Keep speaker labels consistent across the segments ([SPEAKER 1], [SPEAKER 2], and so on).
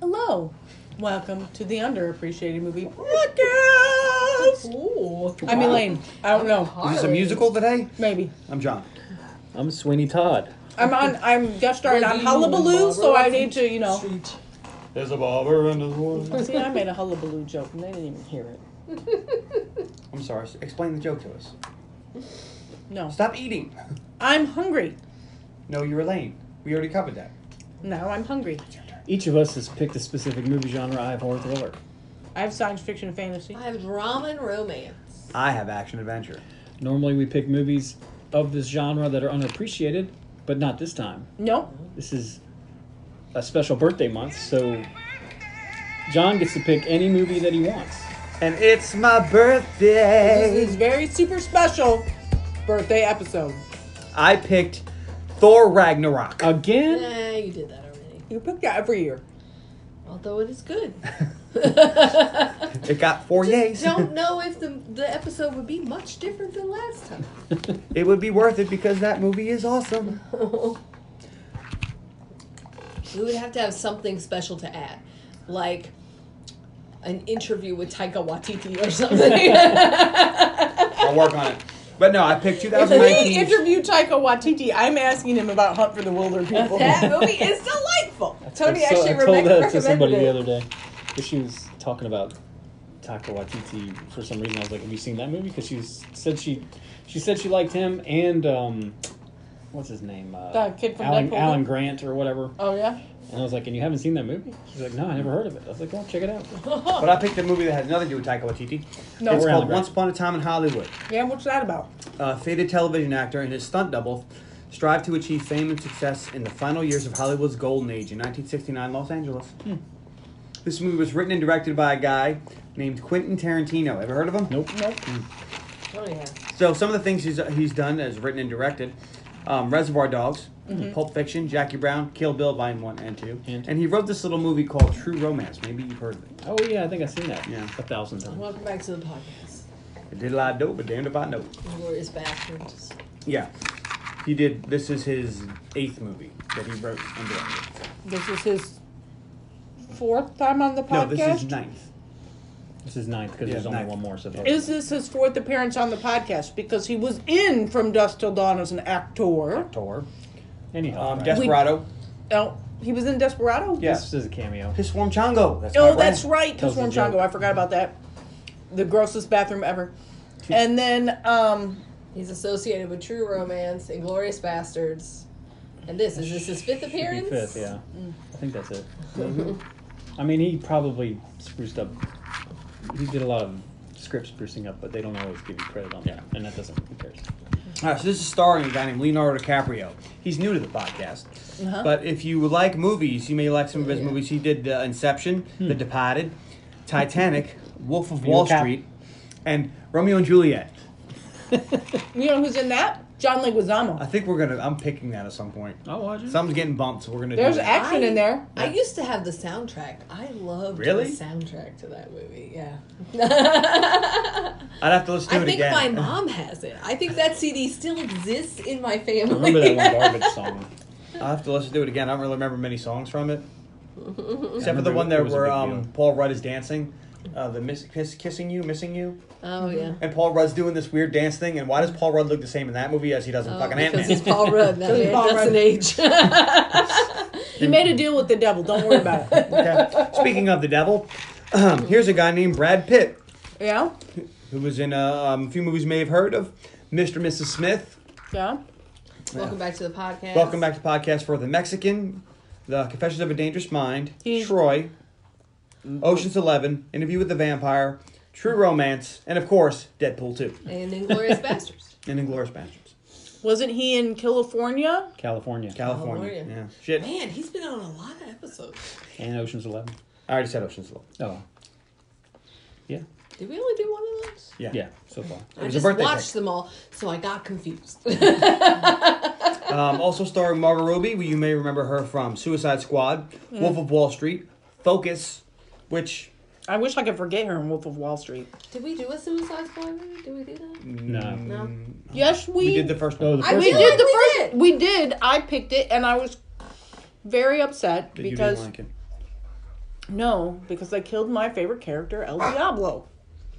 [SPEAKER 1] Hello. Welcome to the underappreciated movie podcast.
[SPEAKER 2] Ooh.
[SPEAKER 1] I'm Elaine. I don't know.
[SPEAKER 3] Is this a musical today?
[SPEAKER 1] Maybe.
[SPEAKER 3] I'm John.
[SPEAKER 4] I'm Sweeney Todd.
[SPEAKER 1] I'm on. I'm guest starred on Hullabaloo, so I need to, you know.
[SPEAKER 2] Street.
[SPEAKER 3] There's a barber in the world.
[SPEAKER 1] See, I made a Hullabaloo joke and they didn't even hear it.
[SPEAKER 3] I'm sorry. s- Explain the joke to us.
[SPEAKER 1] No.
[SPEAKER 3] Stop eating.
[SPEAKER 1] I'm hungry.
[SPEAKER 3] No, you're Elaine. We already covered that.
[SPEAKER 1] Now I'm hungry.
[SPEAKER 4] Each of us has picked a specific movie genre. I have horror thriller.
[SPEAKER 1] I have science fiction and fantasy.
[SPEAKER 2] I have drama and romance.
[SPEAKER 3] I have action adventure.
[SPEAKER 4] Normally, we pick movies of this genre that are unappreciated, but not this time.
[SPEAKER 1] No.
[SPEAKER 4] This is a special birthday month, so John gets to pick any movie that he wants.
[SPEAKER 3] And it's my
[SPEAKER 1] This
[SPEAKER 3] birthday.
[SPEAKER 1] is very super special birthday episode.
[SPEAKER 3] I picked Thor Ragnarok.
[SPEAKER 4] Again?
[SPEAKER 2] Nah, you did that already.
[SPEAKER 1] You pick that every year.
[SPEAKER 2] Although it is good.
[SPEAKER 3] It got four yays.
[SPEAKER 2] Don't know if the the episode would be much different than last time.
[SPEAKER 3] It would be worth it because that movie is awesome.
[SPEAKER 2] we would have to have something special to add, like an interview with Taika Waititi or something.
[SPEAKER 3] I'll work on it. But no, I picked
[SPEAKER 1] If we
[SPEAKER 3] 2019.
[SPEAKER 1] interview Taika Waititi, I'm asking him about Hunt for the Wilder People.
[SPEAKER 2] that movie is delightful. Tony
[SPEAKER 4] I, told-
[SPEAKER 2] actually
[SPEAKER 4] I told
[SPEAKER 2] Rebecca
[SPEAKER 4] that to
[SPEAKER 2] recommended
[SPEAKER 4] somebody
[SPEAKER 2] it.
[SPEAKER 4] the other day. 'cause she was talking about Taka Waititi for some reason. I was like, "Have you seen that movie?" Because she was- said she she said she liked him and um, what's his name? Uh,
[SPEAKER 1] That kid from
[SPEAKER 4] Alan,
[SPEAKER 1] Deadpool.
[SPEAKER 4] Alan Grant or whatever.
[SPEAKER 1] Oh yeah.
[SPEAKER 4] And I was like, and you haven't seen that movie? She's like, no, I never heard of it. I was like, well, check it out.
[SPEAKER 3] But I picked a movie that has nothing to do with Taika Waititi.
[SPEAKER 1] No.
[SPEAKER 3] It's
[SPEAKER 4] Around
[SPEAKER 3] called
[SPEAKER 4] the
[SPEAKER 3] Once Upon a Time in Hollywood.
[SPEAKER 1] Yeah. What's that about?
[SPEAKER 3] a fated television actor and his stunt double strive to achieve fame and success in the final years of Hollywood's golden age in 1969 Los Angeles.
[SPEAKER 4] Hmm.
[SPEAKER 3] This movie was written and directed by a guy named Quentin Tarantino. Ever heard of him?
[SPEAKER 4] Nope.
[SPEAKER 1] Nope.
[SPEAKER 2] Oh yeah.
[SPEAKER 3] So some of the things he's he's done as written and directed, um, Reservoir Dogs, Pulp Fiction, Jackie Brown, Kill Bill Volume One and Two,
[SPEAKER 4] Mm-hmm. And-
[SPEAKER 3] and he wrote this little movie called True Romance. Maybe you've heard of it.
[SPEAKER 4] Oh yeah, I think I've seen that.
[SPEAKER 3] Yeah.
[SPEAKER 4] a thousand times.
[SPEAKER 2] Welcome back to the podcast.
[SPEAKER 3] It did a lot of dope, but damned if I know.
[SPEAKER 2] Glorious bastards.
[SPEAKER 3] Yeah, he did. This is his eighth movie that he wrote and directed.
[SPEAKER 1] This is his fourth time on the
[SPEAKER 3] No,
[SPEAKER 1] podcast.
[SPEAKER 3] this is ninth.
[SPEAKER 4] This is ninth because
[SPEAKER 3] Yeah,
[SPEAKER 4] there's only
[SPEAKER 3] ninth.
[SPEAKER 4] one more. So
[SPEAKER 1] Is this his fourth appearance on the podcast? Because he was in From Dusk Till Dawn as an actor.
[SPEAKER 3] Tour.
[SPEAKER 4] anyhow,
[SPEAKER 3] Um,
[SPEAKER 4] right.
[SPEAKER 3] Desperado.
[SPEAKER 1] Oh, he was in Desperado.
[SPEAKER 3] Yeah.
[SPEAKER 4] this is a cameo.
[SPEAKER 3] Piss Warm Chongo. That's my
[SPEAKER 1] Oh,
[SPEAKER 3] brand.
[SPEAKER 1] that's right. Because
[SPEAKER 4] That
[SPEAKER 1] from
[SPEAKER 4] was a
[SPEAKER 1] Chango,
[SPEAKER 4] joke.
[SPEAKER 1] I forgot about that. The grossest bathroom ever. And then, um,
[SPEAKER 2] He's associated with True Romance and Glorious Bastards. And this is this his fifth
[SPEAKER 4] Should be
[SPEAKER 2] appearance?
[SPEAKER 4] fifth, yeah. I think that's it. I mean, he probably spruced up. He did a lot of script sprucing up, but they don't always give you credit on that, and that doesn't compare.
[SPEAKER 3] All right, so this is starring a guy named Leonardo DiCaprio. He's new to the podcast.
[SPEAKER 1] Uh-huh.
[SPEAKER 3] But if you like movies, you may like some of his movies. He did uh, Inception, The Departed, Titanic, Wolf of Wall
[SPEAKER 4] Cap.
[SPEAKER 3] Street, and Romeo and Juliet.
[SPEAKER 1] you know who's in that? John
[SPEAKER 3] I
[SPEAKER 1] Leguizamo.
[SPEAKER 3] think we're going to, I'm picking that at some point.
[SPEAKER 4] I'll watch it.
[SPEAKER 3] Something's getting bumped, so we're going to
[SPEAKER 1] Mm-hmm. There's
[SPEAKER 3] do that.
[SPEAKER 1] action in there.
[SPEAKER 2] I used to have the soundtrack. I loved
[SPEAKER 3] Really?
[SPEAKER 2] the soundtrack to that movie. Yeah.
[SPEAKER 3] I'd have to listen to
[SPEAKER 2] I
[SPEAKER 3] it
[SPEAKER 2] think
[SPEAKER 3] again.
[SPEAKER 2] my mom has it. I think that CD still exists in my
[SPEAKER 4] I
[SPEAKER 2] family.
[SPEAKER 4] remember that one garbage song.
[SPEAKER 3] I'll have to listen to it again. I don't really remember many songs from it. Except for the
[SPEAKER 4] remember
[SPEAKER 3] one
[SPEAKER 4] it
[SPEAKER 3] there
[SPEAKER 4] was a
[SPEAKER 3] where
[SPEAKER 4] big
[SPEAKER 3] um,
[SPEAKER 4] deal.
[SPEAKER 3] Paul Rudd is dancing. Uh, the miss, kiss, Kissing You, Missing You.
[SPEAKER 2] Oh yeah.
[SPEAKER 3] And Paul Rudd's doing this weird dance thing, and why does Paul Rudd look the same in that movie as he does in
[SPEAKER 2] Oh,
[SPEAKER 3] fucking Ant
[SPEAKER 2] because it's
[SPEAKER 3] Man?
[SPEAKER 2] Paul Rudd. That
[SPEAKER 1] Because
[SPEAKER 2] man
[SPEAKER 1] it's Paul
[SPEAKER 2] doesn't
[SPEAKER 1] Rudd.
[SPEAKER 2] age.
[SPEAKER 1] He made a deal with the devil. Don't worry about it.
[SPEAKER 3] Okay. Speaking of the devil, um, here's a guy named Brad Pitt,
[SPEAKER 1] Yeah,
[SPEAKER 3] who was in uh, um, a few movies you may have heard of Mr. and Mrs. Smith.
[SPEAKER 1] yeah.
[SPEAKER 2] Welcome back to the podcast.
[SPEAKER 3] Welcome back to the podcast for The Mexican, The Confessions of a Dangerous Mind,
[SPEAKER 1] He-
[SPEAKER 3] Troy, Ocean's Eleven, Interview with the Vampire, True Romance, and of course, Deadpool 2,
[SPEAKER 2] And Inglorious Bastards.
[SPEAKER 3] and Inglourious Bastards.
[SPEAKER 1] Wasn't he in California?
[SPEAKER 4] California
[SPEAKER 3] California.
[SPEAKER 2] California.
[SPEAKER 3] Yeah. Shit.
[SPEAKER 2] Man, he's been on a lot of episodes.
[SPEAKER 4] and Ocean's Eleven.
[SPEAKER 3] I already said Ocean's Eleven.
[SPEAKER 4] Oh, yeah,
[SPEAKER 2] Did we only do one of those?
[SPEAKER 3] Yeah.
[SPEAKER 4] yeah. So far,
[SPEAKER 3] It
[SPEAKER 2] I
[SPEAKER 3] was a
[SPEAKER 2] just
[SPEAKER 3] birthday
[SPEAKER 2] watched
[SPEAKER 3] pick.
[SPEAKER 2] them all, so I got confused.
[SPEAKER 3] Um, also starring Margot Robbie, who you may remember her from Suicide Squad, Wolf of Wall Street, Focus, which
[SPEAKER 1] I wish I could forget her in Wolf of Wall Street.
[SPEAKER 2] Did we do a Suicide Squad movie? Did we do that?
[SPEAKER 4] no.
[SPEAKER 2] No.
[SPEAKER 1] Yes, we.
[SPEAKER 3] Mm. we did the first
[SPEAKER 4] Oh,
[SPEAKER 3] one.
[SPEAKER 4] the
[SPEAKER 1] I,
[SPEAKER 4] first
[SPEAKER 1] we
[SPEAKER 4] one.
[SPEAKER 1] did the
[SPEAKER 2] We
[SPEAKER 1] first.
[SPEAKER 2] did.
[SPEAKER 1] We did. I picked it, and I was very upset
[SPEAKER 3] That
[SPEAKER 1] because
[SPEAKER 3] you didn't like it.
[SPEAKER 1] no, because they killed my favorite character, El Diablo.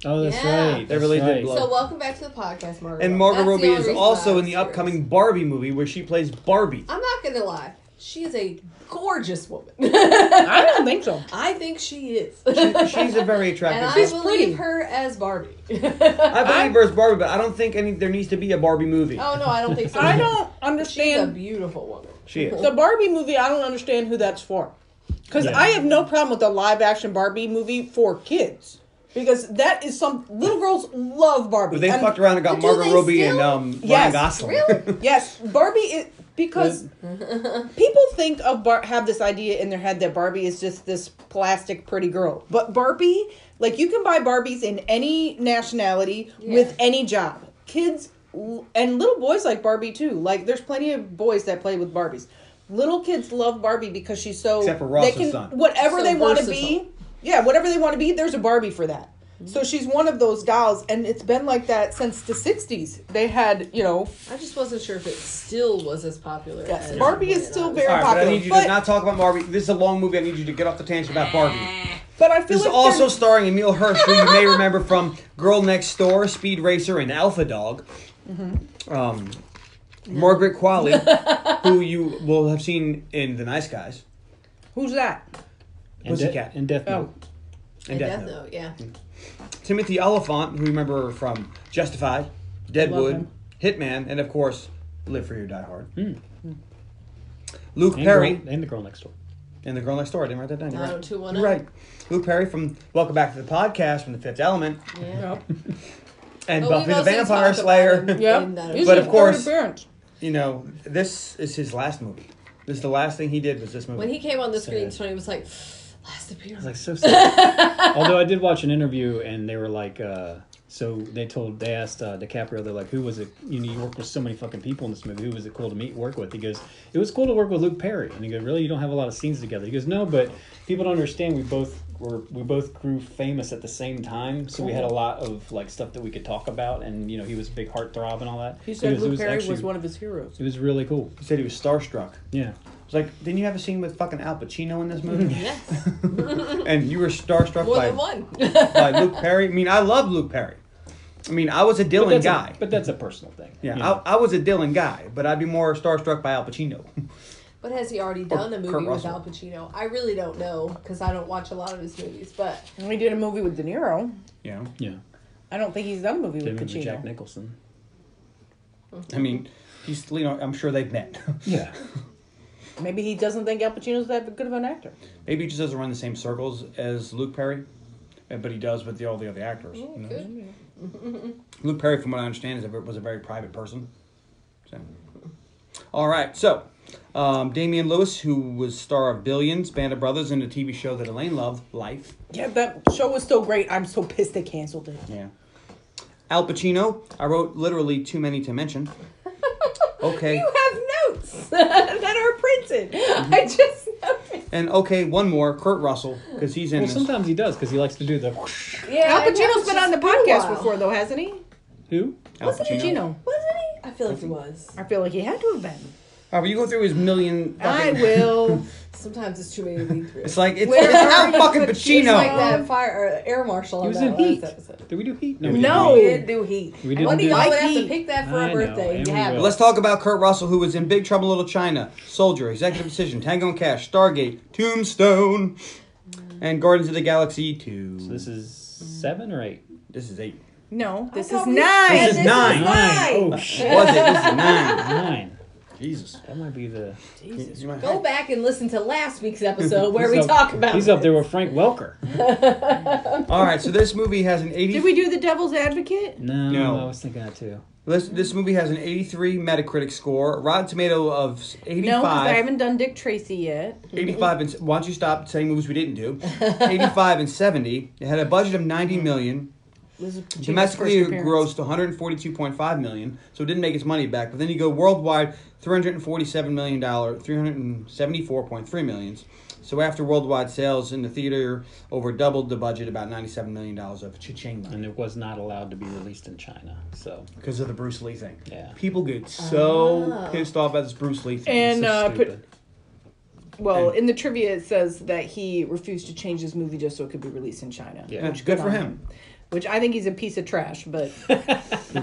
[SPEAKER 4] Oh, that's
[SPEAKER 2] Yeah.
[SPEAKER 4] right.
[SPEAKER 3] They really
[SPEAKER 4] that's
[SPEAKER 3] did
[SPEAKER 4] right.
[SPEAKER 3] blow-
[SPEAKER 2] So welcome back to the podcast, Margaret.
[SPEAKER 3] And Margot
[SPEAKER 2] That's the
[SPEAKER 3] Robbie
[SPEAKER 2] only
[SPEAKER 3] is
[SPEAKER 2] reason
[SPEAKER 3] also
[SPEAKER 2] why
[SPEAKER 3] in the
[SPEAKER 2] I'm
[SPEAKER 3] upcoming
[SPEAKER 2] serious.
[SPEAKER 3] Barbie movie where she plays Barbie.
[SPEAKER 2] I'm not gonna lie. She is a gorgeous woman.
[SPEAKER 1] I don't think so.
[SPEAKER 2] I think she is.
[SPEAKER 3] She's a very
[SPEAKER 2] and
[SPEAKER 3] attractive.
[SPEAKER 2] I
[SPEAKER 3] girl.
[SPEAKER 2] believe
[SPEAKER 1] pretty.
[SPEAKER 2] her as Barbie.
[SPEAKER 3] I believe her as Barbie, but I don't think any there needs to be a Barbie movie.
[SPEAKER 2] oh no, I don't think so.
[SPEAKER 1] I don't
[SPEAKER 2] She's a
[SPEAKER 1] understand
[SPEAKER 2] beautiful woman.
[SPEAKER 3] She is.
[SPEAKER 1] the Barbie movie. I don't understand who that's for. Because
[SPEAKER 4] Yeah.
[SPEAKER 1] I have no problem with a live action Barbie movie for kids. Because that is some little girls love Barbie.
[SPEAKER 3] But they
[SPEAKER 1] And-
[SPEAKER 3] fucked around and got
[SPEAKER 2] But do
[SPEAKER 3] Margot
[SPEAKER 2] they
[SPEAKER 3] Robbie
[SPEAKER 2] still?
[SPEAKER 3] and um, Ryan
[SPEAKER 1] Yes.
[SPEAKER 3] Gosling.
[SPEAKER 2] Really?
[SPEAKER 1] Yes, Barbie is because people think of Bar- have this idea in their head that Barbie is just this plastic pretty girl, but Barbie, like you can buy Barbies in any nationality with
[SPEAKER 2] Yeah.
[SPEAKER 1] any job. Kids l- and little boys like Barbie too. Like there's plenty of boys that play with Barbies. Little kids love Barbie because she's so
[SPEAKER 3] Except for Ross's
[SPEAKER 1] they can
[SPEAKER 3] son.
[SPEAKER 1] whatever
[SPEAKER 2] So
[SPEAKER 1] they want to
[SPEAKER 2] versatile.
[SPEAKER 1] be. Yeah, whatever they want to be, there's a Barbie for that. So she's one of those dolls, and it's been like that since the '60s. They had, you know,
[SPEAKER 2] I just wasn't sure if it still was as popular.
[SPEAKER 1] Yes,
[SPEAKER 2] as
[SPEAKER 1] Barbie is
[SPEAKER 2] when
[SPEAKER 1] still
[SPEAKER 2] I was-
[SPEAKER 1] very-
[SPEAKER 3] All right, but I
[SPEAKER 1] popular,
[SPEAKER 3] need you
[SPEAKER 1] but-
[SPEAKER 3] to not talk about Barbie. This is a long movie. I need you to get off the tangent about Barbie.
[SPEAKER 1] But I feel
[SPEAKER 3] This is
[SPEAKER 1] like
[SPEAKER 3] also
[SPEAKER 1] they're-
[SPEAKER 3] starring Emil Hirsch, who you may remember from Girl Next Door, Speed Racer, and Alpha Dog.
[SPEAKER 2] Mm-hmm.
[SPEAKER 3] Um, Margaret Qualley, who you will have seen in The Nice Guys
[SPEAKER 1] who's that?
[SPEAKER 4] And, de-
[SPEAKER 3] Pussycat.
[SPEAKER 4] and Death
[SPEAKER 1] Oh,
[SPEAKER 4] Note.
[SPEAKER 3] and,
[SPEAKER 2] And
[SPEAKER 3] Death, Note.
[SPEAKER 2] yeah.
[SPEAKER 3] Timothy Oliphant, who you remember from Justified, Deadwood,
[SPEAKER 1] him.
[SPEAKER 3] Hitman, and of course, Live Free or Die Hard.
[SPEAKER 2] Hmm.
[SPEAKER 3] Luke
[SPEAKER 4] And
[SPEAKER 3] Perry
[SPEAKER 4] Girl, and the girl next door.
[SPEAKER 3] and the girl next door. I didn't write that down. You're right.
[SPEAKER 2] 90210.
[SPEAKER 3] You're right. Luke Perry from Welcome Back to the Podcast from The Fifth Element
[SPEAKER 2] Yeah.
[SPEAKER 1] no.
[SPEAKER 3] and
[SPEAKER 2] But
[SPEAKER 3] Buffy
[SPEAKER 2] we
[SPEAKER 3] the
[SPEAKER 2] mostly
[SPEAKER 3] Vampire
[SPEAKER 2] talk about
[SPEAKER 3] Slayer.
[SPEAKER 2] him.
[SPEAKER 1] Yeah,
[SPEAKER 2] And that
[SPEAKER 1] He's
[SPEAKER 2] is-
[SPEAKER 3] But
[SPEAKER 1] a
[SPEAKER 3] of course-
[SPEAKER 1] third appearance.
[SPEAKER 3] you know, this is his last movie. This is the last thing he did was this movie.
[SPEAKER 2] When he came on the screen,
[SPEAKER 4] Sad.
[SPEAKER 2] Tony was like, "Last appearance."
[SPEAKER 4] It's like so sad. Although I did watch an interview and they were like, uh, so they told they asked uh, DiCaprio, they're like, who was it? You know, you worked with so many fucking people in this movie. Who was it cool to meet work with? He goes, it was cool to work with Luke Perry. And he goes, really, you don't have a lot of scenes together. He goes, no, but people don't understand. We both were we both grew famous at the same time, so we had a lot of like stuff that we could talk about. And you know, he was a big heartthrob and all that.
[SPEAKER 1] He said
[SPEAKER 4] goes,
[SPEAKER 1] Luke Perry
[SPEAKER 4] actually-
[SPEAKER 1] was one of his heroes.
[SPEAKER 4] It was really cool.
[SPEAKER 3] He said he was starstruck.
[SPEAKER 4] Yeah.
[SPEAKER 3] It's like, didn't you have a scene with fucking Al Pacino in this movie?
[SPEAKER 2] yes,
[SPEAKER 3] and you were starstruck
[SPEAKER 2] more
[SPEAKER 3] by,
[SPEAKER 2] than one.
[SPEAKER 3] by Luke Perry. I mean, I love Luke Perry. I mean, I was a
[SPEAKER 4] But
[SPEAKER 3] Dylan
[SPEAKER 4] that's
[SPEAKER 3] guy.
[SPEAKER 4] A, but that's a personal thing.
[SPEAKER 3] yeah,
[SPEAKER 4] you know?
[SPEAKER 3] I, I was a Dylan guy, but I'd be more starstruck by Al Pacino.
[SPEAKER 2] But has he already done a
[SPEAKER 3] Kurt
[SPEAKER 2] movie with
[SPEAKER 3] Russell.
[SPEAKER 2] Al Pacino? I really don't know because I don't watch a lot of his movies. But
[SPEAKER 1] And he did a movie with De Niro.
[SPEAKER 3] you know,
[SPEAKER 4] yeah.
[SPEAKER 1] I don't think he's done a movie
[SPEAKER 4] Then
[SPEAKER 1] with
[SPEAKER 4] with Jack
[SPEAKER 1] Pacino.
[SPEAKER 4] Nicholson.
[SPEAKER 3] I mean, he's you know, I'm sure they've met.
[SPEAKER 4] Yeah.
[SPEAKER 1] Maybe he doesn't think Al Pacino's that good of an actor.
[SPEAKER 3] Maybe he just doesn't run the same circles as Luke Perry, uh, but he does with the, all the other actors. you know?
[SPEAKER 2] good.
[SPEAKER 3] Luke Perry, from what I understand, is a, was a very private person. So. All right, so um, Damian Lewis, who was star of Billions, Band of Brothers, and a TV show that Elaine loved, Life.
[SPEAKER 1] Yeah, that show was so great. I'm so pissed they canceled it.
[SPEAKER 3] Yeah. Al Pacino, I wrote literally too many to mention. Okay.
[SPEAKER 2] you have notes that are printed.
[SPEAKER 1] Mm-hmm.
[SPEAKER 2] I just noticed.
[SPEAKER 3] And okay, one more, Kurt Russell, because he's in
[SPEAKER 4] Well,
[SPEAKER 3] this.
[SPEAKER 4] sometimes he does because he likes to do the whoosh.
[SPEAKER 2] Yeah,
[SPEAKER 1] Al Pacino's been on the podcast before, though, hasn't he?
[SPEAKER 4] Who?
[SPEAKER 3] Al Pacino.
[SPEAKER 2] wasn't he? I feel like he was.
[SPEAKER 1] I feel like he had to have been.
[SPEAKER 3] All right, Uh, but you go through his million.
[SPEAKER 1] I
[SPEAKER 3] fucking-
[SPEAKER 1] will.
[SPEAKER 2] Sometimes it's too many to read through.
[SPEAKER 3] It's like it's,
[SPEAKER 2] Where
[SPEAKER 3] it's Al
[SPEAKER 2] are you?
[SPEAKER 3] fucking
[SPEAKER 2] He's
[SPEAKER 3] Pacino.
[SPEAKER 2] like that fire or air marshal.
[SPEAKER 4] He was
[SPEAKER 2] on
[SPEAKER 4] in
[SPEAKER 2] that
[SPEAKER 4] Heat.
[SPEAKER 2] last episode.
[SPEAKER 4] Did we do Heat?
[SPEAKER 3] No.
[SPEAKER 4] we didn't do
[SPEAKER 1] No.
[SPEAKER 2] We
[SPEAKER 4] Heat.
[SPEAKER 2] didn't do Heat.
[SPEAKER 4] We didn't
[SPEAKER 2] One of
[SPEAKER 4] do
[SPEAKER 2] y'all
[SPEAKER 1] Heat.
[SPEAKER 2] would have
[SPEAKER 1] Heat.
[SPEAKER 2] to pick that for
[SPEAKER 4] I
[SPEAKER 2] a
[SPEAKER 4] know,
[SPEAKER 2] birthday.
[SPEAKER 4] and
[SPEAKER 2] You
[SPEAKER 4] we
[SPEAKER 2] have
[SPEAKER 4] will.
[SPEAKER 2] it.
[SPEAKER 3] Let's talk about Kurt Russell, who was in Big Trouble in Little China, Soldier, Executive Decision, Tango and Cash, Stargate, Tombstone, and Guardians of the Galaxy 2.
[SPEAKER 4] This is seven or eight.
[SPEAKER 3] this is eight.
[SPEAKER 1] No, this
[SPEAKER 2] I
[SPEAKER 1] is
[SPEAKER 2] thought we
[SPEAKER 1] nine.
[SPEAKER 2] said
[SPEAKER 3] This is nine.
[SPEAKER 4] Oh
[SPEAKER 3] Was
[SPEAKER 4] shit.
[SPEAKER 3] it? This is nine.
[SPEAKER 4] Nine.
[SPEAKER 3] Jesus.
[SPEAKER 4] That might be the.
[SPEAKER 3] You might-
[SPEAKER 2] Go back and listen to last week's episode where we
[SPEAKER 4] He's up-
[SPEAKER 2] talk about.
[SPEAKER 4] He's up there with Frank Welker.
[SPEAKER 3] All right, so this movie has an 80.
[SPEAKER 1] Did we do the Devil's Advocate?
[SPEAKER 4] No,
[SPEAKER 3] No.
[SPEAKER 4] I was thinking that too.
[SPEAKER 3] this, this movie has an 83 Metacritic score, Rotten Tomato of
[SPEAKER 1] No,
[SPEAKER 3] 85.
[SPEAKER 1] because I haven't done Dick Tracy yet.
[SPEAKER 3] 85 and why don't you stop saying movies we didn't do? 85 and 70. It had a budget of 90 million.
[SPEAKER 1] This is Pacino's
[SPEAKER 3] Domestically, it
[SPEAKER 1] first appearance.
[SPEAKER 3] grossed 142.5 million, so it didn't make its money back. But then you go worldwide, 347 million dollar, 374.3 millions. So after worldwide sales in the theater, over doubled the budget, about 97 million dollars of cha-ching money
[SPEAKER 4] And it was not allowed to be released in China. So
[SPEAKER 3] because of the Bruce Lee thing.
[SPEAKER 4] Yeah.
[SPEAKER 3] people get so
[SPEAKER 2] Oh.
[SPEAKER 3] pissed off at this Bruce Lee thing.
[SPEAKER 1] And
[SPEAKER 4] so
[SPEAKER 1] uh, Pa-
[SPEAKER 4] stupid.
[SPEAKER 5] Well, in the trivia, it says that he refused to change his movie just so it could be released in China.
[SPEAKER 4] Yeah.
[SPEAKER 3] That's good for
[SPEAKER 5] on
[SPEAKER 3] him.
[SPEAKER 5] Which I think he's a piece of trash, but good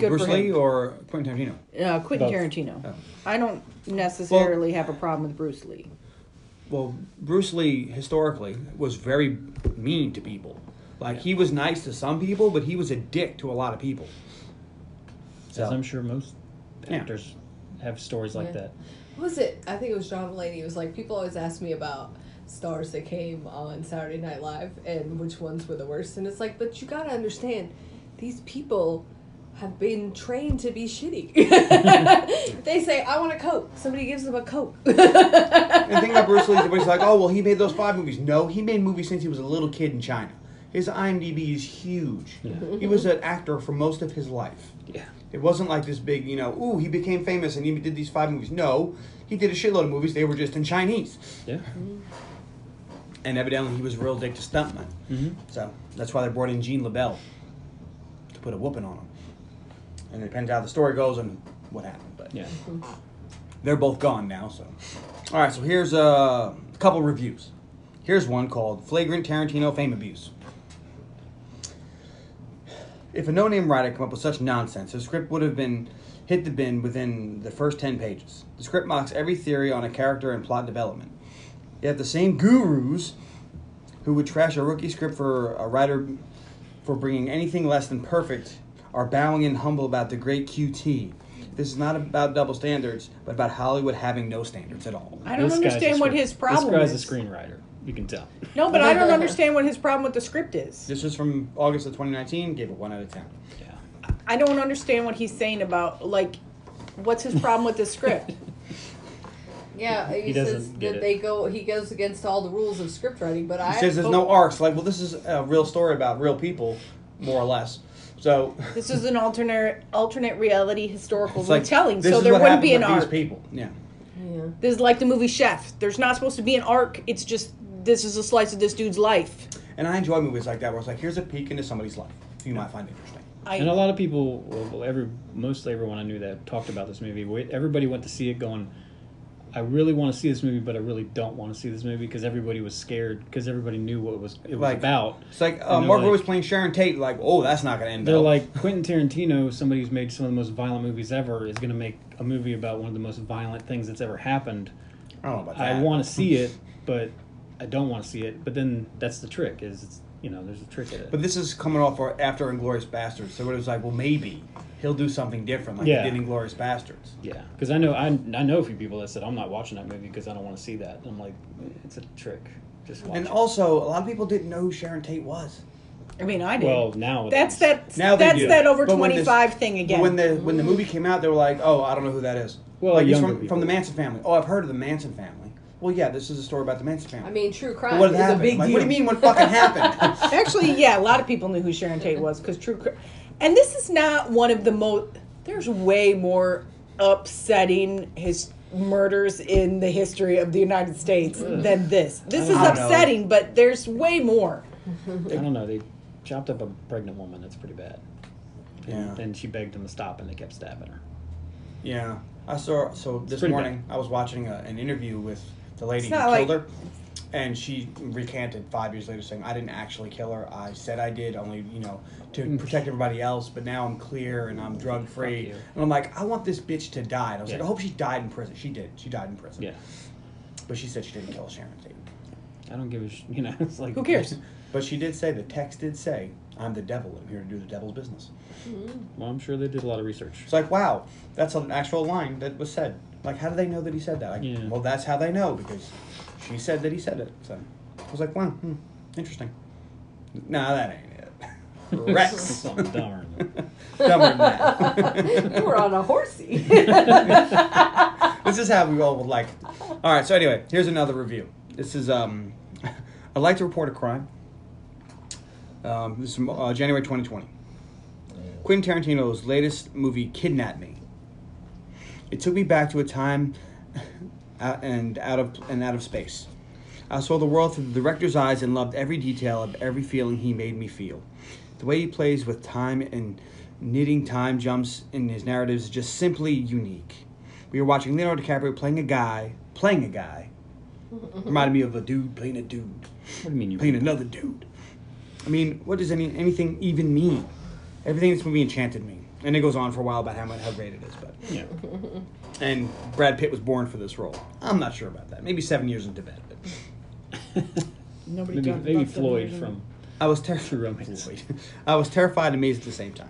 [SPEAKER 3] Bruce
[SPEAKER 5] for
[SPEAKER 3] Lee
[SPEAKER 5] him.
[SPEAKER 3] Oh. or Quentin Tarantino?
[SPEAKER 5] Uh, Quentin
[SPEAKER 4] Both.
[SPEAKER 5] Tarantino. I don't necessarily have a problem with Bruce Lee.
[SPEAKER 3] Well, Bruce Lee historically was very mean to people. Like he was nice to some people, but he was a dick to a lot of people. So-
[SPEAKER 4] As I'm sure most
[SPEAKER 3] Yeah.
[SPEAKER 4] actors have stories like
[SPEAKER 2] Yeah.
[SPEAKER 4] that.
[SPEAKER 2] What was it? I think it was John Mulaney. It was like people always ask me about stars that came on Saturday Night Live and which ones were the worst. And it's like, but you gotta understand, these people have been trained to be shitty. they say, "I want a coke." Somebody gives them a coke.
[SPEAKER 3] And the thing about Bruce Lee is everybody's like, oh, well, he made those five movies. No, he made movies since he was a little kid in China. His IMDb is huge. He was an actor for most of his life.
[SPEAKER 4] Yeah.
[SPEAKER 3] It wasn't like this big, you know, ooh, he became famous and he did these five movies. No, he did a shitload of movies. They were just in Chinese.
[SPEAKER 4] Yeah.
[SPEAKER 3] And evidently he was a real dick to stuntmen.
[SPEAKER 4] Mhm.
[SPEAKER 3] So that's why they brought in Gene LaBelle to put a whooping on him. And it depends how the story goes and what happened. But
[SPEAKER 4] Yeah.
[SPEAKER 3] they're both gone now. So, all right. So here's uh, a couple reviews. Here's one called "Flagrant Tarantino Fame Abuse." If a no-name writer come up with such nonsense, the script would have been hit the bin within the first ten pages. The script mocks every theory on a character and plot development. Yet the same gurus who would trash a rookie script for a writer for bringing anything less than perfect are bowing and humble about the great QT. This is not about double standards, but about Hollywood having no standards at all.
[SPEAKER 5] I don't
[SPEAKER 4] This guy's a
[SPEAKER 5] understand what
[SPEAKER 4] script-
[SPEAKER 5] his problem
[SPEAKER 4] This guy's
[SPEAKER 5] is.
[SPEAKER 4] a screenwriter. You can tell.
[SPEAKER 5] No, but I don't understand what his problem with the script is.
[SPEAKER 3] This is from August of 2019. Gave it one out of ten.
[SPEAKER 4] Yeah.
[SPEAKER 5] I don't understand what he's saying about like, what's his problem with the script?
[SPEAKER 2] yeah, he,
[SPEAKER 4] He doesn't
[SPEAKER 2] says
[SPEAKER 4] get
[SPEAKER 2] that
[SPEAKER 4] it.
[SPEAKER 2] they go. He goes against all the rules of script writing. But I
[SPEAKER 3] He says there's no arcs. Like, well, this is a real story about real people, more or less. So
[SPEAKER 5] This is an alternate alternate reality historical
[SPEAKER 3] it's like
[SPEAKER 5] retelling,
[SPEAKER 3] this
[SPEAKER 5] so
[SPEAKER 3] is
[SPEAKER 5] there
[SPEAKER 3] what
[SPEAKER 5] wouldn't be an
[SPEAKER 3] happens with
[SPEAKER 5] arc.
[SPEAKER 3] These people, yeah.
[SPEAKER 2] Yeah.
[SPEAKER 5] This is like the movie Chef. There's not supposed to be an arc. It's just this is a slice of this dude's life.
[SPEAKER 3] And I enjoy movies like that where it's like, here's a peek into somebody's life. You might find interesting.
[SPEAKER 5] I,
[SPEAKER 4] And a lot of people, well, every mostly everyone I knew that talked about this movie, we- everybody went to see it going, I really want to see this movie, but I really don't want to see this movie because everybody was scared because everybody knew what it was it was
[SPEAKER 3] Like-
[SPEAKER 4] about.
[SPEAKER 3] It's like
[SPEAKER 4] And
[SPEAKER 3] uh,
[SPEAKER 4] they're
[SPEAKER 3] Mark
[SPEAKER 4] like-
[SPEAKER 3] was playing Sharon Tate. Like, oh, that's not gonna end.
[SPEAKER 4] They're
[SPEAKER 3] well.
[SPEAKER 4] like Quentin Tarantino, somebody who's made some of the most violent movies ever, is going to make a movie about one of the most violent things that's ever happened.
[SPEAKER 3] I don't know about that.
[SPEAKER 4] I want to see it, but I don't want to see it. But then that's the trick is it's, you know there's a trick at it.
[SPEAKER 3] But this is coming off our, after Inglorious Bastards, so it was like, well, maybe he'll do something different, like
[SPEAKER 4] Yeah.
[SPEAKER 3] he did Inglorious Bastards.
[SPEAKER 4] yeah, because I know I, I know a few people that said I'm not watching that movie because I don't want to see that. And I'm like, it's a trick. Just watch
[SPEAKER 3] And
[SPEAKER 4] it.
[SPEAKER 3] also, a lot of people didn't know who Sharon Tate was.
[SPEAKER 5] I mean, I did.
[SPEAKER 4] well now
[SPEAKER 5] that's that.
[SPEAKER 3] Now they
[SPEAKER 5] that's
[SPEAKER 3] do.
[SPEAKER 5] that over
[SPEAKER 3] But when
[SPEAKER 5] twenty
[SPEAKER 3] this-
[SPEAKER 5] five thing
[SPEAKER 3] But
[SPEAKER 5] again.
[SPEAKER 3] When the when the movie came out, they were like, oh, I don't know who that is.
[SPEAKER 4] Well,
[SPEAKER 3] like he's
[SPEAKER 4] younger
[SPEAKER 3] from,
[SPEAKER 4] people.
[SPEAKER 3] from the Manson family. Oh, I've heard of the Manson family. Well, yeah, this is a story about the Manson family.
[SPEAKER 2] I mean, true
[SPEAKER 3] But
[SPEAKER 2] crime
[SPEAKER 3] what
[SPEAKER 2] is
[SPEAKER 3] happened?
[SPEAKER 2] a big
[SPEAKER 3] Like,
[SPEAKER 2] deal.
[SPEAKER 3] What do you mean? What fucking happened?
[SPEAKER 5] Actually, yeah, a lot of people knew who Sharon Tate was because True Crime. And this is not one of the most. There's way more upsetting his murders in the history of the United States than this. This is
[SPEAKER 3] I don't know.
[SPEAKER 5] upsetting, but there's way more.
[SPEAKER 4] I don't know. They chopped up a pregnant woman. That's pretty bad.
[SPEAKER 3] yeah,
[SPEAKER 4] And she begged them to stop, and they kept stabbing her.
[SPEAKER 3] yeah. I saw. So this
[SPEAKER 4] pretty
[SPEAKER 3] morning, I was watching a, an interview with the
[SPEAKER 5] It's
[SPEAKER 3] lady who
[SPEAKER 5] not
[SPEAKER 3] killed
[SPEAKER 5] like-
[SPEAKER 3] her, and she recanted five years later, saying, "I didn't actually kill her. I said I did, only you know to protect everybody else. But now I'm clear and I'm drug free."
[SPEAKER 4] Mm. you.
[SPEAKER 3] And I'm like, "I want this bitch to die." And I was like,
[SPEAKER 4] Yeah.
[SPEAKER 3] "I hope she died in prison." She did. She died in prison.
[SPEAKER 4] Yeah,
[SPEAKER 3] But she said she didn't kill Sharon Tate.
[SPEAKER 4] I don't give a sh- you know. It's like
[SPEAKER 5] Who cares?
[SPEAKER 3] But she did say the text did say, "I'm the devil. I'm here to do the devil's business."
[SPEAKER 4] Well, I'm sure they did a lot of research.
[SPEAKER 3] It's like, wow, that's an actual line that was said. Like, how do they know that he said that? Like,
[SPEAKER 4] Yeah.
[SPEAKER 3] Well, that's how they know because she said that he said it. So I was like, wow, hmm, interesting. No, that ain't it. Rex.
[SPEAKER 4] Something dumber.
[SPEAKER 3] Dumber than that.
[SPEAKER 2] you were on a horsey.
[SPEAKER 3] this is how we all would like. it. All right. So anyway, here's another review. This is um, I'd like to report a crime. Um, this is from, uh, January 2020. Quentin Tarantino's latest movie, Kidnap Me. It took me back to a time out and out of and out of space. I saw the world through the director's eyes and loved every detail of every feeling he made me feel. The way he plays with time and knitting time jumps in his narratives is just simply unique. We are watching Leonardo DiCaprio playing a guy, playing a guy Reminded me of a dude playing a dude,
[SPEAKER 4] What do you mean you?
[SPEAKER 3] playing another dude. I mean, what does any anything even mean? Everything in this movie enchanted me, and it goes on for a while about how much how great it is. But
[SPEAKER 4] Yeah.
[SPEAKER 3] and Brad Pitt was born for this role. I'm not sure about that. Maybe seven years in Tibet. But
[SPEAKER 5] Nobody
[SPEAKER 4] Maybe,
[SPEAKER 5] talked
[SPEAKER 4] maybe
[SPEAKER 5] about that
[SPEAKER 4] Floyd
[SPEAKER 5] movie.
[SPEAKER 4] from.
[SPEAKER 3] I was terrified.
[SPEAKER 4] True romance.
[SPEAKER 3] I was terrified and amazed at the same time.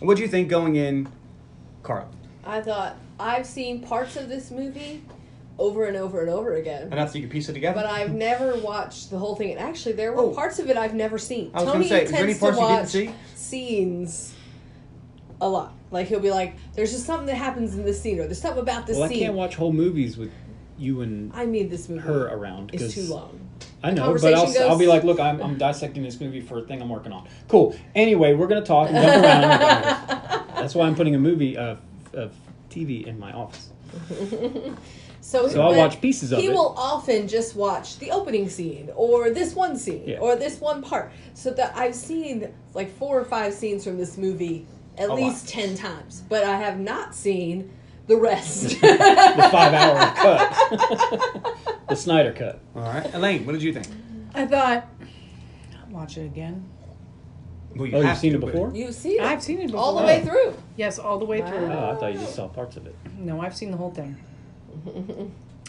[SPEAKER 3] What'd you think going in, Carl?
[SPEAKER 2] I thought I've seen parts of this movie over and over and over again.
[SPEAKER 3] Enough so you could piece it together.
[SPEAKER 2] But I've never watched the whole thing. And actually, there were
[SPEAKER 3] Oh.
[SPEAKER 2] parts of it I've never seen.
[SPEAKER 3] I was
[SPEAKER 2] Tony
[SPEAKER 3] gonna say, is there any
[SPEAKER 2] tends
[SPEAKER 3] parts
[SPEAKER 2] to
[SPEAKER 3] you didn't
[SPEAKER 2] watch
[SPEAKER 3] see?
[SPEAKER 2] scenes a lot. Like he'll be like, "There's just something that happens in this scene, or there's something about this
[SPEAKER 4] Well, I
[SPEAKER 2] scene."
[SPEAKER 4] can't watch whole movies with you and
[SPEAKER 2] I need this movie.
[SPEAKER 4] her around
[SPEAKER 2] It's
[SPEAKER 4] because
[SPEAKER 2] too long.
[SPEAKER 4] I
[SPEAKER 2] The
[SPEAKER 4] know, but I'll,
[SPEAKER 2] conversation
[SPEAKER 4] I'll be
[SPEAKER 2] goes-
[SPEAKER 4] like, look, I'm, I'm dissecting this movie for a thing I'm working on. Cool. Anyway, we're gonna talk and jump around. That's why I'm putting a movie of, of TV in my office.
[SPEAKER 2] So,
[SPEAKER 4] So I'll
[SPEAKER 2] but
[SPEAKER 4] watch pieces of
[SPEAKER 2] he
[SPEAKER 4] it.
[SPEAKER 2] will often just watch the opening scene or this one scene
[SPEAKER 4] Yeah.
[SPEAKER 2] or this one part. So that I've seen like four or five scenes from this movie at
[SPEAKER 3] A lot.
[SPEAKER 2] least ten times, but I have not seen the rest.
[SPEAKER 4] The five hour cut, the Snyder cut.
[SPEAKER 3] All right, Elaine, what did you think?
[SPEAKER 5] I thought. I'll watch it again.
[SPEAKER 3] Well,
[SPEAKER 4] Oh,
[SPEAKER 3] have
[SPEAKER 4] you've seen
[SPEAKER 3] to,
[SPEAKER 4] it
[SPEAKER 3] but-
[SPEAKER 4] before?
[SPEAKER 2] You've seen it
[SPEAKER 5] I've seen it before.
[SPEAKER 2] all the way
[SPEAKER 4] Oh.
[SPEAKER 2] through.
[SPEAKER 5] Yes, all the way
[SPEAKER 2] Wow.
[SPEAKER 5] through.
[SPEAKER 4] Oh, I thought you just saw parts of it.
[SPEAKER 5] No, I've seen the whole thing.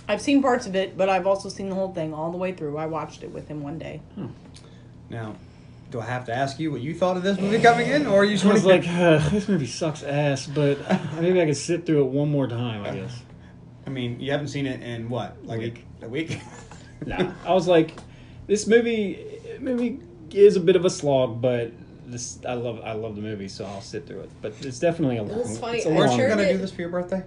[SPEAKER 5] I've seen parts of it, but I've also seen the whole thing all the way through. I watched it with him one day.
[SPEAKER 3] Now, do I have to ask you what you thought of this movie coming in, or are you just
[SPEAKER 4] I was
[SPEAKER 3] wanna-
[SPEAKER 4] like, uh, this movie sucks ass, but maybe I could sit through it one more time. I guess.
[SPEAKER 3] I mean, you haven't seen it in what, like
[SPEAKER 4] Week.
[SPEAKER 3] a, a week?
[SPEAKER 4] Nah, I was like, this movie movie is a bit of a slog, but this I love I love the movie, so I'll sit through it. But it's definitely a long.
[SPEAKER 2] was funny,
[SPEAKER 4] It's a
[SPEAKER 2] I
[SPEAKER 4] long.
[SPEAKER 3] Weren't you
[SPEAKER 2] turned
[SPEAKER 3] gonna
[SPEAKER 2] it-
[SPEAKER 3] do this for your birthday?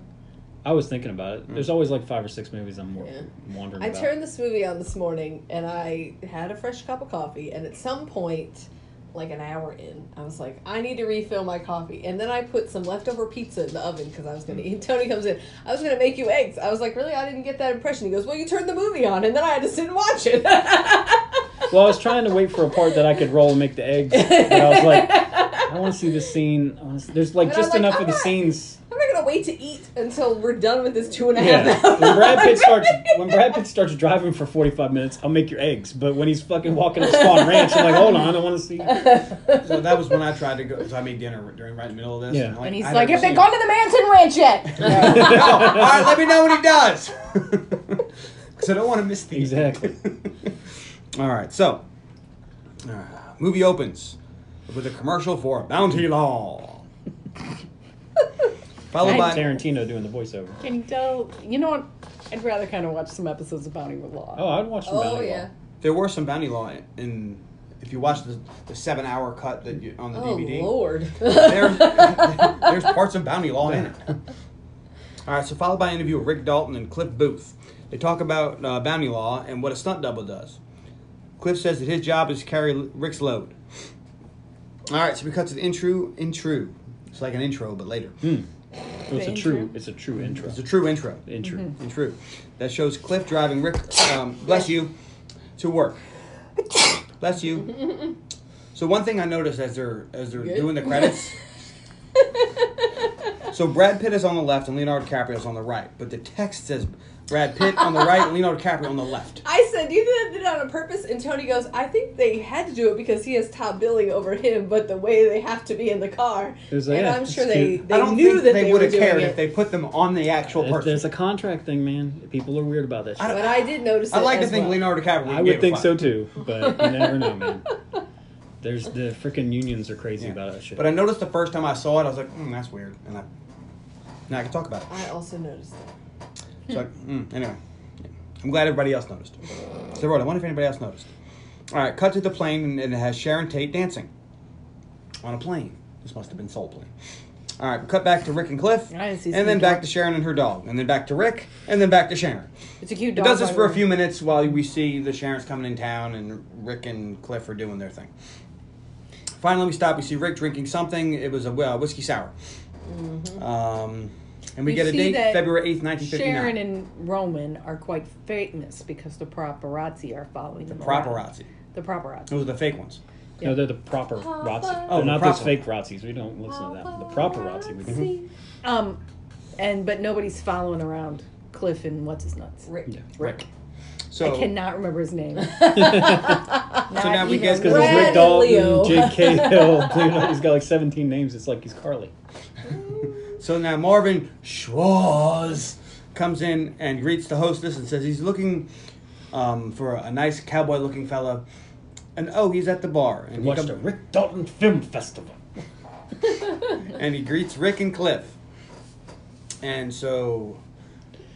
[SPEAKER 4] I was thinking about it. There's always like five or six movies I'm wa-
[SPEAKER 2] Yeah.
[SPEAKER 4] wondering.
[SPEAKER 2] I
[SPEAKER 4] about.
[SPEAKER 2] turned this movie on this morning and I had a fresh cup of coffee and at some point like an hour in, I was like, I need to refill my coffee. And then I put some leftover pizza in the oven because I was
[SPEAKER 4] Hmm.
[SPEAKER 2] going to eat. Tony comes in, I was going to make you eggs. I was like, really? I didn't get that impression. He goes, well, you turned the movie on. And then I had to sit and watch it.
[SPEAKER 4] Well, I was trying to wait for a part that I could roll and make the eggs, but I was like, I want to see this scene. I wanna see- There's like
[SPEAKER 2] But I was
[SPEAKER 4] just
[SPEAKER 2] like,
[SPEAKER 4] enough
[SPEAKER 2] I'm
[SPEAKER 4] of the
[SPEAKER 2] not-
[SPEAKER 4] scenes.
[SPEAKER 2] I'm not going to wait to eat until we're done with this two and a half
[SPEAKER 4] Yeah.
[SPEAKER 2] hours.
[SPEAKER 4] when Brad Pitt starts when Brad Pitt starts driving for 45 minutes, I'll make your eggs. But when he's fucking walking up Spawn Ranch, I'm like, hold on, I want to see.
[SPEAKER 3] So that was when I tried to go. So I made dinner during right in the middle of this.
[SPEAKER 4] Yeah.
[SPEAKER 3] I'm
[SPEAKER 5] And he's
[SPEAKER 3] I
[SPEAKER 5] like, "Have
[SPEAKER 3] never
[SPEAKER 5] they
[SPEAKER 3] seen
[SPEAKER 5] gone to the Manson Ranch yet?"
[SPEAKER 3] it." no. All right, let me know when he does, because I don't want to miss these.
[SPEAKER 4] Exactly.
[SPEAKER 3] All right, so uh, movie opens with a commercial for Bounty Law, followed by
[SPEAKER 4] Tarantino doing the voiceover.
[SPEAKER 5] Can you tell? You know what? I'd rather kind of watch some episodes of Bounty with Law.
[SPEAKER 4] Oh, I'd watch some
[SPEAKER 2] Oh,
[SPEAKER 4] Bounty Law.
[SPEAKER 2] yeah.
[SPEAKER 3] There were some bounty law in. If you watch the, the seven hour cut that you, on the
[SPEAKER 2] Oh,
[SPEAKER 3] DVD,
[SPEAKER 2] Lord.
[SPEAKER 3] there's there's parts of bounty law in it. All right, so followed by an interview with Rick Dalton and Cliff Booth. They talk about uh, bounty law and what a stunt double does. Cliff says that his job is to carry Rick's load. All right, so we cut to the intro. Intro. It's like an intro, but later.
[SPEAKER 4] It's
[SPEAKER 5] The
[SPEAKER 4] a true.
[SPEAKER 5] intro?
[SPEAKER 4] It's a true intro.
[SPEAKER 3] It's a true intro.
[SPEAKER 4] Mm-hmm. Intro.
[SPEAKER 3] and true. That shows Cliff driving Rick, um, bless you, to work. Bless you. So one thing I noticed as they're as they're
[SPEAKER 2] Good.
[SPEAKER 3] doing the credits. so Brad Pitt is on the left and Leonardo DiCaprio is on the right, but the text says Brad Pitt on the right and Leonardo DiCaprio on the left.
[SPEAKER 2] I said, "Do you think they did it on purpose?" And Tony goes, "I think they had to do it because he has top billing over him, but the way they have to be in the car."
[SPEAKER 4] It was
[SPEAKER 2] And
[SPEAKER 4] like, yeah,
[SPEAKER 2] I'm sure
[SPEAKER 4] it's
[SPEAKER 2] they,
[SPEAKER 4] cute.
[SPEAKER 2] they
[SPEAKER 3] I don't
[SPEAKER 2] knew
[SPEAKER 3] think
[SPEAKER 2] that
[SPEAKER 3] they,
[SPEAKER 2] they,
[SPEAKER 3] would
[SPEAKER 2] were
[SPEAKER 3] have
[SPEAKER 2] doing
[SPEAKER 3] cared
[SPEAKER 2] it.
[SPEAKER 3] if they put them on the actual
[SPEAKER 4] There- There's a
[SPEAKER 3] person.
[SPEAKER 4] contract thing, man. People are weird about that shit.
[SPEAKER 3] I
[SPEAKER 2] But I did notice.
[SPEAKER 3] I'd
[SPEAKER 2] it
[SPEAKER 3] like to
[SPEAKER 2] as
[SPEAKER 3] think
[SPEAKER 2] well.
[SPEAKER 3] Leonardo DiCaprio.
[SPEAKER 4] I
[SPEAKER 3] give
[SPEAKER 4] would
[SPEAKER 3] a
[SPEAKER 4] think
[SPEAKER 3] fuck.
[SPEAKER 4] so too, but you never know, man. There's the freaking unions are crazy
[SPEAKER 3] Yeah.
[SPEAKER 4] about that shit.
[SPEAKER 3] But I noticed the first time I saw it, I was like, mm, "That's weird," and I now I can talk about it.
[SPEAKER 2] I also noticed that.
[SPEAKER 3] So, mm, anyway, I'm glad everybody else noticed. So, Rhoda, I wonder if anybody else noticed. All right, cut to the plane, and, and it has Sharon Tate dancing on a plane. This must have been Soul Plane. All right, cut back to Rick and Cliff,
[SPEAKER 5] I didn't see
[SPEAKER 3] and then
[SPEAKER 5] Snoop
[SPEAKER 3] back
[SPEAKER 5] Dogg.
[SPEAKER 3] to Sharon and her dog, and then back to Rick, and then back to Sharon.
[SPEAKER 5] It's a cute
[SPEAKER 3] It
[SPEAKER 5] dog.
[SPEAKER 3] does this
[SPEAKER 5] by
[SPEAKER 3] for a
[SPEAKER 5] the
[SPEAKER 3] few
[SPEAKER 5] way.
[SPEAKER 3] minutes while we see the Sharon's coming in town, and Rick and Cliff are doing their thing. Finally, we stop. We see Rick drinking something. It was a well, whiskey sour. Um, and we,
[SPEAKER 5] Mm-hmm. You
[SPEAKER 3] get a
[SPEAKER 5] see
[SPEAKER 3] date,
[SPEAKER 5] that
[SPEAKER 3] February eighth, nineteen fifty-nine.
[SPEAKER 5] Sharon and Roman are quite famous because the paparazzi are following them. around.
[SPEAKER 3] Paparazzi.
[SPEAKER 5] The paparazzi.
[SPEAKER 3] Those are the fake ones.
[SPEAKER 4] no, they're the proper Razzies.
[SPEAKER 3] Oh,
[SPEAKER 4] they're not
[SPEAKER 3] the
[SPEAKER 4] those
[SPEAKER 3] proper.
[SPEAKER 4] fake Razzies. We don't listen to that. The proper Razzie. We do.
[SPEAKER 5] Um, and but nobody's following around Cliff and what's his nuts.
[SPEAKER 2] Rick.
[SPEAKER 4] Yeah.
[SPEAKER 5] Rick.
[SPEAKER 3] So
[SPEAKER 1] I cannot remember his name.
[SPEAKER 3] So now we guess 'cause
[SPEAKER 4] Because
[SPEAKER 2] Brad
[SPEAKER 4] there's Rick
[SPEAKER 2] and Leo.
[SPEAKER 4] Dalton, J.K. Hill. Dude, he's got like 17 names. It's like he's Carly.
[SPEAKER 3] So now Marvin Schwaz comes in and greets the hostess and says he's looking um, for a nice cowboy looking fella. And oh, he's at the bar. And he,
[SPEAKER 4] Watched
[SPEAKER 3] comes,
[SPEAKER 4] the Rick Dalton Film Festival.
[SPEAKER 3] and he greets Rick and Cliff. And so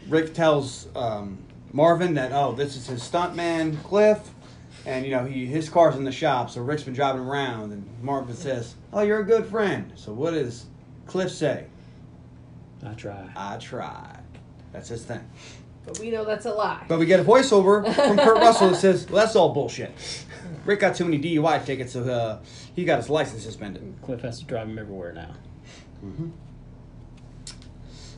[SPEAKER 3] Rick tells um, Marvin that, oh, this is his stuntman, Cliff. And, you know, he his car's in the shop, so Rick's been driving around. And Marvin says, oh, you're a good friend. So what does Cliff say?
[SPEAKER 4] I try.
[SPEAKER 3] I tried. That's his thing.
[SPEAKER 2] But we know that's a lie.
[SPEAKER 3] But we get a voiceover from Kurt Russell that says, well, that's all bullshit. Rick got too many DUI tickets, so uh, he got his license suspended.
[SPEAKER 4] Cliff has to drive him everywhere now.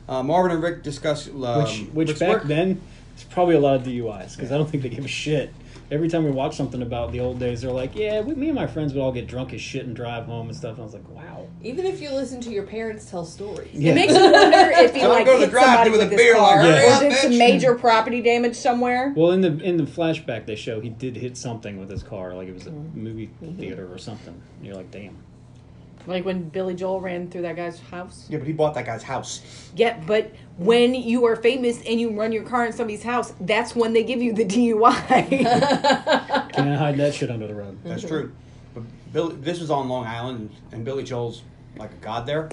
[SPEAKER 3] Uh, Marvin and Rick discuss. Um,
[SPEAKER 4] Which, which
[SPEAKER 3] Rick's
[SPEAKER 4] back
[SPEAKER 3] work.
[SPEAKER 4] then, it's probably a lot of DUIs because I don't think they give a shit. Every time we watch something about the old days, they're like, "Yeah, we, me and my friends would all get drunk as shit and drive home and stuff." And I was like, "Wow."
[SPEAKER 2] Even if you listen to your parents tell stories.
[SPEAKER 4] Yeah.
[SPEAKER 1] It makes me wonder if he
[SPEAKER 3] Don't
[SPEAKER 1] like
[SPEAKER 3] go to the
[SPEAKER 1] hit
[SPEAKER 3] drive-thru
[SPEAKER 1] somebody
[SPEAKER 3] with
[SPEAKER 1] with,
[SPEAKER 3] a
[SPEAKER 1] his
[SPEAKER 3] beer like,
[SPEAKER 1] car
[SPEAKER 3] "Hurry up,
[SPEAKER 1] or did
[SPEAKER 3] bitch."
[SPEAKER 1] some major property damage somewhere.
[SPEAKER 4] Well, in the in the flashback they show, he did hit something with his car, like it was a
[SPEAKER 1] Mm-hmm.
[SPEAKER 4] movie theater or something. And you're like, "Damn."
[SPEAKER 1] Like when Billy Joel ran through that guy's house.
[SPEAKER 3] Yeah, but he bought that guy's house.
[SPEAKER 1] Yeah, but when you are famous and you run your car in somebody's house, that's when they give you the DUI.
[SPEAKER 4] Can't hide that shit under the rug.
[SPEAKER 3] That's true. But Billy, this was on Long Island, and Billy Joel's like a god there,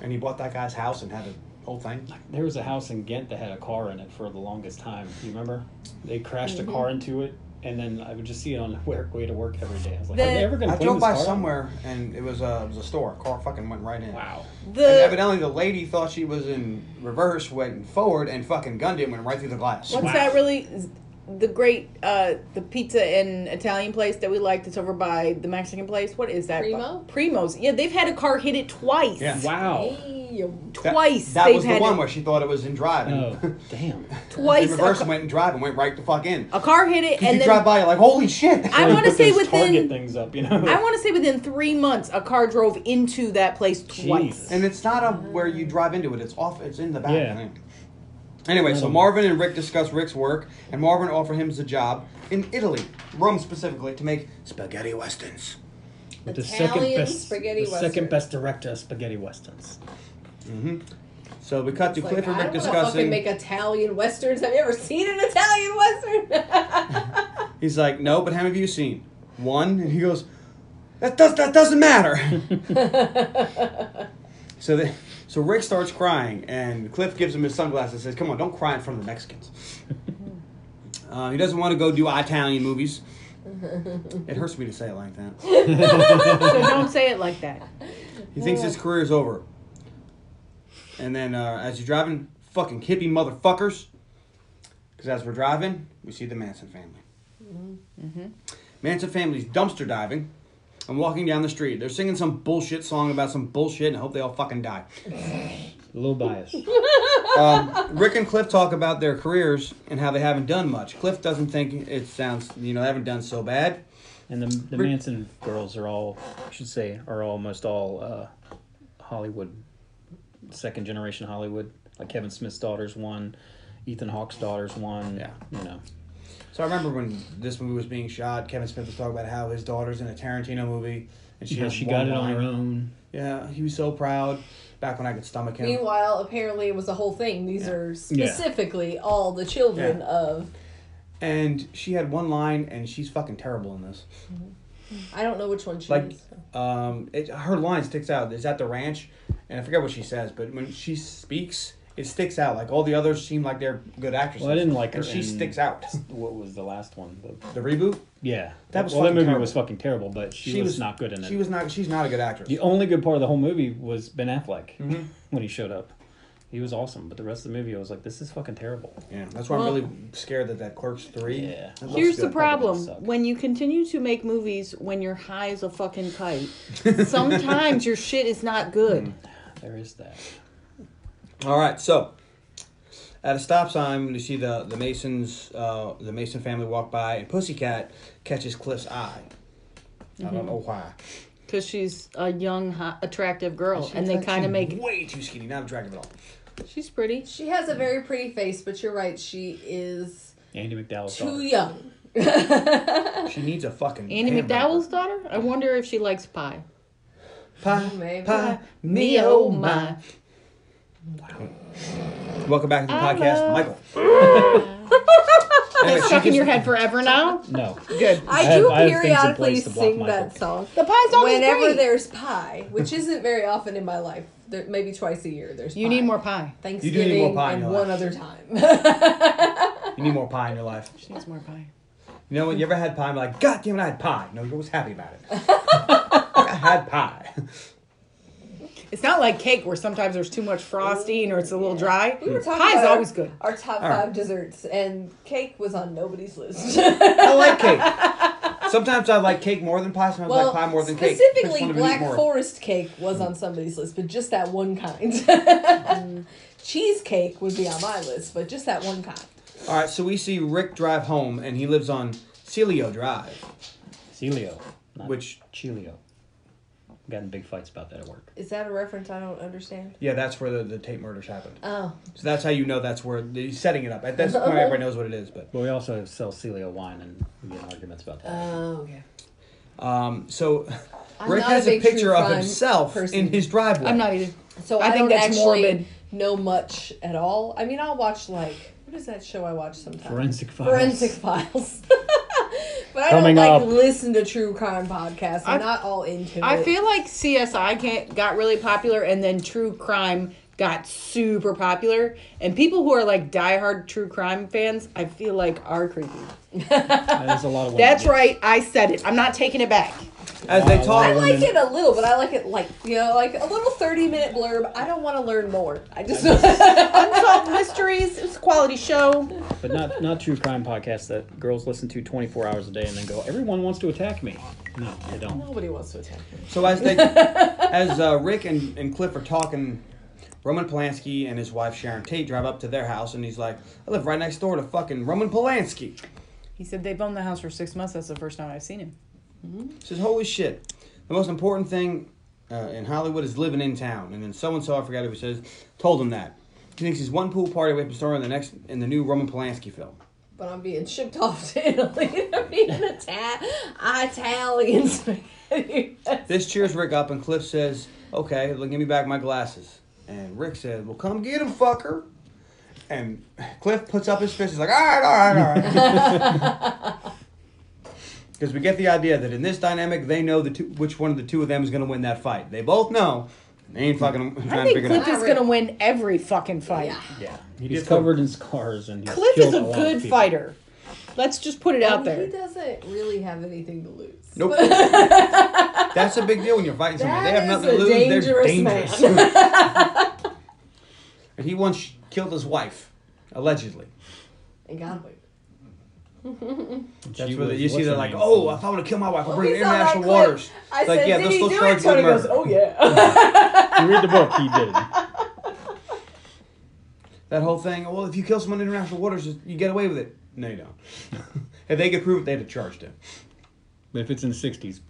[SPEAKER 3] and he bought that guy's house and had a whole thing.
[SPEAKER 4] There was a house in Ghent that had a car in it for the longest time. You remember? They crashed
[SPEAKER 1] Mm-hmm.
[SPEAKER 4] a car into it, and then I would just see it on the work- way to work every day. I was like, "Are
[SPEAKER 1] The-
[SPEAKER 4] they ever going
[SPEAKER 3] I
[SPEAKER 4] to clean
[SPEAKER 3] drove
[SPEAKER 4] this
[SPEAKER 3] by
[SPEAKER 4] car?"
[SPEAKER 3] somewhere, and it was a it was a store. Car fucking went right in.
[SPEAKER 4] Wow.
[SPEAKER 3] And
[SPEAKER 1] the
[SPEAKER 3] evidently, the lady thought she was in reverse, went forward, and fucking gunned him, went right through the glass.
[SPEAKER 1] what's
[SPEAKER 4] Wow.
[SPEAKER 1] that really? The great uh the pizza and Italian place that we like that's over by the Mexican place. What is that?
[SPEAKER 2] Primo?
[SPEAKER 1] Primos. Yeah, they've had a car hit it twice.
[SPEAKER 3] Yeah.
[SPEAKER 4] Wow.
[SPEAKER 2] Damn.
[SPEAKER 3] That-
[SPEAKER 1] Twice.
[SPEAKER 3] That,
[SPEAKER 1] they've
[SPEAKER 3] was the
[SPEAKER 1] had
[SPEAKER 3] one
[SPEAKER 1] it,
[SPEAKER 3] where she thought it was in drive.
[SPEAKER 4] Oh,
[SPEAKER 3] And
[SPEAKER 4] damn.
[SPEAKER 3] in
[SPEAKER 1] twice. A,
[SPEAKER 3] reverse,
[SPEAKER 1] ca-
[SPEAKER 3] went in drive and went right the fuck in.
[SPEAKER 1] a car hit it,
[SPEAKER 3] Because
[SPEAKER 1] and
[SPEAKER 3] you
[SPEAKER 1] then
[SPEAKER 3] drive by, you're like, holy shit.
[SPEAKER 1] I want to
[SPEAKER 4] Put
[SPEAKER 1] say
[SPEAKER 4] those Target
[SPEAKER 1] within
[SPEAKER 4] things up, you know.
[SPEAKER 1] I want to say within three months, a car drove into that place twice.
[SPEAKER 3] and it's not a where you drive into it. It's off. It's in the back. I
[SPEAKER 4] Yeah.
[SPEAKER 3] think. Anyway, so Marvin and Rick discuss Rick's work, and Marvin offers him the job in Italy, Rome specifically, to make spaghetti westerns.
[SPEAKER 4] With the
[SPEAKER 2] Italian
[SPEAKER 4] second best,
[SPEAKER 2] spaghetti
[SPEAKER 4] the second
[SPEAKER 2] western.
[SPEAKER 4] best director of spaghetti westerns.
[SPEAKER 3] So we cut to
[SPEAKER 2] Like,
[SPEAKER 3] Cliff and
[SPEAKER 2] I
[SPEAKER 3] Rick
[SPEAKER 2] don't wanna fucking
[SPEAKER 3] discussing.
[SPEAKER 2] make Italian westerns. Have you ever seen an Italian western?
[SPEAKER 3] He's like, no, but how many have you seen? One? And he goes, that, does, that doesn't matter. so, they, so Rick starts crying, and Cliff gives him his sunglasses and says, come on, don't cry in front of the Mexicans. uh, he doesn't want to go do Italian movies. It hurts me to say it like that.
[SPEAKER 1] so don't say it like that.
[SPEAKER 3] He thinks his career is over. And then uh, as you're driving, fucking hippie motherfuckers. Because as we're driving, we see the Manson family. Manson family's dumpster diving and walking down the street. They're singing some bullshit song about some bullshit and I hope they all fucking die.
[SPEAKER 4] A little biased.
[SPEAKER 3] Um, Rick and Cliff talk about their careers and how they haven't done much. Cliff doesn't think it sounds, you know, they haven't done so bad.
[SPEAKER 4] And the, the
[SPEAKER 3] Rick-
[SPEAKER 4] Manson girls are all, I should say, are almost all uh, Hollywood, second generation Hollywood. Like Kevin Smith's daughter's one, Ethan Hawke's daughter's one.
[SPEAKER 3] Yeah.
[SPEAKER 4] You know.
[SPEAKER 3] So I remember when this movie was being shot, Kevin Smith was talking about how his daughter's in a Tarantino movie. And she,
[SPEAKER 4] Yeah,
[SPEAKER 3] has
[SPEAKER 4] she
[SPEAKER 3] one
[SPEAKER 4] got it on her
[SPEAKER 3] line.
[SPEAKER 4] own.
[SPEAKER 3] Yeah, he was so proud back when I could stomach him.
[SPEAKER 2] Meanwhile, apparently it was a whole thing. These are
[SPEAKER 4] Yeah.
[SPEAKER 2] specifically all the children
[SPEAKER 3] Yeah.
[SPEAKER 2] of.
[SPEAKER 3] and she had one line, and she's fucking terrible in this.
[SPEAKER 2] I don't know which one she
[SPEAKER 3] Like,
[SPEAKER 2] is.
[SPEAKER 3] um, it, her line sticks out. Is at the ranch, and I forget what she says, but when she speaks, it sticks out. Like all the others seem like they're good actresses.
[SPEAKER 4] Well, I didn't like her.
[SPEAKER 3] And she
[SPEAKER 4] in-
[SPEAKER 3] sticks out.
[SPEAKER 4] What was the last one?
[SPEAKER 3] The
[SPEAKER 4] The-
[SPEAKER 3] reboot.
[SPEAKER 4] yeah.
[SPEAKER 3] That was
[SPEAKER 4] well, that
[SPEAKER 3] fucking
[SPEAKER 4] movie
[SPEAKER 3] terrible.
[SPEAKER 4] was fucking terrible, but she, was, not good in it.
[SPEAKER 3] She was not. She's not a good actress.
[SPEAKER 4] The only good part of the whole movie was Ben Affleck
[SPEAKER 3] Mm-hmm.
[SPEAKER 4] when he showed up. He was awesome, but the rest of the movie, I was like, this is fucking terrible.
[SPEAKER 3] yeah, that's why
[SPEAKER 1] Well-
[SPEAKER 3] I'm really scared that that Clerks three.
[SPEAKER 4] Yeah.
[SPEAKER 3] that looks
[SPEAKER 1] Here's
[SPEAKER 3] good.
[SPEAKER 1] the problem:
[SPEAKER 4] suck.
[SPEAKER 1] when you continue to make movies when you're high as a fucking kite, sometimes your shit is not good.
[SPEAKER 4] There is that.
[SPEAKER 3] All right, so at a stop sign, you see the the Masons, uh, the Mason family walk by, and Pussycat catches Cliff's eye. I don't
[SPEAKER 1] Mm-hmm.
[SPEAKER 3] know why.
[SPEAKER 1] Because she's a young, hot, attractive girl, Oh, and they
[SPEAKER 3] She's
[SPEAKER 1] kind of
[SPEAKER 3] actually
[SPEAKER 1] make
[SPEAKER 3] way too skinny, not attractive at all.
[SPEAKER 1] she's pretty.
[SPEAKER 2] She has a very pretty face, but you're right. She is
[SPEAKER 4] Andy McDowell's
[SPEAKER 2] Too
[SPEAKER 4] daughter.
[SPEAKER 2] young.
[SPEAKER 3] She needs a fucking.
[SPEAKER 1] Andy
[SPEAKER 3] hamburger.
[SPEAKER 1] McDowell's daughter? I wonder if she likes pie.
[SPEAKER 3] Pie,
[SPEAKER 2] Maybe.
[SPEAKER 3] pie,
[SPEAKER 1] Me, oh my.
[SPEAKER 3] Welcome back to the
[SPEAKER 1] I
[SPEAKER 3] podcast,
[SPEAKER 1] love-
[SPEAKER 3] Michael. Anyway,
[SPEAKER 1] That's
[SPEAKER 3] she
[SPEAKER 1] stuck in
[SPEAKER 3] just-
[SPEAKER 1] your head forever now?
[SPEAKER 4] No.
[SPEAKER 1] Good.
[SPEAKER 4] I
[SPEAKER 2] I
[SPEAKER 4] have-
[SPEAKER 2] do
[SPEAKER 4] I have things in
[SPEAKER 2] periodically
[SPEAKER 4] place to block
[SPEAKER 2] sing
[SPEAKER 4] my
[SPEAKER 2] that
[SPEAKER 4] focus.
[SPEAKER 2] song.
[SPEAKER 1] The pie's always
[SPEAKER 2] Whenever
[SPEAKER 1] great.
[SPEAKER 2] there's pie, which isn't very often in my life, there, maybe twice a year. There's
[SPEAKER 1] You
[SPEAKER 2] pie.
[SPEAKER 1] need more pie.
[SPEAKER 3] need
[SPEAKER 2] Thanksgiving
[SPEAKER 3] more pie
[SPEAKER 2] and
[SPEAKER 3] in your
[SPEAKER 2] one
[SPEAKER 3] life.
[SPEAKER 2] other time.
[SPEAKER 3] You need more pie in your life.
[SPEAKER 1] She needs more pie.
[SPEAKER 3] You know what? You ever had pie? I'm like, God damn it, I had pie. No, you're always happy about it. I had pie.
[SPEAKER 1] It's not like cake where sometimes there's too much frosting or it's a little dry.
[SPEAKER 2] we were talking
[SPEAKER 1] Pie's
[SPEAKER 2] about our-
[SPEAKER 1] always good.
[SPEAKER 2] Our top
[SPEAKER 3] All right.
[SPEAKER 2] five desserts, and cake was on nobody's list.
[SPEAKER 3] I like cake. Sometimes I like cake more than pie. Sometimes I like pie more than cake. Which
[SPEAKER 2] specifically
[SPEAKER 3] one do we eat
[SPEAKER 2] black
[SPEAKER 3] more?
[SPEAKER 2] forest cake was on somebody's list, but just that one kind. Cheesecake would be on my list, but just that one kind.
[SPEAKER 3] All right, so we see Rick drive home, and he lives on Celio Drive,
[SPEAKER 4] Celio. Not
[SPEAKER 3] which
[SPEAKER 4] Chilio. Got in big fights about that at work.
[SPEAKER 2] Is that a reference I don't understand?
[SPEAKER 3] yeah, that's where the, the Tate murders happened.
[SPEAKER 2] Oh,
[SPEAKER 3] So that's how you know that's where he's setting it up. At this point, everybody knows what it is. But
[SPEAKER 4] But we also sell Celio wine and we get in arguments about that.
[SPEAKER 1] Uh,
[SPEAKER 2] okay.
[SPEAKER 3] um, so
[SPEAKER 2] I'm
[SPEAKER 3] Oh, Rick
[SPEAKER 2] not
[SPEAKER 3] has
[SPEAKER 2] a
[SPEAKER 3] a,
[SPEAKER 2] big
[SPEAKER 3] picture
[SPEAKER 2] true
[SPEAKER 3] of
[SPEAKER 2] crime
[SPEAKER 3] himself
[SPEAKER 2] person.
[SPEAKER 3] in his driveway.
[SPEAKER 1] I'm not either.
[SPEAKER 2] So
[SPEAKER 1] I
[SPEAKER 2] I,
[SPEAKER 1] think
[SPEAKER 2] don't
[SPEAKER 1] that's
[SPEAKER 2] actually
[SPEAKER 1] morbid.
[SPEAKER 2] know much at all. I mean, I'll watch like what is that show I watch sometimes?
[SPEAKER 4] Forensic Files.
[SPEAKER 2] Forensic Files. but I
[SPEAKER 4] Coming
[SPEAKER 2] don't like
[SPEAKER 4] up.
[SPEAKER 2] listen to true crime podcasts. I'm
[SPEAKER 1] I-
[SPEAKER 2] not all into it.
[SPEAKER 1] I feel like CSI can't, got really popular and then true crime got super popular. And people who are like diehard true crime fans, I feel like are creepy.
[SPEAKER 4] And There's a lot of women.
[SPEAKER 1] That's right. I said it. I'm not taking it back.
[SPEAKER 3] As they
[SPEAKER 4] Wow,
[SPEAKER 3] talk,
[SPEAKER 2] I
[SPEAKER 4] wow.
[SPEAKER 2] like it a little, but I like it like you know, like a little thirty minute blurb. I don't want to learn more. I just
[SPEAKER 1] Unsolved Mysteries. It was a quality show.
[SPEAKER 4] But not not true crime podcasts that girls listen to 24 hours a day and then go, everyone wants to attack me. No, they don't.
[SPEAKER 2] nobody wants to attack me.
[SPEAKER 3] So as they, as uh, Rick and, and Cliff are talking, Roman Polanski and his wife Sharon Tate drive up to their house, and he's like, "I live right next door to fucking Roman Polanski."
[SPEAKER 1] He said they've owned the house for six months. That's the first time I've seen him.
[SPEAKER 3] Says, "Holy shit, the most important thing uh, in Hollywood is living in town." And then so and so, I forgot who says, told him that. He thinks he's one pool party away from starring in the next in the new Roman Polanski film.
[SPEAKER 2] But I'm being shipped off to Italy. I'm being Italian. Italian spaghetti.
[SPEAKER 3] This cheers Rick up, and Cliff says, "Okay, well, give me back my glasses." And Rick says, "Well, come get him, fucker." And Cliff puts up his fist. He's like, "All right, all right, all right." Because we get the idea that in this dynamic, they know the two, which one of the two of them is going to win that fight. They both know. They ain't fucking
[SPEAKER 1] I
[SPEAKER 3] trying to
[SPEAKER 1] think
[SPEAKER 3] figure it
[SPEAKER 1] Cliff
[SPEAKER 3] out.
[SPEAKER 1] is going to win every fucking fight.
[SPEAKER 2] Yeah.
[SPEAKER 4] Yeah.
[SPEAKER 3] He's
[SPEAKER 4] He's covered in scars and he's
[SPEAKER 1] Cliff is
[SPEAKER 4] killed
[SPEAKER 1] a
[SPEAKER 4] lot of
[SPEAKER 1] good
[SPEAKER 4] people.
[SPEAKER 1] fighter. Let's just put it out
[SPEAKER 2] He
[SPEAKER 1] there.
[SPEAKER 2] doesn't really have anything to lose.
[SPEAKER 3] Nope. That's a big deal when you're fighting somebody. They have
[SPEAKER 2] That
[SPEAKER 3] nothing to
[SPEAKER 2] is
[SPEAKER 3] lose.
[SPEAKER 2] a
[SPEAKER 3] They're
[SPEAKER 2] dangerous
[SPEAKER 3] dangerous. and he once killed his wife, allegedly.
[SPEAKER 2] And God wait.
[SPEAKER 3] That's
[SPEAKER 4] She
[SPEAKER 3] where they,
[SPEAKER 4] was-
[SPEAKER 3] you see
[SPEAKER 4] what's
[SPEAKER 3] they're
[SPEAKER 4] her
[SPEAKER 3] like,
[SPEAKER 4] name?
[SPEAKER 3] oh, if I want to kill my wife, I'll
[SPEAKER 2] Well,
[SPEAKER 3] bring it
[SPEAKER 2] we
[SPEAKER 3] to
[SPEAKER 2] saw that
[SPEAKER 3] international
[SPEAKER 2] clip.
[SPEAKER 3] waters.
[SPEAKER 2] I
[SPEAKER 3] like,
[SPEAKER 2] said,
[SPEAKER 3] yeah,
[SPEAKER 2] did
[SPEAKER 3] they'll
[SPEAKER 2] he
[SPEAKER 3] still
[SPEAKER 2] do
[SPEAKER 3] charge
[SPEAKER 2] it?
[SPEAKER 3] with
[SPEAKER 2] Tony goes,
[SPEAKER 3] murder.
[SPEAKER 2] oh yeah.
[SPEAKER 4] you read the book, he did.
[SPEAKER 3] That whole thing, well, if you kill someone in international waters, you get away with it. No, you don't. if they could prove it, they'd have charged him.
[SPEAKER 4] But if it's in the 60s,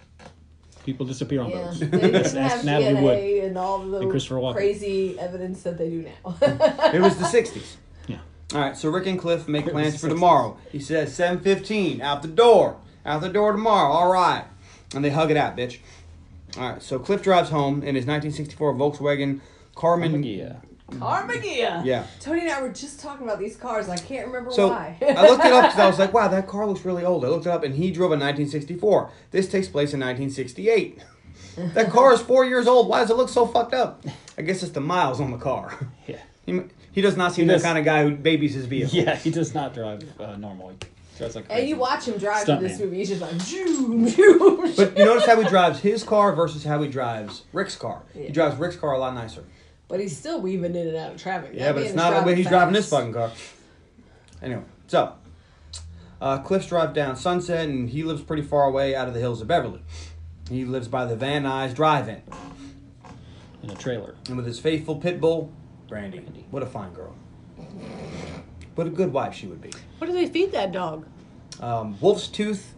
[SPEAKER 4] people disappear on
[SPEAKER 2] yeah.
[SPEAKER 4] boats.
[SPEAKER 2] They didn't
[SPEAKER 4] Ask
[SPEAKER 2] have
[SPEAKER 4] Natalie Wood.
[SPEAKER 2] DNA and all the
[SPEAKER 4] And Christopher Walken.
[SPEAKER 2] crazy evidence that they do now.
[SPEAKER 3] It was the 60s.
[SPEAKER 4] Yeah.
[SPEAKER 3] All right, so Rick and Cliff make
[SPEAKER 4] It was
[SPEAKER 3] plans
[SPEAKER 4] the
[SPEAKER 3] for
[SPEAKER 4] 60s.
[SPEAKER 3] tomorrow. He says 7:15 out the door, out the door tomorrow. All right, and they hug it out, bitch. All right, so Cliff drives home in his 1964 Volkswagen Carmen.
[SPEAKER 4] Yeah.
[SPEAKER 2] Carmagia.
[SPEAKER 3] Yeah.
[SPEAKER 2] Tony and I were just talking about these cars. I can't remember
[SPEAKER 3] So
[SPEAKER 2] why.
[SPEAKER 3] I looked it up because I was like, wow, that car looks really old. I looked it up, and he drove a 1964. This takes place in 1968. That car is four years old. Why does it look so fucked up? I guess it's the miles on the car.
[SPEAKER 4] Yeah.
[SPEAKER 3] He, he does not seem
[SPEAKER 4] He
[SPEAKER 3] the
[SPEAKER 4] does-
[SPEAKER 3] kind of guy who babies his vehicle.
[SPEAKER 4] Yeah, he does not drive uh, normally. He drives like
[SPEAKER 2] and you
[SPEAKER 4] crazy.
[SPEAKER 2] watch him drive through
[SPEAKER 4] Stuntman.
[SPEAKER 2] this movie. He's just like, zoom, zoom. But,
[SPEAKER 3] But you notice how he drives his car versus how he drives Rick's car. He
[SPEAKER 2] Yeah.
[SPEAKER 3] drives Rick's car a lot nicer.
[SPEAKER 2] he's still weaving in and out of traffic.
[SPEAKER 3] Yeah,
[SPEAKER 2] That
[SPEAKER 3] but
[SPEAKER 2] man
[SPEAKER 3] it's
[SPEAKER 2] is
[SPEAKER 3] not the way he's
[SPEAKER 2] fast.
[SPEAKER 3] driving this fucking car. Anyway, so uh, Cliff's drive down Sunset, and he lives pretty far away out of the hills of Beverly. He lives by the Van Nuys Drive-In,
[SPEAKER 4] in a trailer.
[SPEAKER 3] and with his faithful pit bull, Brandy. What a fine girl. What a good wife she would be.
[SPEAKER 1] What do they feed that dog?
[SPEAKER 3] Um, wolf's tooth,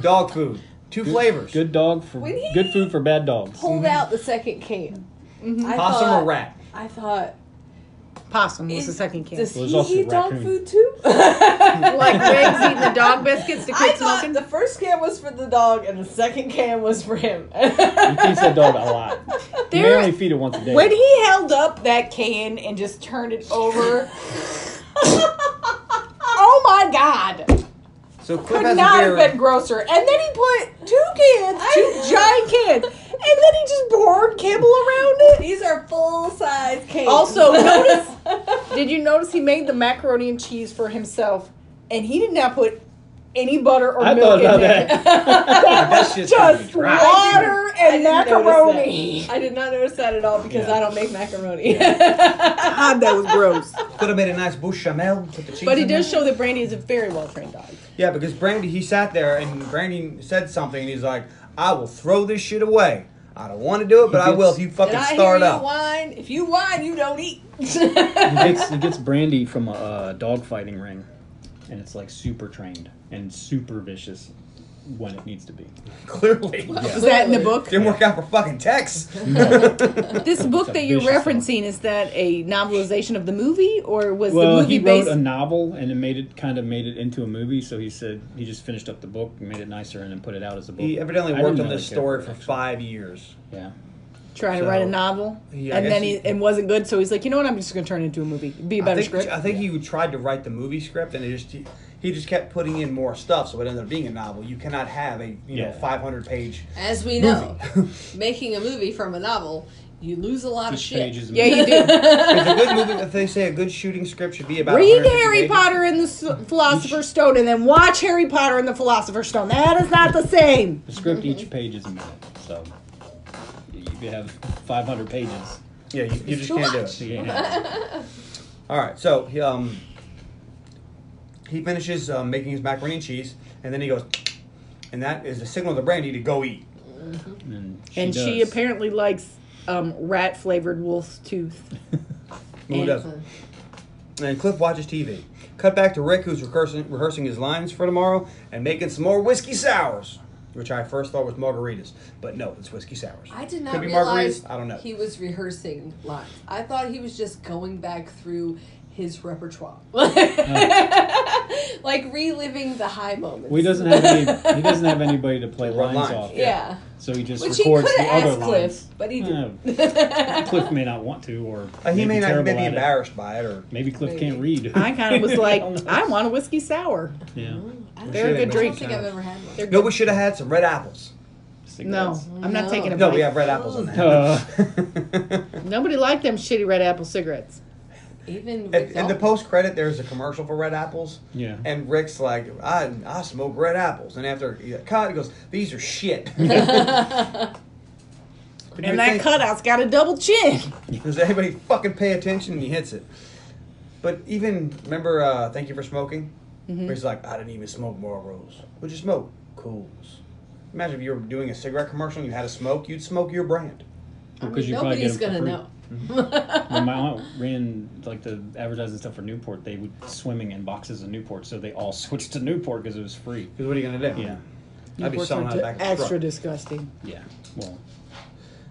[SPEAKER 3] dog food, two flavors,
[SPEAKER 4] Good dog for
[SPEAKER 2] When he-
[SPEAKER 4] good food for bad dogs.
[SPEAKER 3] Mm-hmm.
[SPEAKER 1] Mm-hmm.
[SPEAKER 2] Pulled out the second can. I
[SPEAKER 3] possum
[SPEAKER 2] thought,
[SPEAKER 3] or rat.
[SPEAKER 2] I thought,
[SPEAKER 1] Possum was the second
[SPEAKER 2] Does
[SPEAKER 1] candidate.
[SPEAKER 4] Well, there's also
[SPEAKER 2] he eat dog
[SPEAKER 4] raccoon.
[SPEAKER 2] food too?
[SPEAKER 1] Like Riggs eating the dog biscuits to
[SPEAKER 2] I
[SPEAKER 1] quit
[SPEAKER 2] thought
[SPEAKER 1] smoking.
[SPEAKER 2] the first can was for the dog and the second can was for him.
[SPEAKER 4] He feeds that dog a lot. You may
[SPEAKER 1] There-
[SPEAKER 4] only feed it once a day.
[SPEAKER 1] When he held up that can and just turned it over. oh my god.
[SPEAKER 3] So Cliff
[SPEAKER 1] Could
[SPEAKER 3] has
[SPEAKER 1] not
[SPEAKER 3] a
[SPEAKER 1] have
[SPEAKER 3] theory.
[SPEAKER 1] been grosser. And then he put two cans, two giant cans, and then he just poured kibble around it.
[SPEAKER 2] These are full size cans.
[SPEAKER 1] Also, notice did you notice he made the macaroni and cheese for himself and he did not put any butter or
[SPEAKER 4] I
[SPEAKER 1] milk
[SPEAKER 4] thought
[SPEAKER 1] in
[SPEAKER 4] about
[SPEAKER 1] there.
[SPEAKER 4] that.
[SPEAKER 3] That's just,
[SPEAKER 1] Just
[SPEAKER 2] I didn't-
[SPEAKER 1] water
[SPEAKER 2] I
[SPEAKER 1] and
[SPEAKER 2] didn't notice
[SPEAKER 1] macaroni.
[SPEAKER 2] that. I did not notice that at all because
[SPEAKER 4] Yeah.
[SPEAKER 2] I don't make macaroni.
[SPEAKER 1] God, that was gross.
[SPEAKER 3] Could have made a nice bechamel. Put the cheese
[SPEAKER 1] But he
[SPEAKER 3] in
[SPEAKER 1] does
[SPEAKER 3] there.
[SPEAKER 1] show that Brandy is a very well trained dog.
[SPEAKER 3] Yeah, because Brandy, he sat there and Brandy said something, and he's like, "I will throw this shit away. I don't want to do it, but I
[SPEAKER 4] gets-
[SPEAKER 3] will if you
[SPEAKER 2] Did
[SPEAKER 3] fucking
[SPEAKER 2] I hear
[SPEAKER 3] start
[SPEAKER 2] you
[SPEAKER 3] up."
[SPEAKER 2] whine? If you whine, you don't eat.
[SPEAKER 4] he gets he gets brandy from a uh, dog fighting ring, and it's like super trained and super vicious when it needs to be.
[SPEAKER 3] Clearly,
[SPEAKER 1] Was that in the book?
[SPEAKER 3] didn't work out for fucking Tex.
[SPEAKER 1] This book
[SPEAKER 4] a
[SPEAKER 1] that you're
[SPEAKER 4] vicious
[SPEAKER 1] referencing is that a novelization of the movie, or was
[SPEAKER 4] Well,
[SPEAKER 1] the movie
[SPEAKER 4] he wrote
[SPEAKER 1] based?
[SPEAKER 4] a novel and it made it kind of made it into a movie. So he said he just finished up the book, and made it nicer, and then put it out as a book.
[SPEAKER 3] He evidently
[SPEAKER 4] I didn't
[SPEAKER 3] worked on
[SPEAKER 4] really
[SPEAKER 3] this
[SPEAKER 4] care
[SPEAKER 3] story
[SPEAKER 4] it,
[SPEAKER 3] for
[SPEAKER 4] actually.
[SPEAKER 3] five years.
[SPEAKER 4] Yeah,
[SPEAKER 1] trying
[SPEAKER 3] so-
[SPEAKER 1] to write a novel,
[SPEAKER 3] Yeah, I
[SPEAKER 1] and
[SPEAKER 3] guess
[SPEAKER 1] then
[SPEAKER 3] he-
[SPEAKER 1] he and wasn't good, so he's like, you know what, I'm just going to turn it into a movie, It'd be a
[SPEAKER 3] I
[SPEAKER 1] better
[SPEAKER 3] think,
[SPEAKER 1] script.
[SPEAKER 3] I think he tried to write the movie script, and it just he, he just kept putting in more stuff, so it ended up being a novel. You cannot have a you know
[SPEAKER 4] Yeah.
[SPEAKER 3] five hundred page.
[SPEAKER 2] As we know, making a movie from a novel, you lose a lot of
[SPEAKER 4] each
[SPEAKER 2] Oh, shit.
[SPEAKER 4] page is a
[SPEAKER 1] yeah,
[SPEAKER 4] movie.
[SPEAKER 1] you do.
[SPEAKER 3] if a good movie, if they say a good shooting script should be about
[SPEAKER 1] Read
[SPEAKER 3] 150
[SPEAKER 1] Harry
[SPEAKER 3] pages-
[SPEAKER 1] Potter and the S- Philosopher's Stone, and then watch Harry Potter and the Philosopher's Stone. That is not the same.
[SPEAKER 4] the script. Each page is a minute, so if you have 500 pages,
[SPEAKER 3] Yeah, you, you just
[SPEAKER 2] too
[SPEAKER 3] can't do
[SPEAKER 2] much.
[SPEAKER 3] it.
[SPEAKER 4] you can't have it.
[SPEAKER 3] All right, so he, um, he finishes um, making his macaroni and cheese, and then he goes, and that is the signal to Brandy to go eat.
[SPEAKER 4] And she,
[SPEAKER 1] and she
[SPEAKER 4] does.
[SPEAKER 1] apparently likes um, rat flavored wolf's tooth.
[SPEAKER 3] Who doesn't? And Cliff watches TV. Cut back to Rick, who's rehearsing, rehearsing his lines for tomorrow and making some more whiskey sours, which I first thought was margaritas, but no, it's whiskey sours.
[SPEAKER 2] I did not
[SPEAKER 3] Could be
[SPEAKER 2] realize
[SPEAKER 3] margaritas. I don't know.
[SPEAKER 2] he was rehearsing lines. I thought he was just going back through his repertoire, like reliving the high moments.
[SPEAKER 4] Well, he doesn't have any. He doesn't have anybody to play
[SPEAKER 3] Run
[SPEAKER 4] lines,
[SPEAKER 3] lines,
[SPEAKER 4] off.
[SPEAKER 2] Yeah.
[SPEAKER 4] So he just
[SPEAKER 2] Which he
[SPEAKER 4] records
[SPEAKER 2] coulda
[SPEAKER 4] the other
[SPEAKER 2] asked Cliff,
[SPEAKER 4] lines.
[SPEAKER 2] but he didn't.
[SPEAKER 4] Yeah. Cliff may not want to, or
[SPEAKER 3] Uh, he may
[SPEAKER 4] may be
[SPEAKER 3] not may
[SPEAKER 4] terrible
[SPEAKER 3] be
[SPEAKER 4] at it.
[SPEAKER 3] embarrassed by it, or
[SPEAKER 4] Maybe Cliff
[SPEAKER 2] Maybe.
[SPEAKER 4] can't read.
[SPEAKER 1] I kind of was like,
[SPEAKER 3] Oh,
[SPEAKER 4] don't know.
[SPEAKER 1] I want a whiskey sour.
[SPEAKER 4] yeah.
[SPEAKER 2] I don't
[SPEAKER 1] They're a good
[SPEAKER 2] think-
[SPEAKER 1] drink.
[SPEAKER 2] I don't think I've ever had one.
[SPEAKER 3] no, we should have had some red apples.
[SPEAKER 1] No, I'm not
[SPEAKER 2] No.
[SPEAKER 1] taking a
[SPEAKER 3] No,
[SPEAKER 1] bite.
[SPEAKER 3] we have red apples on that.
[SPEAKER 4] Uh,
[SPEAKER 1] Nobody liked them shitty red apple cigarettes.
[SPEAKER 2] Even
[SPEAKER 3] At,
[SPEAKER 2] with
[SPEAKER 3] in the
[SPEAKER 2] all-
[SPEAKER 3] post credit, there's a commercial for red apples.
[SPEAKER 4] Yeah.
[SPEAKER 3] And Rick's like, I, I smoke red apples. And after he got cut, he goes, These are shit. But you
[SPEAKER 1] And that
[SPEAKER 3] think,
[SPEAKER 1] cutout's got a double chin.
[SPEAKER 3] Does anybody fucking pay attention? And he hits it. But even, remember, uh, Thank You for Smoking?
[SPEAKER 1] Mm-hmm.
[SPEAKER 3] Where he's like, I didn't even smoke Marlboros. What'd you smoke? Cools. Imagine if you were doing a cigarette commercial and you had a smoke, you'd smoke your brand.
[SPEAKER 2] I
[SPEAKER 4] Well,
[SPEAKER 2] mean,
[SPEAKER 4] 'cause you probably get
[SPEAKER 2] nobody's
[SPEAKER 4] 'em
[SPEAKER 2] gonna
[SPEAKER 4] for
[SPEAKER 2] know.
[SPEAKER 4] free. When my aunt ran like the advertising stuff for Newport, they would swimming in boxes of Newport, so they all switched to Newport because it was free.
[SPEAKER 3] Because what are you going to do?
[SPEAKER 4] Yeah,
[SPEAKER 3] I'd be selling out back of the
[SPEAKER 1] Extra
[SPEAKER 3] truck.
[SPEAKER 1] disgusting.
[SPEAKER 4] yeah. Well,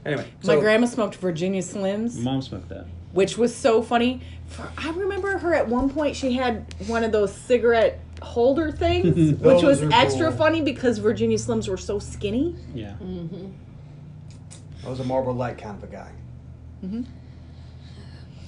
[SPEAKER 3] Anyway.
[SPEAKER 1] My
[SPEAKER 3] so-
[SPEAKER 1] grandma smoked Virginia Slims.
[SPEAKER 4] mom smoked that.
[SPEAKER 1] which was so funny. For, I remember her at one point she had one of those cigarette holder things, which
[SPEAKER 3] Those
[SPEAKER 1] was
[SPEAKER 3] are
[SPEAKER 1] extra
[SPEAKER 3] cool.
[SPEAKER 1] funny because Virginia Slims were so skinny.
[SPEAKER 4] Yeah.
[SPEAKER 3] I was a Marlboro Light kind of a guy.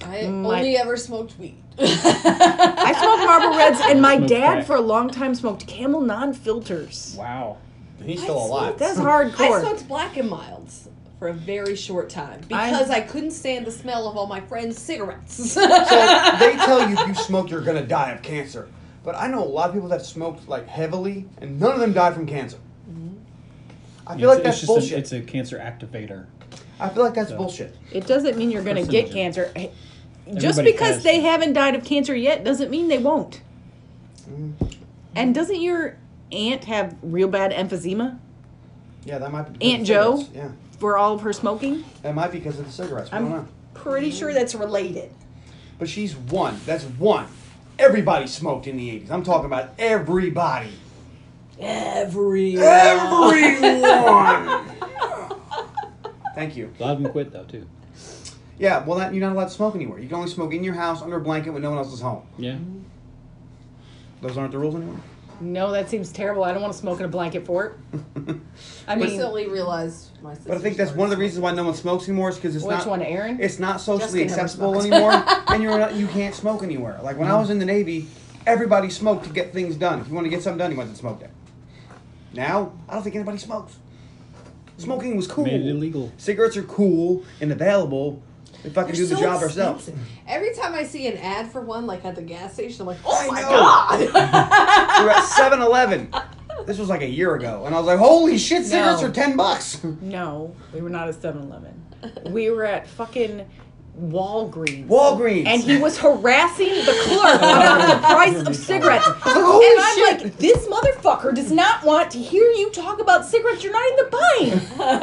[SPEAKER 2] I
[SPEAKER 1] My-
[SPEAKER 2] only ever smoked weed.
[SPEAKER 1] I smoked Marlboro Reds, and my
[SPEAKER 4] Smoked
[SPEAKER 1] dad
[SPEAKER 4] crack.
[SPEAKER 1] for a long time smoked Camel non-filters.
[SPEAKER 4] Wow.
[SPEAKER 3] He's still
[SPEAKER 2] I
[SPEAKER 3] alive.
[SPEAKER 1] That's
[SPEAKER 2] I
[SPEAKER 1] hardcore.
[SPEAKER 2] smoked black and milds for a very short time
[SPEAKER 1] I-
[SPEAKER 2] because I, couldn't stand the smell of all my friends' cigarettes.
[SPEAKER 3] So they tell you if you smoke, you're gonna die of cancer. But I know a lot of people that smoked like heavily, and none of them died from cancer. I feel
[SPEAKER 4] it's,
[SPEAKER 3] like that's
[SPEAKER 4] it's just
[SPEAKER 3] bullshit.
[SPEAKER 4] A, it's a cancer activator.
[SPEAKER 3] I feel like that's bullshit.
[SPEAKER 1] It doesn't mean you're going to get
[SPEAKER 4] Carcinogen.
[SPEAKER 1] cancer. Just
[SPEAKER 4] Everybody
[SPEAKER 1] because
[SPEAKER 4] has
[SPEAKER 1] they
[SPEAKER 4] them.
[SPEAKER 1] haven't died of cancer yet doesn't mean they won't.
[SPEAKER 4] Mm.
[SPEAKER 1] And doesn't your aunt have real bad emphysema
[SPEAKER 3] Yeah, that might be. because
[SPEAKER 1] Aunt
[SPEAKER 3] of
[SPEAKER 1] Joe?
[SPEAKER 3] cigarettes. Yeah,
[SPEAKER 1] for all of her smoking?
[SPEAKER 3] that might be because of the cigarettes. We don't know.
[SPEAKER 1] I'm pretty sure that's related.
[SPEAKER 3] But she's one. That's one. Everybody smoked in the '80s. I'm talking about everybody.
[SPEAKER 2] Every
[SPEAKER 3] Everyone. Thank you.
[SPEAKER 4] A lot of them quit though too.
[SPEAKER 3] Yeah, well, that, you're not allowed to smoke anywhere. You can only smoke in your house under a blanket when no one else is home.
[SPEAKER 4] Yeah.
[SPEAKER 3] Those aren't the rules anymore.
[SPEAKER 1] No, that seems terrible. I don't want to smoke in a blanket fort. I mean,
[SPEAKER 2] recently realized my sister.
[SPEAKER 3] But I think that's one of the reasons why no one smokes anymore is because it's
[SPEAKER 1] which
[SPEAKER 3] not
[SPEAKER 1] one, Aaron?
[SPEAKER 3] it's not
[SPEAKER 2] Jessica
[SPEAKER 3] socially
[SPEAKER 2] never
[SPEAKER 3] acceptable
[SPEAKER 2] smokes.
[SPEAKER 3] anymore, and you're not, you can't smoke anywhere. Like when I was in the Navy, everybody smoked to get things done. If you want to get something done, you went to the smoke deck. Now I don't think anybody smokes. Smoking was cool.
[SPEAKER 4] Made it illegal.
[SPEAKER 3] Cigarettes are cool and available if I can do the job ourselves.
[SPEAKER 2] Every time I see an ad for one, like at the gas station, I'm like, oh
[SPEAKER 3] I
[SPEAKER 2] my
[SPEAKER 3] know.
[SPEAKER 2] god!
[SPEAKER 3] We were at 7-Eleven. This was like a year ago, and I was like, "Holy shit, cigarettes
[SPEAKER 1] No.
[SPEAKER 3] are ten bucks."
[SPEAKER 1] No, we were not at 7 Eleven. We were at fucking Walgreens.
[SPEAKER 3] Walgreens.
[SPEAKER 1] and he was harassing the clerk about the price of cigarettes. And
[SPEAKER 3] Holy
[SPEAKER 1] I'm
[SPEAKER 3] shit.
[SPEAKER 1] like, this motherfucker does not want to hear you talk about cigarettes. You're not even buying.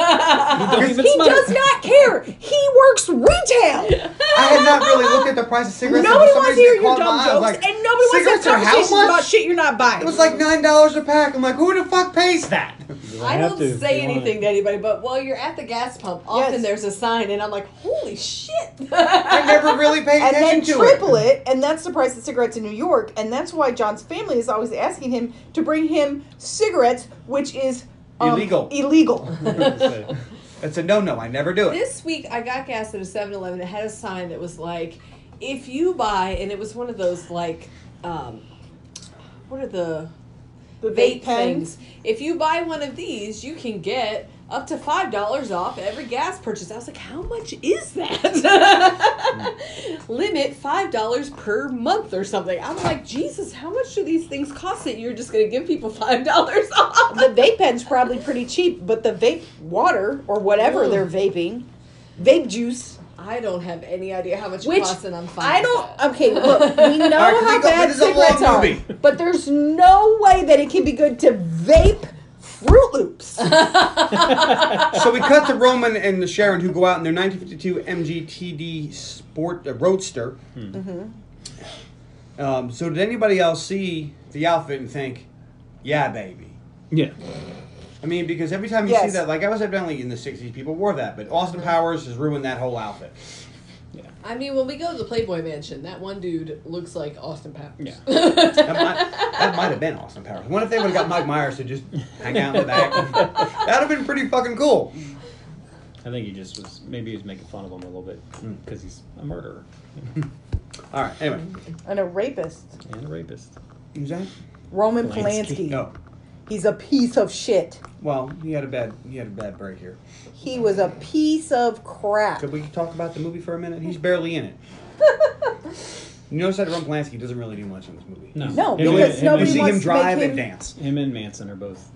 [SPEAKER 4] Don't even
[SPEAKER 1] He
[SPEAKER 4] smoke.
[SPEAKER 1] does not care. He works retail.
[SPEAKER 3] I had not really looked at the price of cigarettes. and
[SPEAKER 1] Nobody
[SPEAKER 3] for some
[SPEAKER 1] wants to
[SPEAKER 3] reason
[SPEAKER 1] hear
[SPEAKER 3] it
[SPEAKER 1] your
[SPEAKER 3] caught my
[SPEAKER 1] dumb
[SPEAKER 3] eye. I
[SPEAKER 1] jokes,
[SPEAKER 3] was like,
[SPEAKER 1] and nobody wants
[SPEAKER 3] cigarettes
[SPEAKER 1] to
[SPEAKER 3] are
[SPEAKER 1] have
[SPEAKER 3] how
[SPEAKER 1] conversations
[SPEAKER 3] much?
[SPEAKER 1] about shit you're not buying.
[SPEAKER 3] It was like nine dollars a pack. I'm like, who the fuck pays that?
[SPEAKER 4] You
[SPEAKER 2] I
[SPEAKER 4] have
[SPEAKER 2] don't
[SPEAKER 4] to if
[SPEAKER 2] say
[SPEAKER 4] you want
[SPEAKER 2] anything to
[SPEAKER 4] it.
[SPEAKER 2] anybody, but while you're at the gas pump, often
[SPEAKER 1] Yes.
[SPEAKER 2] there's a sign, and I'm like, holy shit!
[SPEAKER 3] I never really paid
[SPEAKER 5] and
[SPEAKER 3] attention
[SPEAKER 5] then
[SPEAKER 3] to
[SPEAKER 5] triple
[SPEAKER 3] it.
[SPEAKER 5] it, and that's the price of cigarettes in New York, and that's why John's family is always asking him to bring him cigarettes, which is um,
[SPEAKER 3] Illegal. Mm-hmm.
[SPEAKER 5] Illegal.
[SPEAKER 3] It's a no no. I never do it.
[SPEAKER 2] This week I got gas at a 7-Eleven. It had a sign that was like, if you buy, and it was one of those like, um, what are the
[SPEAKER 5] the
[SPEAKER 2] vape things? If you buy one of these, you can get up to five dollars off every gas purchase. I was like, how much is that? Limit five dollars per month or something. I'm like, Jesus, how much do these things cost that you're just gonna give people five dollars off?
[SPEAKER 5] The vape pen's probably pretty cheap, but the vape water or whatever
[SPEAKER 2] Ooh.
[SPEAKER 5] they're vaping, vape juice.
[SPEAKER 2] I don't have any idea how much
[SPEAKER 5] Which
[SPEAKER 2] it costs, and I'm fine.
[SPEAKER 5] I
[SPEAKER 2] with that.
[SPEAKER 5] don't. Okay, look, we know
[SPEAKER 3] All right, can we
[SPEAKER 5] how
[SPEAKER 3] go-
[SPEAKER 5] bad
[SPEAKER 3] this is a long
[SPEAKER 5] cigarettes are,
[SPEAKER 3] movie.
[SPEAKER 5] but there's no way that it can be good to vape Fruit Loops.
[SPEAKER 3] so we cut to Roman and the Sharon who go out in their 1952 MGTD Sport uh, Roadster.
[SPEAKER 1] Mm-hmm.
[SPEAKER 3] Um, so did anybody else see the outfit and think, "Yeah, baby"?
[SPEAKER 4] Yeah.
[SPEAKER 3] I mean, because every time you see
[SPEAKER 5] Yes.
[SPEAKER 3] that, like I was evidently in the 60s, people wore that, but Austin
[SPEAKER 1] Mm-hmm.
[SPEAKER 3] Powers has ruined that whole outfit.
[SPEAKER 2] I mean, when we go to the Playboy Mansion, that one dude looks like Austin Powers.
[SPEAKER 4] Yeah.
[SPEAKER 3] That might, that might have been Austin Powers. What if they would have got Mike Myers to just hang out in the back? That'd have been pretty fucking cool.
[SPEAKER 4] I think he just was maybe he was making fun of him a little bit because he's a murderer
[SPEAKER 3] All right. Anyway,
[SPEAKER 5] and a rapist,
[SPEAKER 4] and a rapist.
[SPEAKER 3] who's that?
[SPEAKER 5] Roman Polanski.
[SPEAKER 4] Polanski.
[SPEAKER 3] No.
[SPEAKER 5] He's a piece of shit.
[SPEAKER 3] Oh, Well, he had a bad he had a bad break here.
[SPEAKER 5] He was a piece of crap.
[SPEAKER 3] Could we talk about the movie for a minute? He's barely in it. you notice that Ron Polanski doesn't really do much in this movie.
[SPEAKER 4] No.
[SPEAKER 5] No,
[SPEAKER 4] Him
[SPEAKER 5] because
[SPEAKER 4] and- him and-
[SPEAKER 3] You
[SPEAKER 5] nobody
[SPEAKER 3] see
[SPEAKER 5] wants
[SPEAKER 3] him
[SPEAKER 5] to
[SPEAKER 3] drive
[SPEAKER 5] make
[SPEAKER 3] and
[SPEAKER 5] him-
[SPEAKER 3] dance.
[SPEAKER 4] Him and Manson are both.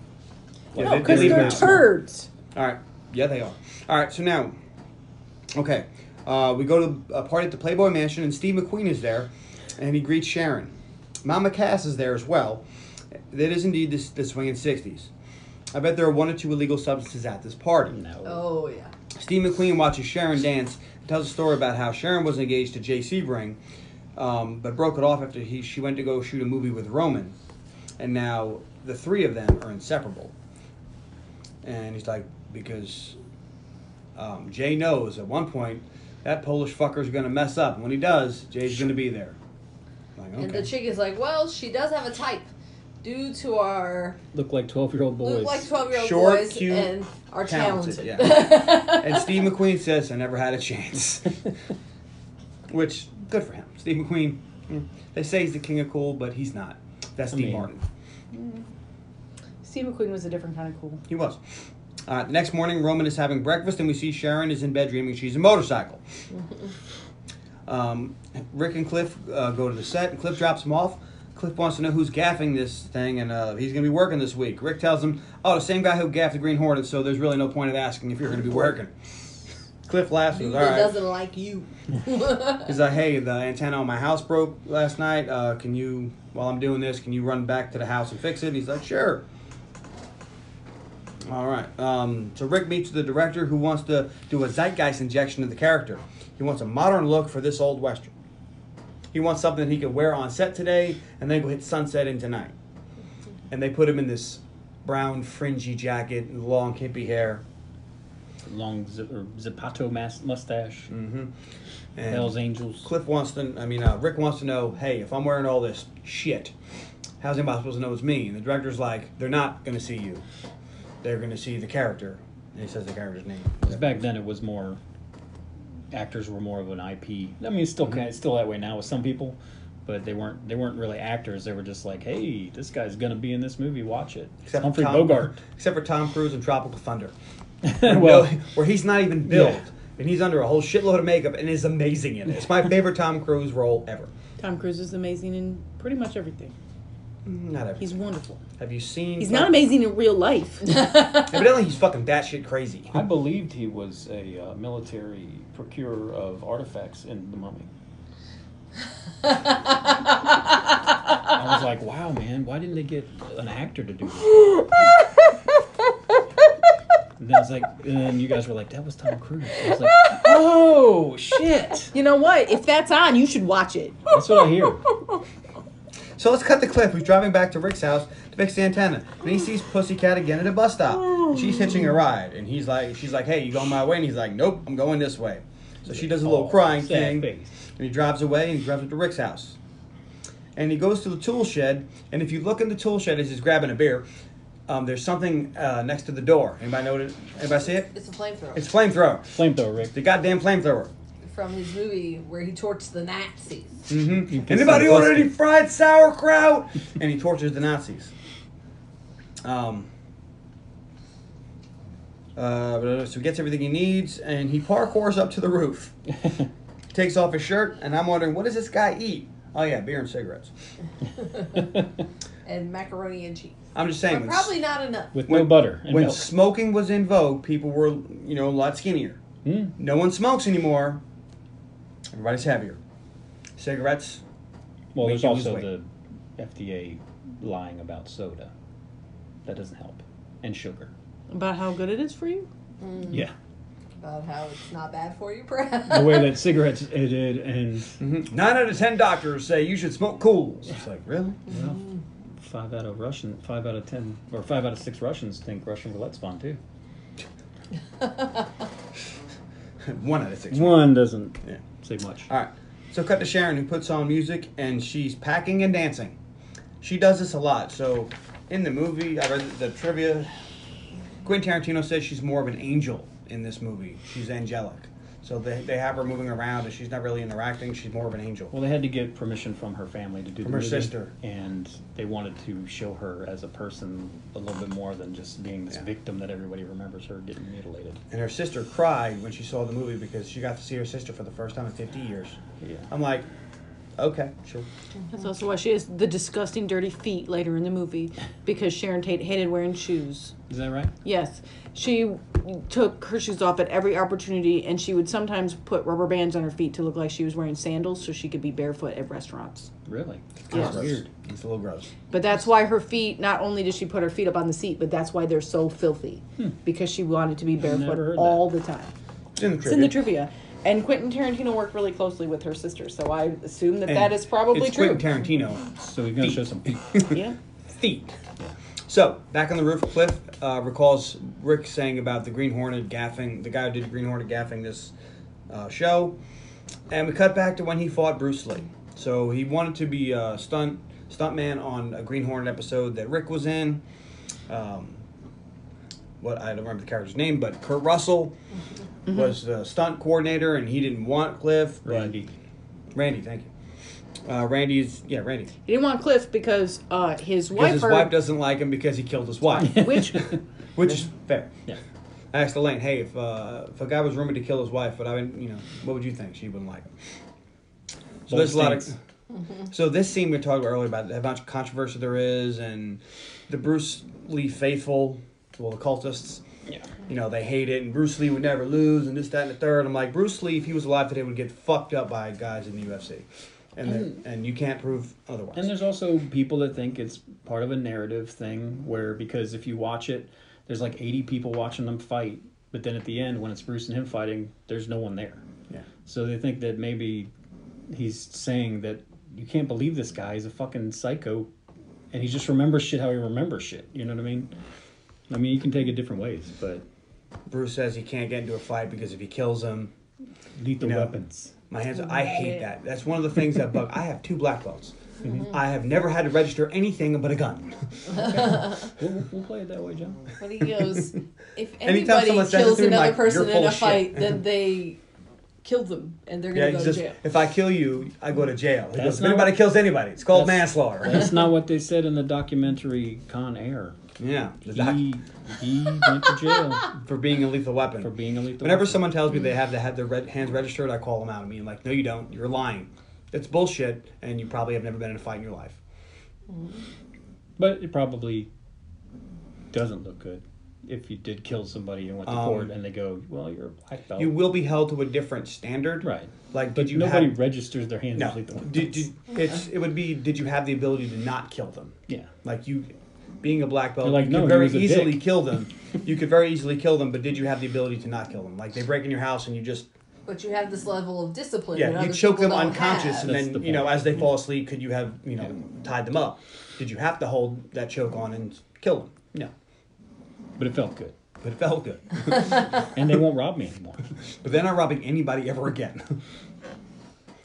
[SPEAKER 3] Yeah,
[SPEAKER 5] No,
[SPEAKER 3] they- they
[SPEAKER 5] because
[SPEAKER 3] leave him
[SPEAKER 5] they're
[SPEAKER 3] out.
[SPEAKER 5] turds.
[SPEAKER 3] All right. Yeah, they are. All right. So now, okay, uh, we go to a party at the Playboy Mansion, and Steve McQueen is there, and he greets Sharon. Mama Cass is there as well. That is indeed this the swinging '60s. I bet there are one or two illegal substances at this party.
[SPEAKER 4] No.
[SPEAKER 2] Oh yeah.
[SPEAKER 3] Steve McQueen watches Sharon dance and tells a story about how Sharon was engaged to J. Sebring, um, but broke it off after he, she went to go shoot a movie with Roman. And now the three of them are inseparable. And he's like, because um, Jay knows at one point that Polish fucker's going to mess up. And when he does, Jay's going to be there. I'm like,
[SPEAKER 2] And
[SPEAKER 3] okay.
[SPEAKER 2] the chick is like, well, she does have a type, due to our
[SPEAKER 4] Look like twelve year old boys.
[SPEAKER 2] look like twelve year old
[SPEAKER 3] Short,
[SPEAKER 2] boys
[SPEAKER 3] cute,
[SPEAKER 2] and are
[SPEAKER 3] talented,
[SPEAKER 2] talented.
[SPEAKER 3] and Steve McQueen says, I never had a chance. Which, good for him. Steve McQueen, mm, they say he's the king of cool, but he's not. That's
[SPEAKER 4] I
[SPEAKER 3] Steve
[SPEAKER 4] mean-
[SPEAKER 3] Martin.
[SPEAKER 1] Steve McQueen was a different kind of cool.
[SPEAKER 3] He was. Uh, the next morning, Roman is having breakfast, and we see Sharon is in bed dreaming she's a motorcycle. um, Rick and Cliff uh, go to the set, and Cliff drops him off. Cliff wants to know who's gaffing this thing, and uh, he's going to be working this week. Rick tells him, "Oh, the same guy who gaffed the Green Hornet, so there's really no point of asking if you're going to be working." Cliff laughs.
[SPEAKER 2] Dude
[SPEAKER 3] and goes,
[SPEAKER 2] that
[SPEAKER 3] "All right."
[SPEAKER 2] doesn't like you.
[SPEAKER 3] He's like, hey, the antenna on my house broke last night. Uh, can you, while I'm doing this, can you run back to the house and fix it? And he's like, sure. All right. Um, so Rick meets the director who wants to do a zeitgeist injection of the character. He wants a modern look for this old western. He wants something he could wear on set today and then go hit sunset in tonight. And they put him in this brown fringy jacket and long hippie hair.
[SPEAKER 4] long Z- or Zapato mas- mustache,
[SPEAKER 3] And
[SPEAKER 4] Hell's Angels.
[SPEAKER 3] Cliff wants to, I mean, uh, Rick wants to know, hey, if I'm wearing all this shit, how's anybody supposed to know it's me? And the director's like, they're not going to see you. They're going to see the character. And he says the character's name.
[SPEAKER 4] 'Cause back then it was more actors were more of an IP. I mean, it's still kind it's still that way now with some people, but they weren't they weren't really actors. They were just like, hey, this guy's gonna be in this movie. Watch it. It's
[SPEAKER 3] Except for
[SPEAKER 4] Humphrey
[SPEAKER 3] Tom-
[SPEAKER 4] Bogart.
[SPEAKER 3] Except for Tom Cruise and Tropical Thunder.
[SPEAKER 4] well,
[SPEAKER 3] No, where he's not even billed.
[SPEAKER 4] Yeah.
[SPEAKER 3] And he's under a whole shitload of makeup and is amazing in it. It's my favorite Tom Cruise role ever.
[SPEAKER 1] Tom Cruise is amazing in pretty much everything.
[SPEAKER 3] Not ever.
[SPEAKER 1] He's wonderful.
[SPEAKER 3] Have you seen?
[SPEAKER 1] He's not amazing in real life.
[SPEAKER 3] Evidently, he's fucking batshit crazy.
[SPEAKER 4] I believed he was a uh, military procurer of artifacts in The Mummy. I was like, wow, man, why didn't they get an actor to do this? and then I was like, and you guys were like, that was Tom Cruise. I was like, oh shit,
[SPEAKER 1] you know what? If that's on, you should watch it.
[SPEAKER 4] that's what I hear.
[SPEAKER 3] So let's cut the clip. Who's driving back to Rick's house to fix the antenna, and he sees Pussycat again at a bus stop. And she's hitching a ride, and he's like, she's like, "Hey, you going my way?" And he's like, "Nope, I'm going this way." So she does a little
[SPEAKER 4] Oh,
[SPEAKER 3] crying
[SPEAKER 4] sad
[SPEAKER 3] thing,
[SPEAKER 4] face.
[SPEAKER 3] and he drives away and he drives up to Rick's house. And he goes to the tool shed, and if you look in the tool shed as he's grabbing a beer, um, there's something uh, next to the door. Anybody notice? Anybody see it?
[SPEAKER 2] It's a flamethrower
[SPEAKER 3] It's flamethrower.
[SPEAKER 4] Flamethrower, Rick.
[SPEAKER 3] The goddamn flamethrower.
[SPEAKER 2] from his movie where he torched the Nazis.
[SPEAKER 3] Mm-hmm. Anybody order any fried sauerkraut? and he tortures the Nazis. Um. Uh, so he gets everything he needs, and he parkours up to the roof. Takes off his shirt, and I'm wondering, what does this guy eat? Oh yeah, beer and cigarettes.
[SPEAKER 2] and macaroni and cheese.
[SPEAKER 3] I'm just
[SPEAKER 2] But
[SPEAKER 3] saying. when s-
[SPEAKER 2] probably not enough.
[SPEAKER 4] with
[SPEAKER 3] when-
[SPEAKER 4] no butter and
[SPEAKER 3] when
[SPEAKER 4] milk.
[SPEAKER 3] smoking was in vogue, people were, you know, a lot skinnier.
[SPEAKER 4] Hmm?
[SPEAKER 3] No one smokes anymore. Everybody's heavier. Cigarettes,
[SPEAKER 4] Well,
[SPEAKER 3] Make
[SPEAKER 4] there's
[SPEAKER 3] you lose
[SPEAKER 4] also
[SPEAKER 3] weight.
[SPEAKER 4] the FDA lying about soda. That doesn't help. And sugar.
[SPEAKER 1] About how good it is for you?
[SPEAKER 4] Yeah.
[SPEAKER 2] About how it's not bad for you, perhaps.
[SPEAKER 4] The way that cigarettes it did and
[SPEAKER 3] Nine out of ten doctors say you should smoke cools. It's like, really?
[SPEAKER 4] well, five out of Russian five out of ten or five out of six Russians think Russian roulette's fun too.
[SPEAKER 3] One out of six.
[SPEAKER 4] One doesn't
[SPEAKER 3] Yeah. Uh,
[SPEAKER 4] say much.
[SPEAKER 3] All right. So cut to Sharon, who puts on music, and she's packing and dancing. She does this a lot. So in the movie, I read the trivia. Quentin Tarantino says she's more of an angel in this movie. She's angelic. So they, they have her moving around, and she's not really interacting. She's more of an angel.
[SPEAKER 4] Well, they had to get permission from her family to do
[SPEAKER 3] From
[SPEAKER 4] the
[SPEAKER 3] her
[SPEAKER 4] movie,
[SPEAKER 3] sister.
[SPEAKER 4] and they wanted to show her as a person a little bit more than just being this
[SPEAKER 3] Yeah.
[SPEAKER 4] victim that everybody remembers her getting mutilated.
[SPEAKER 3] And her sister cried when she saw the movie because she got to see her sister for the first time in 50 years.
[SPEAKER 4] Yeah.
[SPEAKER 3] I'm like, okay, sure.
[SPEAKER 1] That's also why she has the disgusting dirty feet later in the movie because Sharon Tate hated wearing shoes.
[SPEAKER 4] Is that right?
[SPEAKER 1] Yes, she took her shoes off at every opportunity, and she would sometimes put rubber bands on her feet to look like she was wearing sandals, so she could be barefoot at restaurants.
[SPEAKER 4] Really?
[SPEAKER 1] Yes.
[SPEAKER 4] That's weird.
[SPEAKER 3] It's a little gross.
[SPEAKER 1] But that's why her feet. Not only did she put her feet up on the seat, but that's why they're so filthy because she wanted to be
[SPEAKER 4] never
[SPEAKER 1] barefoot
[SPEAKER 4] heard
[SPEAKER 1] all the time.
[SPEAKER 3] It's in the trivia.
[SPEAKER 1] It's in the trivia. And Quentin Tarantino worked really closely with her sister, so I assume that
[SPEAKER 3] And
[SPEAKER 1] that is probably
[SPEAKER 3] it's
[SPEAKER 1] true.
[SPEAKER 3] Quentin Tarantino.
[SPEAKER 4] So he's gonna show some feet.
[SPEAKER 1] yeah.
[SPEAKER 3] feet. So back on the roof, Cliff uh, recalls Rick saying about the Green Hornet gaffing, the guy who did Green Hornet gaffing this uh, show, and we cut back to when he fought Bruce Lee. So he wanted to be a stunt stuntman on a Green Hornet episode that Rick was in. Um, what I don't remember the character's name, but Kurt Russell was the stunt coordinator, and he didn't want Cliff. but-
[SPEAKER 4] Randy.
[SPEAKER 3] Randy, thank you. Uh, Randy's yeah, Randy.
[SPEAKER 1] He didn't want Cliff because uh, his
[SPEAKER 3] Because
[SPEAKER 1] wife.
[SPEAKER 3] his
[SPEAKER 1] heard-
[SPEAKER 3] wife doesn't like him because he killed his wife.
[SPEAKER 1] which
[SPEAKER 3] Which is fair.
[SPEAKER 4] Yeah.
[SPEAKER 3] I asked Elaine, hey, if uh, if a guy was rumored to kill his wife, but I would you know, what would you think? She wouldn't like him. So there's a lot of. So this scene we talked about earlier about how much controversy there is, and the Bruce Lee faithful, well, the cultists,
[SPEAKER 4] Yeah.
[SPEAKER 3] you know, they hate it, and Bruce Lee would never lose, and this, that, and the third. I'm like, Bruce Lee, if he was alive today, would get fucked up by guys in the UFC, and the- and you can't prove otherwise.
[SPEAKER 4] And there's also people that think it's part of a narrative thing where because if you watch it, there's like 80 people watching them fight, but then at the end when it's Bruce and him fighting, there's no one there.
[SPEAKER 3] yeah.
[SPEAKER 4] So they think that maybe he's saying that you can't believe this guy. He's a fucking psycho, and he just remembers shit how he remembers shit. You know what I mean? I mean, you can take it different ways, but
[SPEAKER 3] Bruce says he can't get into a fight because if he kills him,
[SPEAKER 4] Lethal
[SPEAKER 3] No.
[SPEAKER 4] weapons.
[SPEAKER 3] my hands. I hate that. That's one of the things that bug. I have two black belts.
[SPEAKER 2] Mm-hmm.
[SPEAKER 3] I have never had to register anything but a gun.
[SPEAKER 4] We'll, we'll play it that way, John.
[SPEAKER 2] But he goes, if
[SPEAKER 3] Anytime
[SPEAKER 2] anybody
[SPEAKER 3] someone says it
[SPEAKER 2] kills
[SPEAKER 3] to me, I'm
[SPEAKER 2] another
[SPEAKER 3] like,
[SPEAKER 2] person
[SPEAKER 3] "You're full
[SPEAKER 2] in a
[SPEAKER 3] of
[SPEAKER 2] fight,
[SPEAKER 3] shit." Mm-hmm.
[SPEAKER 2] then they killed them and they're
[SPEAKER 3] Yeah,
[SPEAKER 2] gonna
[SPEAKER 3] it's
[SPEAKER 2] go
[SPEAKER 3] just
[SPEAKER 2] to jail.
[SPEAKER 3] if I kill you, I go to jail. He
[SPEAKER 4] That's
[SPEAKER 3] goes, if
[SPEAKER 4] not
[SPEAKER 3] anybody
[SPEAKER 4] what-
[SPEAKER 3] kills anybody, it's called
[SPEAKER 4] That's-
[SPEAKER 3] manslaughter.
[SPEAKER 4] That's not what they said in the documentary Con Air.
[SPEAKER 3] Yeah, the doc-
[SPEAKER 4] He, he went to jail
[SPEAKER 3] for being a lethal weapon.
[SPEAKER 4] for being a lethal
[SPEAKER 3] Whenever
[SPEAKER 4] weapon.
[SPEAKER 3] someone tells me they have to have their red hands registered, I call them out. I mean, like, no, you don't. You're lying. That's bullshit, and you probably have never been in a fight in your life.
[SPEAKER 4] But it probably doesn't look good if you did kill somebody and went to
[SPEAKER 3] Um,
[SPEAKER 4] court and they go, well, you're a black belt.
[SPEAKER 3] You will be held to a different standard,
[SPEAKER 4] right.
[SPEAKER 3] Like,
[SPEAKER 4] But
[SPEAKER 3] did you
[SPEAKER 4] nobody
[SPEAKER 3] have?
[SPEAKER 4] registers their hands as
[SPEAKER 3] no,
[SPEAKER 4] lethal weapons.
[SPEAKER 3] did, did, it's it would be. Did you have the ability to not kill them?
[SPEAKER 4] yeah.
[SPEAKER 3] Like you, being a black belt,
[SPEAKER 4] You're like,
[SPEAKER 3] you
[SPEAKER 4] no,
[SPEAKER 3] could
[SPEAKER 4] he
[SPEAKER 3] very
[SPEAKER 4] was a
[SPEAKER 3] easily
[SPEAKER 4] dick.
[SPEAKER 3] kill them. you could very easily kill them, but did you have the ability to not kill them? Like they break in your house and you just
[SPEAKER 2] But you have this level of discipline. that
[SPEAKER 3] yeah, you
[SPEAKER 2] other
[SPEAKER 3] choke
[SPEAKER 2] people
[SPEAKER 3] them
[SPEAKER 2] don't
[SPEAKER 3] unconscious,
[SPEAKER 2] have.
[SPEAKER 3] and
[SPEAKER 4] That's
[SPEAKER 3] then
[SPEAKER 4] the
[SPEAKER 3] you know
[SPEAKER 4] point.
[SPEAKER 3] as they fall asleep, could you have you know tied them up? Did you have to hold that choke on and kill them? No,
[SPEAKER 4] But it felt good.
[SPEAKER 3] but it felt good.
[SPEAKER 4] And they won't rob me anymore.
[SPEAKER 3] but they're not robbing anybody ever again.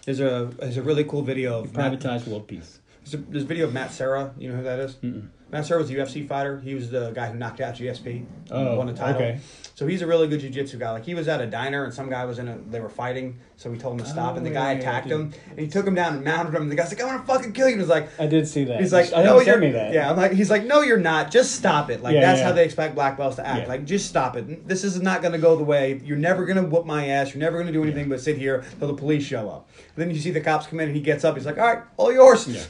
[SPEAKER 3] there's a there's a really cool video of Matt,
[SPEAKER 4] Privatized world peace.
[SPEAKER 3] there's, a, there's a video of Matt Serra. You know who that is? Matt Serra was a UFC fighter. He was the guy who knocked out GSP,
[SPEAKER 4] Oh,
[SPEAKER 3] won the title.
[SPEAKER 4] okay.
[SPEAKER 3] So he's a really good jiu-jitsu guy. Like he was at a diner and some guy was in a they were fighting, so he told him to stop,
[SPEAKER 4] Oh,
[SPEAKER 3] and the
[SPEAKER 4] yeah,
[SPEAKER 3] guy
[SPEAKER 4] yeah, I
[SPEAKER 3] attacked
[SPEAKER 4] did.
[SPEAKER 3] him and he took him down and mounted him. And the guy's like, "I want to fucking kill you." And he's like,
[SPEAKER 4] I did see that.
[SPEAKER 3] He's like,
[SPEAKER 4] I
[SPEAKER 3] no,
[SPEAKER 4] think
[SPEAKER 3] you're
[SPEAKER 4] sent me that.
[SPEAKER 3] yeah. I'm like, he's like, no, you're not. Just stop it. Like
[SPEAKER 4] Yeah,
[SPEAKER 3] that's
[SPEAKER 4] yeah.
[SPEAKER 3] how they expect black belts to act.
[SPEAKER 4] Yeah.
[SPEAKER 3] Like just stop it. This is not gonna go the way. You're never gonna whoop my ass. You're never gonna do anything but sit here till the police show up. And then you see the cops come in and he gets up. He's like, all right, all yours.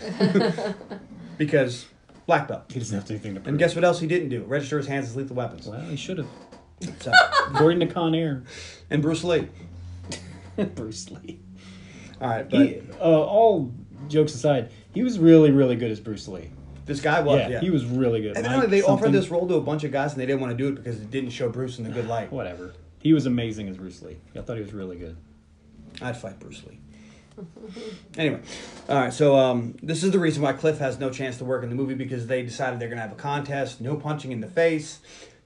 [SPEAKER 3] because black belt.
[SPEAKER 4] He doesn't have anything to prove.
[SPEAKER 3] And guess what else he didn't do? Register his hands as lethal weapons.
[SPEAKER 4] Well, he should have.
[SPEAKER 3] So,
[SPEAKER 4] According to Con Air,
[SPEAKER 3] and Bruce Lee.
[SPEAKER 4] Bruce Lee.
[SPEAKER 3] All right, but
[SPEAKER 4] He, uh, all jokes aside, he was really, really good as Bruce Lee.
[SPEAKER 3] this guy was
[SPEAKER 4] Yeah,
[SPEAKER 3] yeah.
[SPEAKER 4] he was really good.
[SPEAKER 3] And
[SPEAKER 4] Mike
[SPEAKER 3] then they offered
[SPEAKER 4] something-
[SPEAKER 3] this role to a bunch of guys and they didn't want to do it because it didn't show Bruce in the good light.
[SPEAKER 4] Whatever. He was amazing as Bruce Lee. I thought he was really good.
[SPEAKER 3] I'd fight Bruce Lee. anyway, all right. So um, this is the reason why Cliff has no chance to work in the movie because they decided they're gonna have a contest. No punching in the face.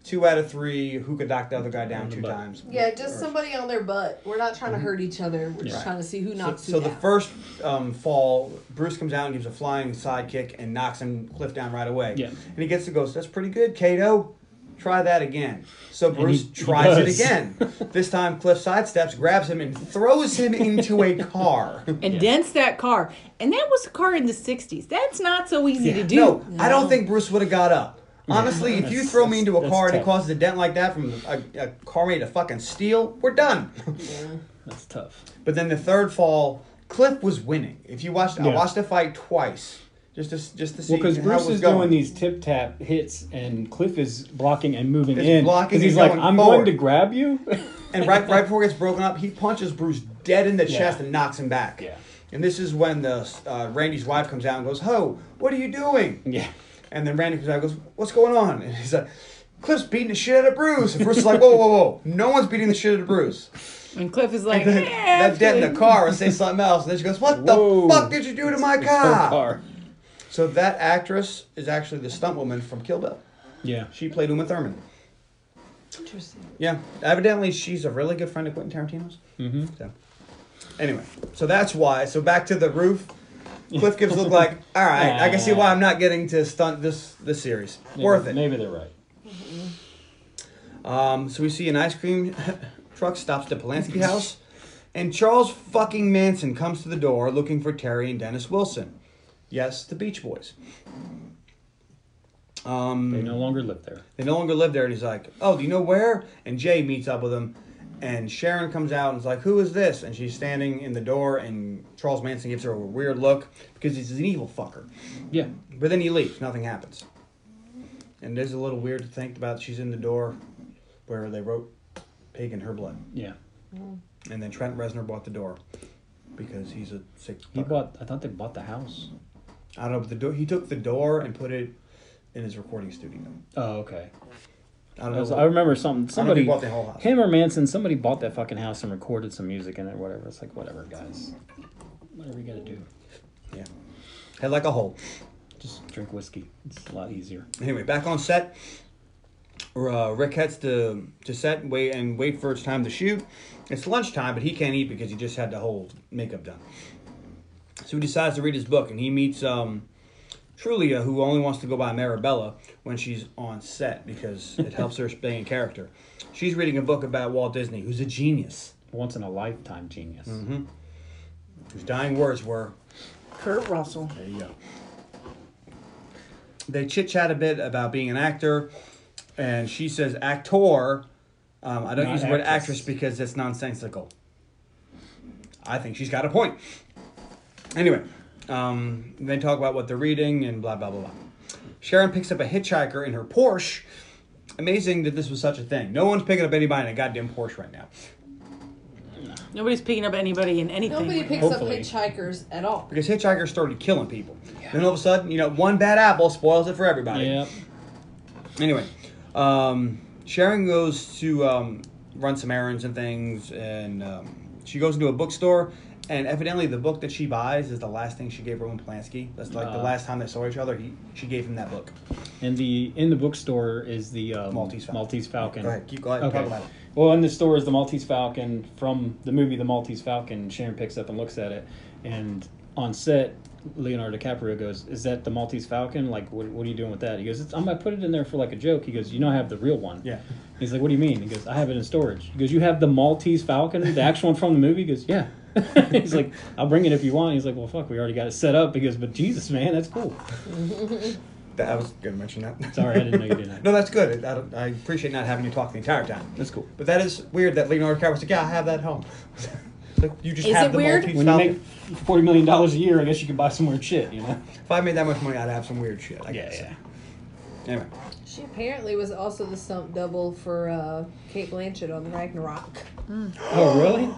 [SPEAKER 3] Two out of three. Who could knock the other guy down
[SPEAKER 4] the
[SPEAKER 3] two
[SPEAKER 4] butt.
[SPEAKER 3] times?
[SPEAKER 2] Yeah, just somebody on their butt. We're not trying to hurt each other. We're just
[SPEAKER 4] Right.
[SPEAKER 2] trying to see who
[SPEAKER 3] Mm-hmm. So,
[SPEAKER 2] knocks
[SPEAKER 3] so
[SPEAKER 2] who
[SPEAKER 3] the
[SPEAKER 2] out.
[SPEAKER 3] first um, fall, Bruce comes out and gives a flying side kick and knocks him Cliff down right away.
[SPEAKER 4] Yeah.
[SPEAKER 3] And he gets to go. That's pretty good, Kato. Try that again. So Bruce
[SPEAKER 4] he- he
[SPEAKER 3] tries it
[SPEAKER 4] does.
[SPEAKER 3] again. this time, Cliff sidesteps, grabs him, and throws him into a car.
[SPEAKER 1] and dents that car. And that was a car in the 60s. That's not so easy to do.
[SPEAKER 3] No, I don't think Bruce would have got up. Honestly, if you throw me into a
[SPEAKER 4] that's
[SPEAKER 3] car and it
[SPEAKER 4] tough.
[SPEAKER 3] causes a dent like that from a, a car made of fucking steel, we're done.
[SPEAKER 4] That's tough.
[SPEAKER 3] but then the third fall, Cliff was winning. If you watched, I
[SPEAKER 4] Yeah.
[SPEAKER 3] watched the fight twice just to s- just to see
[SPEAKER 4] Well, because
[SPEAKER 3] how
[SPEAKER 4] Bruce
[SPEAKER 3] it was
[SPEAKER 4] is
[SPEAKER 3] going.
[SPEAKER 4] doing these tip tap hits, and Cliff is blocking and moving
[SPEAKER 3] It's
[SPEAKER 4] in.
[SPEAKER 3] blocking
[SPEAKER 4] Because he's
[SPEAKER 3] and
[SPEAKER 4] like,
[SPEAKER 3] going
[SPEAKER 4] I'm
[SPEAKER 3] forward."
[SPEAKER 4] going to grab you.
[SPEAKER 3] and right right before it gets broken up, he punches Bruce dead in the
[SPEAKER 4] Yeah.
[SPEAKER 3] chest and knocks him back.
[SPEAKER 4] Yeah.
[SPEAKER 3] And this is when the uh, Randy's wife comes out and goes, "Ho, what are you doing?"
[SPEAKER 4] yeah.
[SPEAKER 3] And then Randy comes out and goes, What's going on? And he's like, Cliff's beating the shit out of Bruce. And Bruce is like, Whoa, whoa, whoa. No one's beating the shit out of Bruce.
[SPEAKER 1] And Cliff is like,
[SPEAKER 3] And then
[SPEAKER 1] "Yeah,
[SPEAKER 3] that dad in the
[SPEAKER 1] actually."
[SPEAKER 3] car and say something else. And then she goes, What
[SPEAKER 4] Whoa.
[SPEAKER 3] the fuck did you do to my
[SPEAKER 4] Her
[SPEAKER 3] car?
[SPEAKER 4] car.
[SPEAKER 3] So that actress is actually the stunt woman from Kill Bill.
[SPEAKER 4] Yeah.
[SPEAKER 3] She played Uma Thurman.
[SPEAKER 2] Interesting.
[SPEAKER 3] Yeah. Evidently, she's a really good friend of Quentin Tarantino's. Mm-hmm. So, anyway, so that's why. So back to the roof. Cliff Gibbs looked like, all right, I can see why I'm not getting to stunt this this series.
[SPEAKER 4] Maybe-
[SPEAKER 3] Worth it.
[SPEAKER 4] Maybe they're right.
[SPEAKER 3] Um, so we see an ice cream truck stops at the Polanski house, and Charles fucking Manson comes to the door looking for Terry and Dennis Wilson. Yes, the Beach Boys. Um,
[SPEAKER 4] They no longer live there.
[SPEAKER 3] they no longer live there, and he's like, "Oh, do you know where?" And Jay meets up with him, and Sharon comes out and is like, "Who is this?" And she's standing in the door, and Charles Manson gives her a weird look because he's an evil fucker.
[SPEAKER 4] Yeah.
[SPEAKER 3] But then he leaves. Nothing happens. And it is a little weird to think about. She's in the door where they wrote pig in her blood.
[SPEAKER 4] Yeah.
[SPEAKER 3] And then Trent Reznor bought the door because he's a sick.
[SPEAKER 4] He
[SPEAKER 3] fucker.
[SPEAKER 4] bought. I thought they bought the house.
[SPEAKER 3] I don't know. But the door. He took the door and put it in his recording studio.
[SPEAKER 4] Oh, okay.
[SPEAKER 3] I don't
[SPEAKER 4] I,
[SPEAKER 3] know.
[SPEAKER 4] was,
[SPEAKER 3] what-
[SPEAKER 4] I remember something.
[SPEAKER 3] know if he
[SPEAKER 4] Somebody
[SPEAKER 3] bought the whole house.
[SPEAKER 4] Him or Manson. Somebody bought that fucking house and recorded some music in it. Whatever. It's like whatever, guys. Whatever you gotta do.
[SPEAKER 3] yeah. Head like a hole.
[SPEAKER 4] Just drink whiskey. It's a lot easier.
[SPEAKER 3] Anyway, back on set. uh, Rick heads to to set and wait and wait for its time to shoot. It's lunchtime, but he can't eat because he just had the whole makeup done. So he decides to read his book, and he meets um, Trulia, who only wants to go by Marabella when she's on set because it helps her stay in character. She's reading a book about Walt Disney, who's a genius,
[SPEAKER 4] Once in a lifetime genius.
[SPEAKER 3] whose dying words were,
[SPEAKER 5] Kurt Russell.
[SPEAKER 3] There you go. They chit chat a bit about being an actor, and she says actor. Um, I don't
[SPEAKER 4] Not
[SPEAKER 3] use the word
[SPEAKER 4] actress.
[SPEAKER 3] actress because it's nonsensical. I think she's got a point. Anyway, um, they talk about what they're reading and blah blah blah blah. Sharon picks up a hitchhiker in her Porsche. Amazing that this was such a thing. No one's picking up anybody in a goddamn Porsche right now
[SPEAKER 1] Nobody's picking up anybody in anything.
[SPEAKER 2] Nobody picks
[SPEAKER 4] Hopefully.
[SPEAKER 2] up hitchhikers at all.
[SPEAKER 3] because hitchhikers started killing people. Then all of a sudden, you know, one bad apple spoils it for everybody.
[SPEAKER 4] Yep.
[SPEAKER 3] Anyway, um, Sharon goes to um, run some errands and things, and um, she goes into a bookstore. And evidently, the book that she buys is the last thing she gave Roman Polanski. That's like the
[SPEAKER 4] Ah.
[SPEAKER 3] last time they saw each other. He, she gave him that book.
[SPEAKER 4] And the in the bookstore is the um,
[SPEAKER 3] Maltese Falcon.
[SPEAKER 4] Falcon.
[SPEAKER 3] Go ahead, keep going.
[SPEAKER 4] Okay.
[SPEAKER 3] Talk about it.
[SPEAKER 4] Well, in the store is the Maltese Falcon from the movie The Maltese Falcon. Sharon picks up and looks at it, and on set, Leonardo DiCaprio goes, "Is that the Maltese Falcon? Like, what, what are you doing with that?" He goes, it's, "I'm I put it in there for like a joke." He goes, "You know, I have the real one."
[SPEAKER 3] Yeah.
[SPEAKER 4] He's like, "What do you mean?" He goes, "I have it in storage." He goes, "You have the Maltese Falcon, the actual one from the movie?" He goes, "Yeah." He's like, "I'll bring it if you want." He's like, "Well, fuck, we already got it set up." He goes, "But Jesus, man, that's cool."
[SPEAKER 3] That, I was going to mention that.
[SPEAKER 4] Sorry, I didn't know you did that.
[SPEAKER 3] no, that's good. I, don't- I appreciate not having you talk the entire time.
[SPEAKER 4] That's cool.
[SPEAKER 3] But that is weird that Leonardo DiCaprio was like, "Yeah, I have that at home." like you just
[SPEAKER 1] Is
[SPEAKER 3] have
[SPEAKER 1] it
[SPEAKER 3] the
[SPEAKER 1] weird?
[SPEAKER 3] Maltese
[SPEAKER 4] When you
[SPEAKER 3] Falcon.
[SPEAKER 4] make forty million dollars a year, I guess you could buy some weird shit, you know?
[SPEAKER 3] if I made that much money, I'd have some weird shit. I guess. Anyway,
[SPEAKER 2] She apparently was also the stunt double for uh, Kate Blanchett on Ragnarok,
[SPEAKER 4] Oh, really?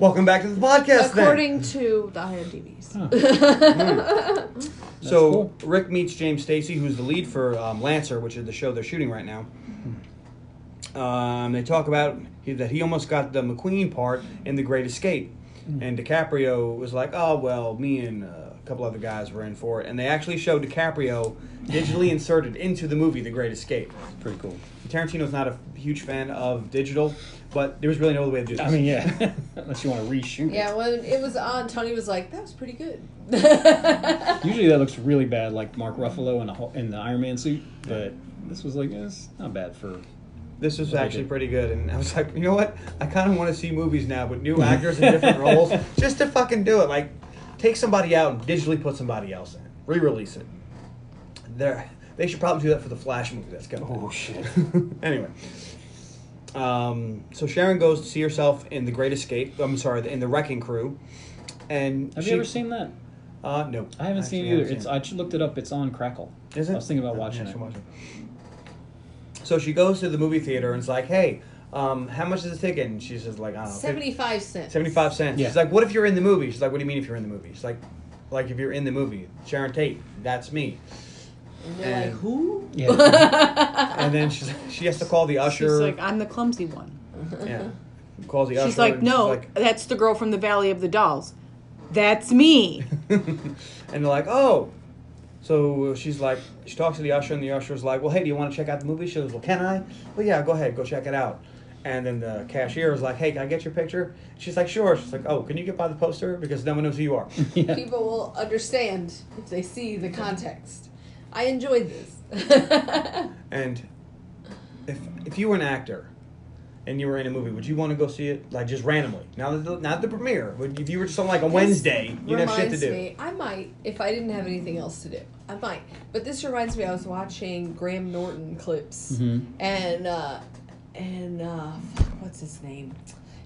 [SPEAKER 3] welcome back to the podcast. then.
[SPEAKER 2] according to the IMDb's.
[SPEAKER 4] Mm.
[SPEAKER 3] So
[SPEAKER 4] cool.
[SPEAKER 3] Rick meets James Stacy, who's the lead for um, Lancer, which is the show they're shooting right now. Um, they talk about he, that he almost got the McQueen part in The Great Escape,
[SPEAKER 4] Hmm.
[SPEAKER 3] and DiCaprio was like, "Oh well, me and uh, a couple other guys were in for it," and they actually showed DiCaprio digitally inserted into the movie The Great Escape.
[SPEAKER 4] Pretty cool.
[SPEAKER 3] Tarantino's not a huge fan of digital, but there was really no other way to do this.
[SPEAKER 4] I mean, yeah. Unless you want to reshoot.
[SPEAKER 2] Yeah, when it was on, Tony was like, "That was pretty good."
[SPEAKER 4] It. Usually that looks really bad, like Mark Ruffalo in the ho- in the Iron Man suit, but this was like eh, it's not bad for.
[SPEAKER 3] this was
[SPEAKER 4] What they
[SPEAKER 3] actually
[SPEAKER 4] did.
[SPEAKER 3] pretty good. And I was like, you know what? I kind of want to see movies now with new actors in different roles just to fucking do it. Like, take somebody out and digitally put somebody else in, re release it. There, they should probably do that for the Flash movie that's coming. out.
[SPEAKER 4] shit!
[SPEAKER 3] anyway. Um, so Sharon goes to see herself in The Great Escape. I'm sorry, in The Wrecking Crew. And
[SPEAKER 4] Have
[SPEAKER 3] she,
[SPEAKER 4] you ever seen that?
[SPEAKER 3] Uh, no,
[SPEAKER 4] I
[SPEAKER 3] Actually,
[SPEAKER 4] haven't seen
[SPEAKER 3] I
[SPEAKER 4] it
[SPEAKER 3] haven't
[SPEAKER 4] either. It's I just looked it up. It's on Crackle.
[SPEAKER 3] Is it? Oh,
[SPEAKER 4] I was thinking about
[SPEAKER 3] Yeah,
[SPEAKER 4] watching
[SPEAKER 3] you
[SPEAKER 4] it.
[SPEAKER 3] should watch So she goes to the movie theater and is like, "Hey, um, how much is the ticket?" And she says, "Like I don't know, fif-
[SPEAKER 2] Seventy-five cents.
[SPEAKER 3] 75 cents."
[SPEAKER 4] Yeah.
[SPEAKER 3] She's like, "What if you're in the movie?" She's like, "What do you mean if you're in the movie?" She's like, "Like if you're in the movie, Sharon Tate, that's me."
[SPEAKER 2] And they're like,
[SPEAKER 3] And-
[SPEAKER 2] "Who?"
[SPEAKER 4] Yeah.
[SPEAKER 3] And then she's, she has to call the usher.
[SPEAKER 1] She's like, I'm the clumsy one.
[SPEAKER 3] yeah, calls the usher.
[SPEAKER 1] She's like,
[SPEAKER 3] and she's
[SPEAKER 1] no,
[SPEAKER 3] like-
[SPEAKER 1] that's the girl from the Valley of the Dolls. That's me.
[SPEAKER 3] and they're like, oh. So she's like, she talks to the usher, and the usher's like, well, hey, do you want to check out the movie? She goes, well, can I? Well, yeah, go ahead, go check it out. And then the cashier is like, hey, can I get your picture? She's like, sure. She's like, oh, can you get by the poster? Because no one knows who you are.
[SPEAKER 2] People will understand if they see the context. I enjoyed this.
[SPEAKER 3] and if, if you were an actor and you were in a movie, would you want to go see it? Like, just randomly? Not the, not the premiere. Would, if you were just on, like, a Wednesday, you'd have shit to
[SPEAKER 2] reminds
[SPEAKER 3] do.
[SPEAKER 2] me, I might if I didn't have anything else to do. I might, but this reminds me. I was watching Graham Norton clips, and uh, and uh, fuck, what's his name?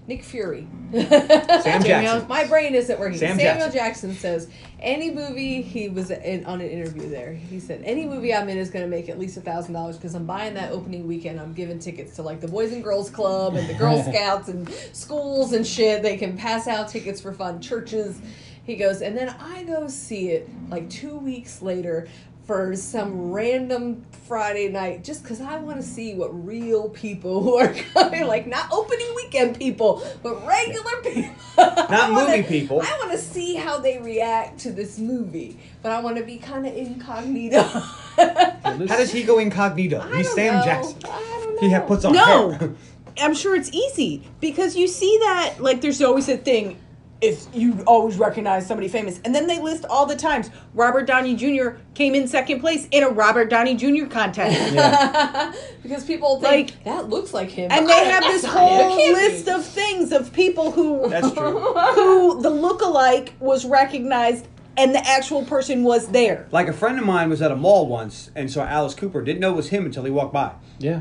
[SPEAKER 2] Nick Fury. Sam
[SPEAKER 3] Jackson.
[SPEAKER 2] My brain isn't working.
[SPEAKER 3] Sam
[SPEAKER 2] Samuel
[SPEAKER 3] Jackson.
[SPEAKER 2] Jackson. says any movie he was in on an interview there. He said any movie I'm in is going to make at least a thousand dollars because I'm buying that opening weekend. I'm giving tickets to like the Boys and Girls Club and the Girl Scouts and schools and shit. They can pass out tickets for fun churches. He goes and then I go see it like two weeks later. For some random Friday night, just because I want to see what real people are coming, like not opening weekend people, but regular people. Not
[SPEAKER 3] movie people.
[SPEAKER 2] I want to see how they react to this movie, but I want to be kind of incognito. I
[SPEAKER 3] How does he go incognito? He's
[SPEAKER 2] don't
[SPEAKER 3] Sam
[SPEAKER 2] know.
[SPEAKER 3] Jackson.
[SPEAKER 2] I don't
[SPEAKER 3] He ha- puts on hair.
[SPEAKER 1] No, I'm sure it's easy because you see that like there's always a thing. If you always recognize somebody famous, and then they list all the times Robert Downey Jr. came in second place in a Robert Downey Jr. contest,
[SPEAKER 4] Yeah.
[SPEAKER 2] because people think
[SPEAKER 1] Like-
[SPEAKER 2] that looks like him.
[SPEAKER 1] and
[SPEAKER 2] I-
[SPEAKER 1] they have this
[SPEAKER 2] that's not him.
[SPEAKER 1] whole
[SPEAKER 2] It can't
[SPEAKER 1] list
[SPEAKER 2] be.
[SPEAKER 1] of things of people who
[SPEAKER 3] That's true.
[SPEAKER 1] who the lookalike was recognized and the actual person was there.
[SPEAKER 3] Like a friend of mine was at a mall once and saw Alice Cooper. Didn't know it was him until he walked by.
[SPEAKER 4] yeah.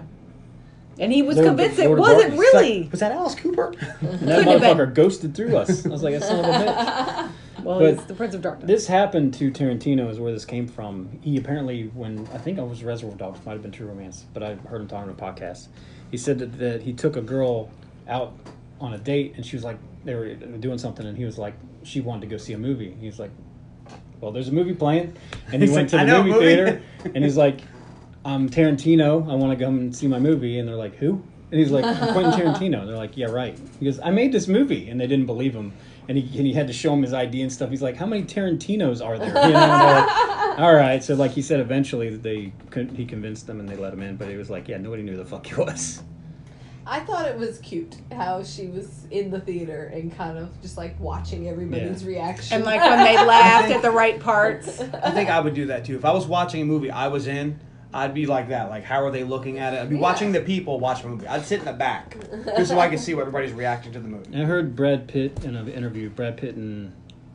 [SPEAKER 1] And he was
[SPEAKER 4] Lord-
[SPEAKER 1] convinced it
[SPEAKER 4] Lord
[SPEAKER 1] wasn't
[SPEAKER 4] Barton.
[SPEAKER 3] It's like,
[SPEAKER 1] really.
[SPEAKER 3] was that Alice Cooper?
[SPEAKER 4] And that
[SPEAKER 1] Couldn't have
[SPEAKER 4] motherfucker ghosted through us. I was like, son of a bitch.
[SPEAKER 1] Well,
[SPEAKER 4] But-
[SPEAKER 1] he's the Prince of Darkness.
[SPEAKER 4] This happened to Tarantino, is where this came from. He apparently, when I think I was Reservoir Dogs, might have been True Romance, but I heard him talking on a podcast. He said that, that he took a girl out on a date, and she was like, they were doing something, and he was like, she wanted to go see a movie. He's like, well, there's a movie playing, and he
[SPEAKER 3] He's
[SPEAKER 4] went
[SPEAKER 3] like,
[SPEAKER 4] to
[SPEAKER 3] "I
[SPEAKER 4] the
[SPEAKER 3] know a
[SPEAKER 4] movie,
[SPEAKER 3] movie."
[SPEAKER 4] theater, and he's like, I'm Tarantino. I want to come and see my movie, and they're like, who? And he's like, "I'm Quentin Tarantino. And they're like, yeah, right. He goes, I made this movie, and they didn't believe him. And he, and he had to show him his ID and stuff. He's like, how many Tarantinos are there? You know, and they're like, All right. So like he said, eventually that they con- he convinced them and they let him in. But he was like, yeah, nobody knew who the fuck he was.
[SPEAKER 2] I thought it was cute how she was in the theater and kind of just like watching everybody's
[SPEAKER 4] Yeah.
[SPEAKER 2] reaction.
[SPEAKER 6] And like when they laughed at the right parts.
[SPEAKER 3] I think I would do that too. If I was watching a movie I was in, I'd be like that. Like, how are they looking at it? I'd be
[SPEAKER 2] Yeah.
[SPEAKER 3] watching the people watch a movie. I'd sit in the back just so I could see what everybody's reacting to the movie.
[SPEAKER 4] And I heard Brad Pitt in an interview. Brad Pitt and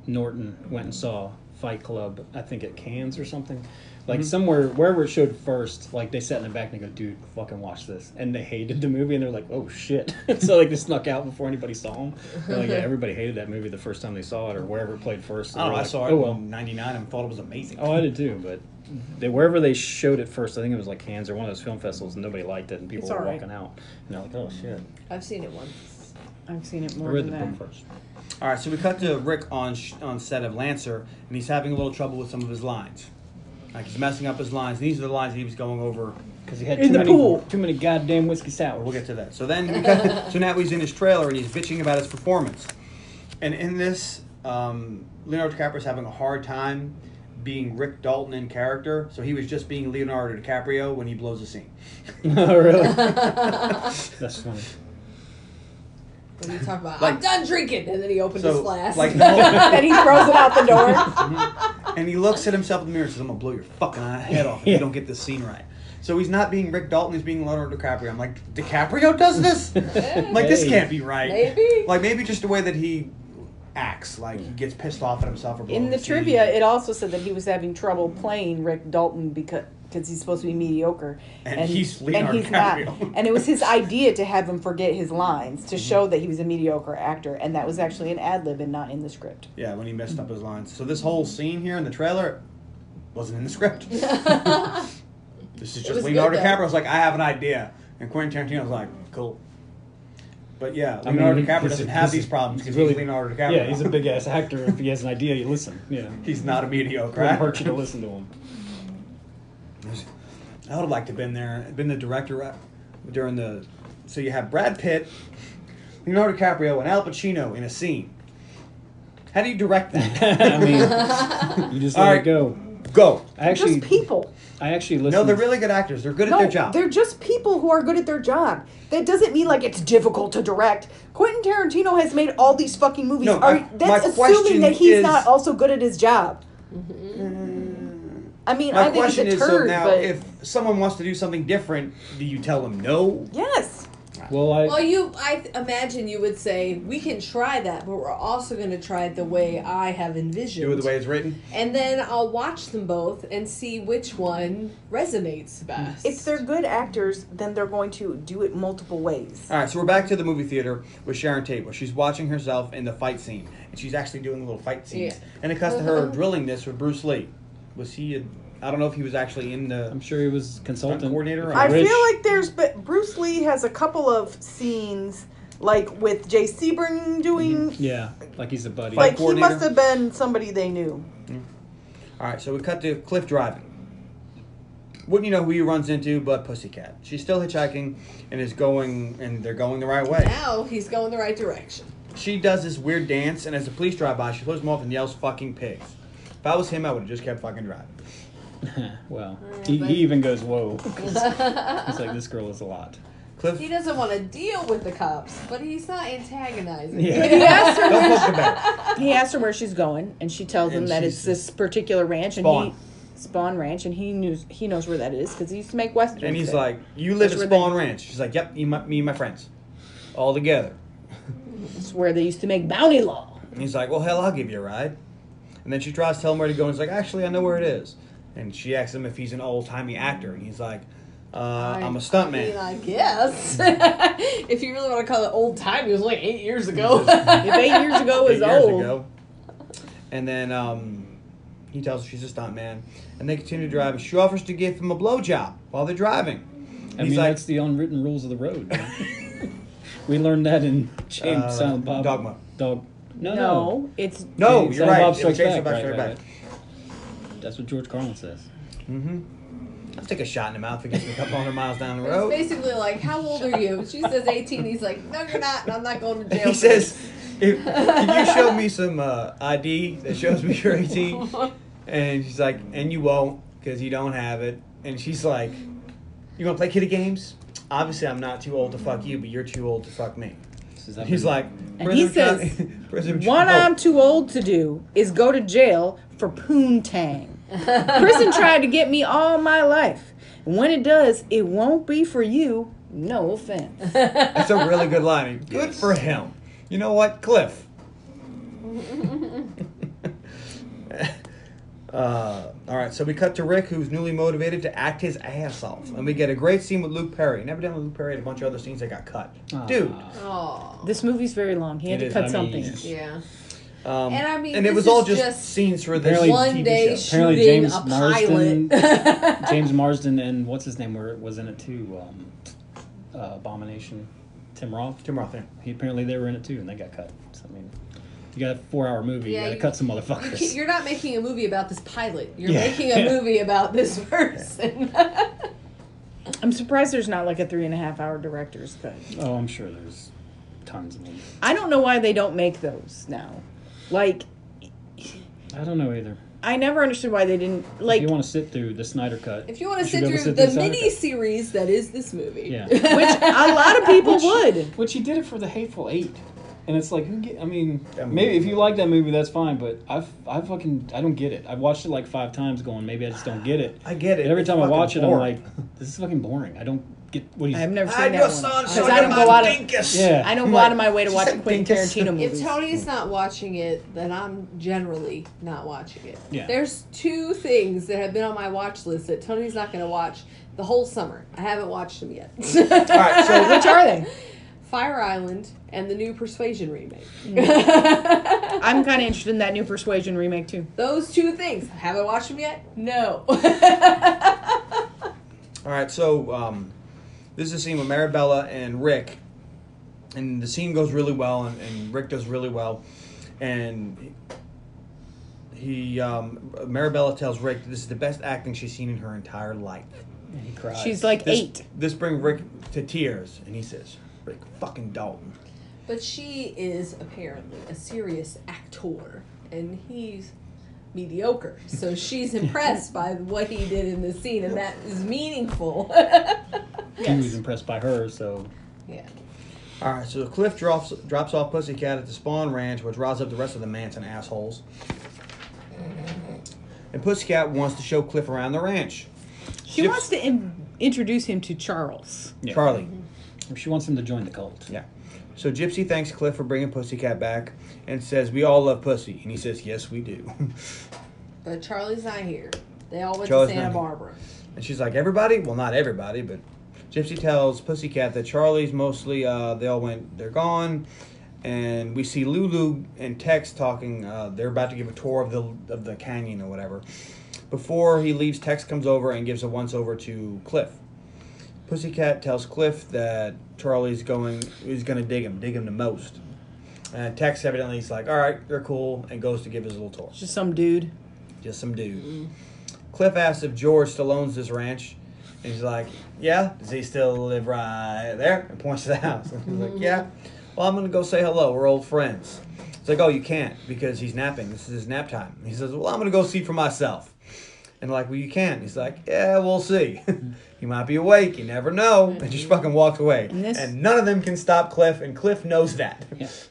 [SPEAKER 4] Norton went and saw Fight Club. I think at Cannes or something,
[SPEAKER 1] Mm-hmm.
[SPEAKER 4] like somewhere wherever it showed first. Like they sat in the back and they go, "Dude, fucking watch this!" And they hated the movie and they're like, "Oh shit!" so like they snuck out before anybody saw them. They're like, "Yeah, everybody hated that movie the first time they saw it or wherever it played first. And
[SPEAKER 3] I don't know.
[SPEAKER 4] they're
[SPEAKER 3] I
[SPEAKER 4] like,
[SPEAKER 3] saw it
[SPEAKER 4] "Oh, well."
[SPEAKER 3] in '99 and thought it was amazing.
[SPEAKER 4] Oh, I did too, but they wherever they showed it first, I think it was like Cannes or one of those film festivals. Nobody liked it, and people
[SPEAKER 1] It's
[SPEAKER 4] were
[SPEAKER 1] all right.
[SPEAKER 4] walking out. And they're like, "Oh shit!"
[SPEAKER 2] I've seen it once.
[SPEAKER 1] I've seen it
[SPEAKER 4] I
[SPEAKER 1] more
[SPEAKER 4] read
[SPEAKER 1] than
[SPEAKER 4] the book
[SPEAKER 1] that.
[SPEAKER 4] first.
[SPEAKER 3] All right, so we cut to Rick on sh- on set of Lancer, and he's having a little trouble with some of his lines. Like he's messing up his lines. These are the lines he was going over.
[SPEAKER 4] Because he had
[SPEAKER 1] In
[SPEAKER 4] too
[SPEAKER 1] the
[SPEAKER 4] many,
[SPEAKER 1] pool.
[SPEAKER 4] too many goddamn whiskey sours.
[SPEAKER 3] We'll get to that. So then, we cut, so now he's in his trailer and he's bitching about his performance. And in this, um, Leonardo DiCaprio's having a hard time being Rick Dalton in character. So he was just being Leonardo DiCaprio when he blows a scene.
[SPEAKER 4] oh, really? That's funny.
[SPEAKER 2] What are you talking about?
[SPEAKER 3] Like-
[SPEAKER 2] I'm done drinking, and then he opened his
[SPEAKER 3] So
[SPEAKER 2] flask.
[SPEAKER 3] like, the whole-
[SPEAKER 1] and he throws it out the door.
[SPEAKER 3] and he looks at himself in the mirror and says, "I'm gonna blow your fucking eye- head off if you don't get this scene right." So he's not being Rick Dalton; he's being Leonardo DiCaprio. I'm like, DiCaprio does this? I'm like this
[SPEAKER 4] Hey.
[SPEAKER 3] can't be right.
[SPEAKER 2] Maybe.
[SPEAKER 3] Like maybe just the way that he acts, like he gets pissed off at himself. Or
[SPEAKER 1] In the trivia, it also said that he was having trouble playing Rick Dalton because because he's supposed to be mediocre,
[SPEAKER 3] And he's Leonardo DiCaprio. Mm-hmm.
[SPEAKER 1] And it was his idea to have him forget his lines to show that he was a mediocre actor, and that was actually an ad lib and not in the script.
[SPEAKER 3] yeah, when he messed up his lines. So this whole scene here in the trailer wasn't in the script. This is just
[SPEAKER 2] was
[SPEAKER 3] Leonardo
[SPEAKER 2] good, though.
[SPEAKER 3] DiCaprio's like, I have an idea, and Quentin Tarantino's like, cool. But yeah,
[SPEAKER 4] I mean,
[SPEAKER 3] Leonardo
[SPEAKER 4] he-
[SPEAKER 3] DiCaprio
[SPEAKER 4] he's a-
[SPEAKER 3] doesn't
[SPEAKER 4] he's
[SPEAKER 3] have
[SPEAKER 4] a-
[SPEAKER 3] these problems
[SPEAKER 4] he's
[SPEAKER 3] because
[SPEAKER 4] really-
[SPEAKER 3] he's Leonardo DiCaprio.
[SPEAKER 4] Yeah, he's a big ass actor. If he has an idea, you listen. You know,
[SPEAKER 3] He's not a mediocre
[SPEAKER 4] wouldn't
[SPEAKER 3] actor.
[SPEAKER 4] hurt you to listen to him.
[SPEAKER 3] I would have liked to have been there, been the director at- during the. So you have Brad Pitt, Leonardo DiCaprio, and Al Pacino in a scene. How do you direct that?
[SPEAKER 4] I mean, you just let
[SPEAKER 3] All
[SPEAKER 4] it
[SPEAKER 3] right.
[SPEAKER 4] go.
[SPEAKER 3] Go.
[SPEAKER 4] I actually,
[SPEAKER 1] just people.
[SPEAKER 4] I actually listened.
[SPEAKER 3] No, they're really good actors. They're good at
[SPEAKER 1] No,
[SPEAKER 3] their job.
[SPEAKER 1] they're just people who are good at their job. That doesn't mean like it's difficult to direct. Quentin Tarantino has made all these fucking movies.
[SPEAKER 3] No,
[SPEAKER 1] are,
[SPEAKER 3] my-
[SPEAKER 1] that's
[SPEAKER 3] my
[SPEAKER 1] assuming
[SPEAKER 3] question
[SPEAKER 1] that he's
[SPEAKER 3] is- Mm-hmm.
[SPEAKER 1] not also good at his job. I mean,
[SPEAKER 3] My
[SPEAKER 1] I think
[SPEAKER 3] question
[SPEAKER 1] it's a
[SPEAKER 3] is
[SPEAKER 1] turd,
[SPEAKER 3] so now,
[SPEAKER 1] but
[SPEAKER 3] if someone wants to do something different, do you tell them no?
[SPEAKER 1] yes,
[SPEAKER 4] well. I
[SPEAKER 2] Well, you, I th- imagine you would say we can try that, but we're also going to try it the way I have envisioned.
[SPEAKER 3] Do it the way it's written.
[SPEAKER 2] and then I'll watch them both and see which one resonates best.
[SPEAKER 1] if they're good actors, then they're going to do it multiple ways.
[SPEAKER 3] All right, so we're back to the movie theater with Sharon Tate, where she's watching herself in the fight scene, and she's actually doing little fight scenes.
[SPEAKER 2] Yeah.
[SPEAKER 3] And it cuts to
[SPEAKER 1] Uh-huh.
[SPEAKER 3] her drilling this with Bruce Lee. Was he? A, I don't know if he was actually in the.
[SPEAKER 4] I'm sure he was consultant
[SPEAKER 3] coordinator or-
[SPEAKER 1] I
[SPEAKER 4] Rich.
[SPEAKER 1] feel like there's, but Bruce Lee has a couple of scenes like with Jay Sebring doing.
[SPEAKER 3] Mm-hmm.
[SPEAKER 4] Yeah, like he's a buddy.
[SPEAKER 1] Like he
[SPEAKER 3] coordinator.
[SPEAKER 1] must have been somebody they knew.
[SPEAKER 3] All right, so we cut to Cliff driving. Wouldn't you know who he runs into but Pussycat? She's still hitchhiking and is going, and they're going the right way.
[SPEAKER 2] now he's going the right direction.
[SPEAKER 3] She does this weird dance, and as the police drive by, she throws him off and yells, fucking pigs. If I was him, I would have just kept fucking driving.
[SPEAKER 4] well,
[SPEAKER 1] Oh,
[SPEAKER 4] he, he even goes, whoa. 'cause it's like, this girl is a lot.
[SPEAKER 3] Cliff,
[SPEAKER 2] He doesn't want to deal with the cops, but he's not antagonizing.
[SPEAKER 4] Yeah.
[SPEAKER 3] don't poke the bear.
[SPEAKER 5] He asked her where she's going, and she tells him
[SPEAKER 3] And
[SPEAKER 5] that
[SPEAKER 3] she's-
[SPEAKER 5] it's this particular ranch, and
[SPEAKER 3] Spawn.
[SPEAKER 5] he Spawn Ranch, and he knows he knows where that is because he used to make westerns.
[SPEAKER 3] And he's
[SPEAKER 5] there.
[SPEAKER 3] like, "You live at
[SPEAKER 5] That's where
[SPEAKER 3] Spawn Ranch." She's like, "Yep, you, my, me and my friends, all together."
[SPEAKER 5] "It's where they used to make bounty law."
[SPEAKER 3] And he's like, "Well, hell, I'll give you a ride." And then she tries to tell him where to go, and he's like, "Actually, I know where it is." And she asks him if he's an old timey actor, and he's like, uh, "I'm a
[SPEAKER 2] I mean,
[SPEAKER 3] stuntman."
[SPEAKER 2] I guess. if you really want to call it old time, it was like eight years ago.
[SPEAKER 5] If eight years ago
[SPEAKER 3] Eight
[SPEAKER 5] is
[SPEAKER 3] years
[SPEAKER 5] old,
[SPEAKER 3] ago. And then um, he tells her she's a stuntman, and they continue to drive. She offers to give him a blowjob while they're driving. And
[SPEAKER 4] I
[SPEAKER 3] he's
[SPEAKER 4] mean,
[SPEAKER 3] like,
[SPEAKER 4] that's the unwritten rules of the road. man. we learned that in James
[SPEAKER 3] Uh,
[SPEAKER 4] Silent Bob.
[SPEAKER 3] Dogma.
[SPEAKER 4] Dog. No, no.
[SPEAKER 5] no, it's
[SPEAKER 3] "No,
[SPEAKER 4] James
[SPEAKER 3] you're
[SPEAKER 4] Silent
[SPEAKER 3] right.
[SPEAKER 4] Bob
[SPEAKER 3] It was
[SPEAKER 4] Strikes
[SPEAKER 3] James
[SPEAKER 4] Back,
[SPEAKER 3] Silent Bob
[SPEAKER 4] right,
[SPEAKER 3] Strikes
[SPEAKER 4] right, That's what George Carlin says.
[SPEAKER 3] "Mm-hmm." I'll take a shot in the mouth if it gets me a couple hundred miles down the
[SPEAKER 2] It's
[SPEAKER 3] road."
[SPEAKER 2] basically like, how old are you? She says 18. He's like, no, you're not, and I'm not going to jail.
[SPEAKER 3] He
[SPEAKER 2] for
[SPEAKER 3] says, if, "Can you show me some uh, ID that shows me you're 18?"
[SPEAKER 2] this."
[SPEAKER 3] And she's like, and you won't because you don't have it. And she's like, you want to play kitty games? Obviously, I'm not too old to fuck you, but you're too old to fuck me.
[SPEAKER 4] This is up
[SPEAKER 3] He's
[SPEAKER 4] in-
[SPEAKER 3] like,
[SPEAKER 5] And he
[SPEAKER 3] "President
[SPEAKER 5] says,
[SPEAKER 3] Trump- President
[SPEAKER 5] One
[SPEAKER 3] Trump-
[SPEAKER 5] I'm too old to do is go to jail for poontang. Prison tried to get me all my life. And when it does, it won't be for you. No offense.
[SPEAKER 3] That's a really good line. Good for him. You know what, Cliff? uh, all right, so we cut to Rick, who's newly motivated to act his ass off, and we get a great scene with Luke Perry. And evidently, Luke Perry had a bunch of other scenes that got cut.
[SPEAKER 4] Aw.
[SPEAKER 3] Dude,
[SPEAKER 2] oh,
[SPEAKER 5] This movie's very long. He had to
[SPEAKER 3] It is.
[SPEAKER 5] cut
[SPEAKER 3] I mean,
[SPEAKER 5] something.
[SPEAKER 2] yeah.
[SPEAKER 3] um,
[SPEAKER 2] And I mean,
[SPEAKER 3] and it
[SPEAKER 2] this
[SPEAKER 3] was all
[SPEAKER 2] is
[SPEAKER 3] just,
[SPEAKER 2] just
[SPEAKER 3] scenes for this
[SPEAKER 4] Apparently-
[SPEAKER 2] One
[SPEAKER 3] TV
[SPEAKER 2] day
[SPEAKER 3] show.
[SPEAKER 4] Apparently
[SPEAKER 2] shooting
[SPEAKER 4] James
[SPEAKER 2] a
[SPEAKER 4] Marsden-
[SPEAKER 2] pilot.
[SPEAKER 4] James Marsden and what's his name were was in it too. Um, uh, Abomination, Tim Roth.
[SPEAKER 3] Tim Roth, yeah.
[SPEAKER 4] He apparently they were in it too, and they got cut. So I mean, you got a four-hour movie,
[SPEAKER 2] Yeah,
[SPEAKER 4] you got
[SPEAKER 2] you-
[SPEAKER 4] to cut some
[SPEAKER 2] You
[SPEAKER 4] motherfuckers.
[SPEAKER 2] can't- You're not making a movie about this pilot. You're
[SPEAKER 4] Yeah.
[SPEAKER 2] making a
[SPEAKER 4] Yeah.
[SPEAKER 2] movie about this person.
[SPEAKER 5] I'm surprised there's not like a three and a half hour director's cut.
[SPEAKER 4] oh, I'm sure there's tons of them.
[SPEAKER 5] I don't know why they don't make those now. Like,
[SPEAKER 4] I don't know either.
[SPEAKER 5] I never understood why they didn't.
[SPEAKER 4] If
[SPEAKER 5] Like,
[SPEAKER 4] you want to sit through the Snyder cut,
[SPEAKER 2] if you want to
[SPEAKER 4] should
[SPEAKER 2] sit
[SPEAKER 4] be able
[SPEAKER 2] through
[SPEAKER 4] to
[SPEAKER 2] the
[SPEAKER 4] Snyder
[SPEAKER 2] mini series that is this movie,
[SPEAKER 4] Yeah.
[SPEAKER 5] which a lot of people would.
[SPEAKER 4] Cut. Which he did it for the Hateful Eight, and it's like who? Get, I mean,
[SPEAKER 3] That movie
[SPEAKER 4] maybe if you
[SPEAKER 3] was-
[SPEAKER 4] like that movie, that's fine. But I've I fucking I don't get it. I've watched it like five times, going maybe I just don't get it.
[SPEAKER 3] I get it.
[SPEAKER 4] And every
[SPEAKER 3] It's
[SPEAKER 4] time I
[SPEAKER 3] fucking
[SPEAKER 4] watch it, I'm
[SPEAKER 3] boring.
[SPEAKER 4] like, this is fucking boring. I don't get what he's.
[SPEAKER 5] I've never seen
[SPEAKER 3] I
[SPEAKER 5] that
[SPEAKER 3] just
[SPEAKER 5] one.
[SPEAKER 3] saw it,
[SPEAKER 5] 'Cause
[SPEAKER 3] so
[SPEAKER 5] I don't
[SPEAKER 3] I'm
[SPEAKER 5] go out of.
[SPEAKER 3] dinkus.
[SPEAKER 4] Yeah.
[SPEAKER 5] I don't
[SPEAKER 3] I'm
[SPEAKER 5] go
[SPEAKER 3] like,
[SPEAKER 5] out of my way to
[SPEAKER 3] she
[SPEAKER 5] watch
[SPEAKER 3] said
[SPEAKER 5] Quentin
[SPEAKER 3] dinkus.
[SPEAKER 5] Tarantino movies.
[SPEAKER 2] If Tony's not watching it, then I'm generally not watching it.
[SPEAKER 4] Yeah.
[SPEAKER 2] There's two things that have been on my watch list that Tony's not going to watch the whole summer. I haven't watched them yet.
[SPEAKER 3] All right, so
[SPEAKER 5] Which are they?
[SPEAKER 2] Fire Island and the new Persuasion remake.
[SPEAKER 5] I'm kind of interested in that new Persuasion remake too.
[SPEAKER 2] Those two things. Haven't watched them yet? No.
[SPEAKER 3] All right, so um, this is a scene with Marabella and Rick, and the scene goes really well, and, and Rick does really well, and he um, Marabella tells Rick that this is the best acting she's seen in her entire life.
[SPEAKER 4] And he cries.
[SPEAKER 5] She's like
[SPEAKER 3] This,
[SPEAKER 5] eight.
[SPEAKER 3] This brings Rick to tears, and he says, "Rick, fucking Dalton."
[SPEAKER 2] but she is apparently a serious actor, and he's mediocre. So she's impressed by what he did in the scene, and that is meaningful.
[SPEAKER 4] he was impressed by her, so
[SPEAKER 2] yeah.
[SPEAKER 3] All right, so Cliff drops drops off Pussycat at the Spawn Ranch, which riles up the rest of the Manson assholes. And Pussycat wants to show Cliff around the ranch.
[SPEAKER 5] She
[SPEAKER 3] Ships-
[SPEAKER 5] wants to in- introduce him to Charles.
[SPEAKER 4] Yeah.
[SPEAKER 3] Charlie.
[SPEAKER 5] Mm-hmm.
[SPEAKER 4] she wants him to join the cult.
[SPEAKER 3] Yeah. So Gypsy thanks Cliff for bringing Pussycat back and says, We all love pussy. And he says, Yes, we do.
[SPEAKER 2] But Charlie's not here. They all went
[SPEAKER 3] Charlie's
[SPEAKER 2] to
[SPEAKER 3] not
[SPEAKER 2] Santa
[SPEAKER 3] here.
[SPEAKER 2] Barbara.
[SPEAKER 3] and she's like, Everybody? Well, not everybody, but Gypsy tells Pussycat that Charlie's mostly, uh, they all went, they're gone. And we see Lulu and Tex talking. Uh, they're about to give a tour of the of the canyon or whatever. Before he leaves, Tex comes over and gives a once over to Cliff. Pussycat tells Cliff that Charlie's going is gonna dig him, dig him the most. And Tex evidently is like, all right, they're cool, and goes to give his little tour.
[SPEAKER 5] Just some dude.
[SPEAKER 3] Just some dude. Cliff asks if George still owns this ranch, and he's like, yeah. Does he still live right there? And points to the house. And he's like, yeah. Well, I'm gonna go say hello. We're old friends. It's like, oh, you can't because he's napping. This is his nap time. And he says, well, I'm gonna go see for myself. And like, well, you can. He's like, yeah, we'll see. he might be awake. You never know. And just fucking walks away. And,
[SPEAKER 1] this-
[SPEAKER 3] none of them can stop Cliff, and Cliff knows that.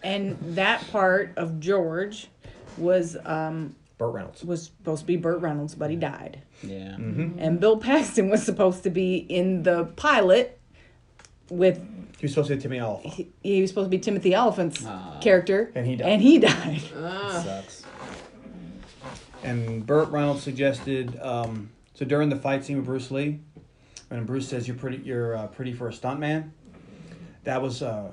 [SPEAKER 1] And that part of George was um
[SPEAKER 3] Burt Reynolds.
[SPEAKER 1] was supposed to be Burt Reynolds, but he died.
[SPEAKER 4] Yeah.
[SPEAKER 3] Mm-hmm.
[SPEAKER 1] And Bill Paxton was supposed to be in the pilot with
[SPEAKER 3] He was supposed to be Timmy Oliphant.
[SPEAKER 1] he, he was supposed to be Timothy Elephant's
[SPEAKER 4] Ah.
[SPEAKER 1] character.
[SPEAKER 3] And he died.
[SPEAKER 1] And he died.
[SPEAKER 4] Uh. Sucks.
[SPEAKER 3] And Burt Reynolds suggested um, so during the fight scene with Bruce Lee, when Bruce says you're pretty, you're uh, pretty for a stuntman. That was uh,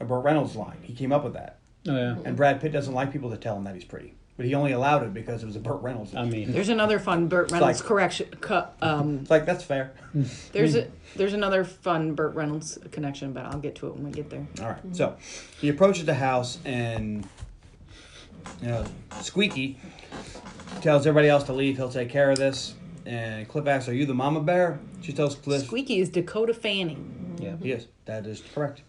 [SPEAKER 3] a Burt Reynolds line. He came up with that.
[SPEAKER 4] Oh yeah.
[SPEAKER 3] And Brad Pitt doesn't like people to tell him that he's pretty, but he only allowed it because it was a Burt Reynolds.
[SPEAKER 4] I
[SPEAKER 3] Line.
[SPEAKER 4] mean,
[SPEAKER 1] There's another fun Burt Reynolds
[SPEAKER 3] like-
[SPEAKER 1] correction. Co- um,
[SPEAKER 3] it's like that's fair.
[SPEAKER 4] Hmm.
[SPEAKER 1] there's
[SPEAKER 3] Hmm.
[SPEAKER 1] a there's another fun Burt Reynolds connection, but I'll get to it when we get there.
[SPEAKER 3] All right. So he approaches the house and you know, Squeaky tells everybody else to leave. He'll take care of this. And Cliff asks, "Are you the mama bear?" She tells Cliff,
[SPEAKER 1] Squeaky is Dakota Fanning.
[SPEAKER 4] yeah.
[SPEAKER 3] Yes, that is correct.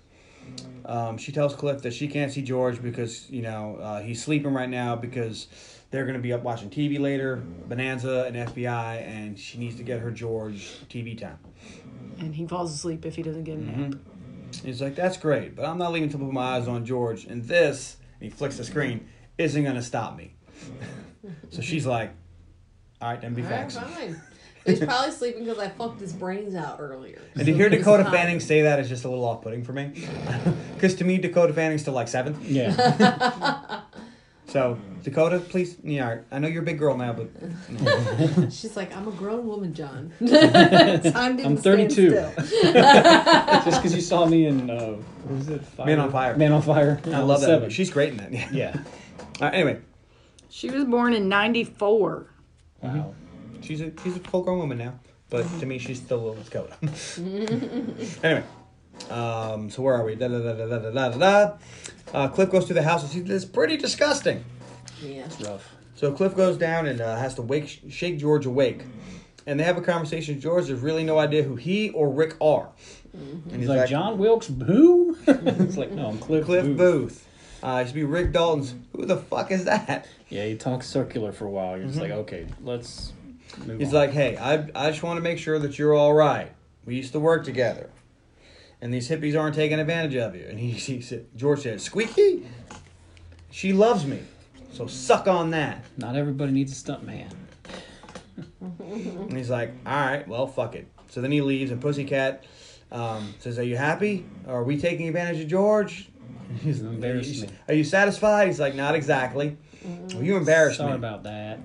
[SPEAKER 3] Um, she tells Cliff that she can't see George because you know uh, he's sleeping right now because they're going to be up watching TV later, Bonanza and FBI, and she needs to get her George TV time.
[SPEAKER 1] And he falls asleep if he doesn't get a nap.
[SPEAKER 4] Mm-hmm.
[SPEAKER 3] He's like, "That's great, but I'm not leaving until I put my eyes on George." And this, and he flicks the screen, isn't going to stop me. so she's like, "All right, then be
[SPEAKER 2] Alright,
[SPEAKER 3] facts."
[SPEAKER 2] fine. He's probably sleeping because I fucked his brains out earlier.
[SPEAKER 3] And to hear Dakota Fanning say that is just a little off-putting for me, because to me Dakota Fanning's still like seven.
[SPEAKER 4] Yeah.
[SPEAKER 3] So Dakota, please, yeah, all right. I know you're a big girl now, but
[SPEAKER 2] She's like, I'm a grown woman, John. Time didn't
[SPEAKER 4] I'm 32. Just because you saw me in uh, what was it? Fire?
[SPEAKER 3] Man on Fire.
[SPEAKER 4] Man on Fire.
[SPEAKER 3] I love that.
[SPEAKER 4] Seven.
[SPEAKER 3] Movie. She's great in that. Yeah.
[SPEAKER 4] yeah.
[SPEAKER 3] All right, anyway,
[SPEAKER 1] She was born in '94.
[SPEAKER 4] Wow.
[SPEAKER 3] she's a she's a full grown woman now, but to me she's still a little Dakota. anyway, um, so where are we? Da da da da da da da da. Uh, Cliff goes through the house and sees this pretty disgusting.
[SPEAKER 2] Yeah.
[SPEAKER 4] Rough.
[SPEAKER 3] So Cliff goes down and uh, has to wake shake George awake, and they have a conversation. George has really no idea who he or Rick are, and
[SPEAKER 4] He's like, John Wilkes Boo. it's like no, I'm Cliff.
[SPEAKER 3] Cliff
[SPEAKER 4] Booth.
[SPEAKER 3] Booth. Uh, it should be Rick Dalton's. Who the fuck is that?
[SPEAKER 4] Yeah, he talks circular for a while. You're just like, okay, let's. Move
[SPEAKER 3] Mm-hmm. He's
[SPEAKER 4] on.
[SPEAKER 3] like, hey, I, I just want to make sure that you're all right. We used to work together. And these hippies aren't taking advantage of you. And he, he said, George said, Squeaky, she loves me. So suck on that.
[SPEAKER 4] not everybody needs a stuntman.
[SPEAKER 3] And he's like, all right, well, fuck it. So then he leaves, and Pussycat um, says, are you happy? Are we taking advantage of George?
[SPEAKER 4] He's an
[SPEAKER 3] Are you,
[SPEAKER 4] embarrassment.
[SPEAKER 3] are you satisfied? He's like, not exactly. Well, you embarrassed
[SPEAKER 4] Sorry
[SPEAKER 3] me.
[SPEAKER 4] about that.